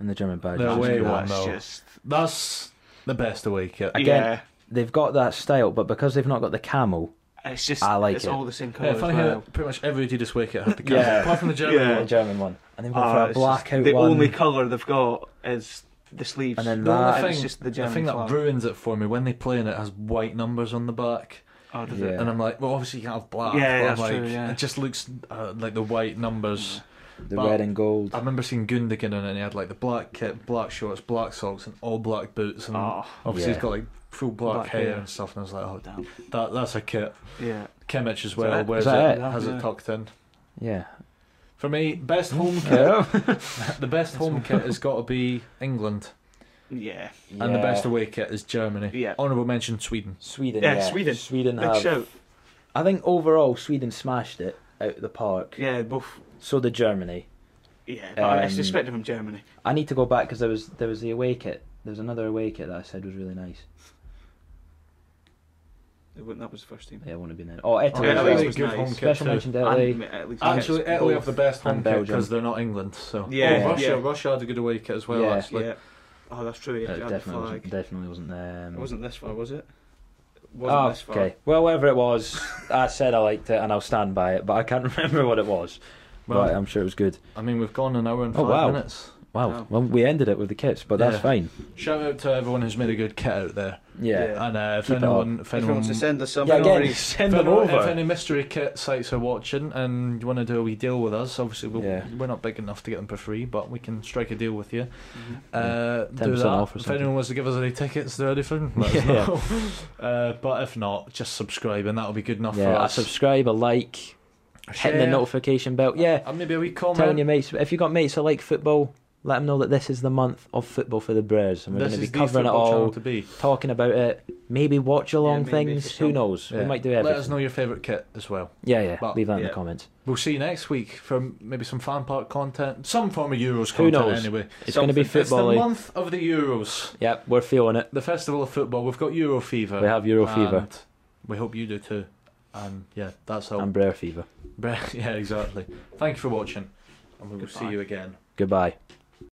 Speaker 1: And the German badge.
Speaker 2: They're
Speaker 1: is
Speaker 3: That's-
Speaker 2: away
Speaker 1: good.
Speaker 2: one,
Speaker 3: That's
Speaker 2: though.
Speaker 3: just
Speaker 2: That's the best away kit.
Speaker 1: Again,
Speaker 3: yeah.
Speaker 1: They've got that style, but because they've not got the camel,
Speaker 3: It's just
Speaker 1: I like
Speaker 3: it's
Speaker 1: it.
Speaker 3: all the same colour
Speaker 2: Yeah,
Speaker 3: as
Speaker 2: funny how
Speaker 3: well.
Speaker 2: pretty much every Adidas away kit had the
Speaker 1: Yeah.
Speaker 2: colours, apart from the German
Speaker 3: Yeah.
Speaker 1: the
Speaker 2: one.
Speaker 1: German one, and they've
Speaker 3: Ah,
Speaker 1: got for a
Speaker 3: it's just
Speaker 1: blackout
Speaker 3: the
Speaker 1: one.
Speaker 3: only colour they've got is the sleeves.
Speaker 1: And then
Speaker 2: The only
Speaker 1: that.
Speaker 3: And
Speaker 2: thing,
Speaker 3: it's just the
Speaker 2: the
Speaker 3: German
Speaker 2: thing that
Speaker 3: flag.
Speaker 2: ruins it for me when they play and it has white numbers on the back,
Speaker 3: oh, does
Speaker 1: Yeah.
Speaker 3: it?
Speaker 2: and I'm like, well, obviously you can't have black.
Speaker 3: Yeah,
Speaker 2: but I'm
Speaker 3: that's
Speaker 2: like,
Speaker 3: true, yeah.
Speaker 2: It just looks uh, like the white numbers.
Speaker 1: the
Speaker 2: but-
Speaker 1: red and gold.
Speaker 2: I remember seeing Gundogan in it, and he had like the black kit, black shorts, black socks, and all black boots, and
Speaker 3: Oh,
Speaker 2: obviously
Speaker 1: Ah,
Speaker 2: he's
Speaker 1: Yeah.
Speaker 2: got like full black,
Speaker 3: Black
Speaker 2: hair,
Speaker 3: hair.
Speaker 2: and stuff. And I was like, oh,
Speaker 3: damn.
Speaker 2: that that's a kit.
Speaker 3: Yeah.
Speaker 2: Kimmich as
Speaker 1: Is
Speaker 2: well
Speaker 1: that-
Speaker 2: wears
Speaker 1: is that
Speaker 2: it,
Speaker 3: it?
Speaker 2: has it
Speaker 3: Yeah.
Speaker 2: tucked in.
Speaker 1: Yeah.
Speaker 2: For me, best home kit.
Speaker 1: Hmm. Yeah.
Speaker 2: the best home kit has got to be England,
Speaker 3: Yeah.
Speaker 2: and the
Speaker 1: Yeah.
Speaker 2: best away kit is Germany.
Speaker 3: Yeah.
Speaker 2: Honourable mention Sweden.
Speaker 1: Sweden.
Speaker 3: Yeah,
Speaker 1: Yeah,
Speaker 3: Sweden.
Speaker 1: Sweden
Speaker 3: Big
Speaker 1: have.
Speaker 3: shout.
Speaker 1: I think overall Sweden smashed it out of the park.
Speaker 3: Yeah, both.
Speaker 1: So did Germany.
Speaker 3: Yeah, but I
Speaker 1: Um,
Speaker 3: suspect they're from Germany.
Speaker 1: I need to go back because there was there was the away kit. There was another away kit that I said was really nice.
Speaker 3: They wouldn't- That was the first team.
Speaker 1: Yeah, I want to be there. Oh, Italy.
Speaker 3: Yeah,
Speaker 1: as
Speaker 3: Italy's
Speaker 1: well.
Speaker 3: Italy was nice.
Speaker 1: Special
Speaker 2: too.
Speaker 1: mention eh? to Italy.
Speaker 3: And at least
Speaker 2: Actually,
Speaker 1: uh,
Speaker 3: it's
Speaker 2: Italy
Speaker 3: both.
Speaker 2: have the best home
Speaker 1: and
Speaker 2: kit
Speaker 1: Belgium.
Speaker 2: because they're not England. So
Speaker 3: Yeah,
Speaker 2: Oh, Russia,
Speaker 3: yeah.
Speaker 2: Russia had a good away kit as well.
Speaker 1: Yeah.
Speaker 2: actually,
Speaker 3: yeah. Oh, that's true.
Speaker 1: It
Speaker 3: Yeah, the
Speaker 1: Uh, definitely
Speaker 3: flag.
Speaker 1: wasn't, definitely wasn't. Um,
Speaker 3: It wasn't this far, was it? It
Speaker 1: oh,
Speaker 3: Wasn't this far.
Speaker 1: okay. Well, whatever it was, I said I liked it and I'll stand by it, but I can't remember what it was.
Speaker 2: Well-
Speaker 1: but I'm sure it was good.
Speaker 2: I mean we've gone an hour and
Speaker 1: um, Oh,
Speaker 2: five
Speaker 1: wow.
Speaker 2: minutes.
Speaker 1: Wow.
Speaker 3: Wow.
Speaker 1: Well, we ended it with the kits, but
Speaker 2: Yeah.
Speaker 1: that's fine.
Speaker 2: Shout out to everyone who's made a good kit out there.
Speaker 1: Yeah.
Speaker 3: Yeah.
Speaker 2: And uh, if
Speaker 1: Keep it
Speaker 2: anyone, if
Speaker 4: If you
Speaker 2: anyone,
Speaker 4: want to send us
Speaker 1: Yeah,
Speaker 4: something,
Speaker 1: again,
Speaker 4: already-
Speaker 1: send
Speaker 2: if
Speaker 1: them
Speaker 2: anyone- If
Speaker 1: over.
Speaker 2: any mystery kit sites are watching and you want to do a wee deal with us, obviously we'll,
Speaker 1: Yeah.
Speaker 2: we're not big enough to get them for free, but we can strike a deal with you.
Speaker 3: Mhm.
Speaker 2: Uh, do
Speaker 1: 10%
Speaker 2: that.
Speaker 1: off or
Speaker 2: if
Speaker 1: something.
Speaker 2: anyone wants to give us any tickets or anything, let us
Speaker 1: Yeah.
Speaker 2: know. Uh, but if not, just subscribe and that'll be good enough for
Speaker 1: Yeah, a
Speaker 2: us.
Speaker 1: subscribe, a like, hitting
Speaker 2: Share.
Speaker 1: the notification bell. Yeah,
Speaker 2: And maybe a wee comment.
Speaker 1: telling your mates. If you got mates that like football, let them know that this is the month of football for the Brewers, and we're
Speaker 2: this
Speaker 1: going to
Speaker 2: is
Speaker 1: be
Speaker 2: the
Speaker 1: covering it
Speaker 2: football channel
Speaker 1: all,
Speaker 2: to be.
Speaker 1: talking about it, Maybe watch along
Speaker 4: maybe
Speaker 1: things.
Speaker 4: for
Speaker 1: Who
Speaker 4: some-
Speaker 1: knows?
Speaker 2: Yeah.
Speaker 1: We might do everything.
Speaker 2: Let us know your favourite kit as well.
Speaker 1: Yeah, yeah.
Speaker 2: But-
Speaker 1: Leave that in
Speaker 4: yeah.
Speaker 1: the comments.
Speaker 2: We'll see you next week for maybe some fan park content, some form of Euros
Speaker 1: Who
Speaker 2: content
Speaker 1: knows?
Speaker 2: anyway.
Speaker 1: It's going to be
Speaker 2: It's the
Speaker 1: football.
Speaker 2: month of the Euros,
Speaker 1: Yep, we're feeling it.
Speaker 2: the festival of football. We've got Euro fever.
Speaker 1: We have Euro
Speaker 2: and
Speaker 1: fever
Speaker 2: We hope you do too. And yeah, that's how.
Speaker 1: and Brer fever.
Speaker 2: yeah, exactly. Thank you for watching, and we will see
Speaker 3: Goodbye.
Speaker 2: you again.
Speaker 1: Goodbye.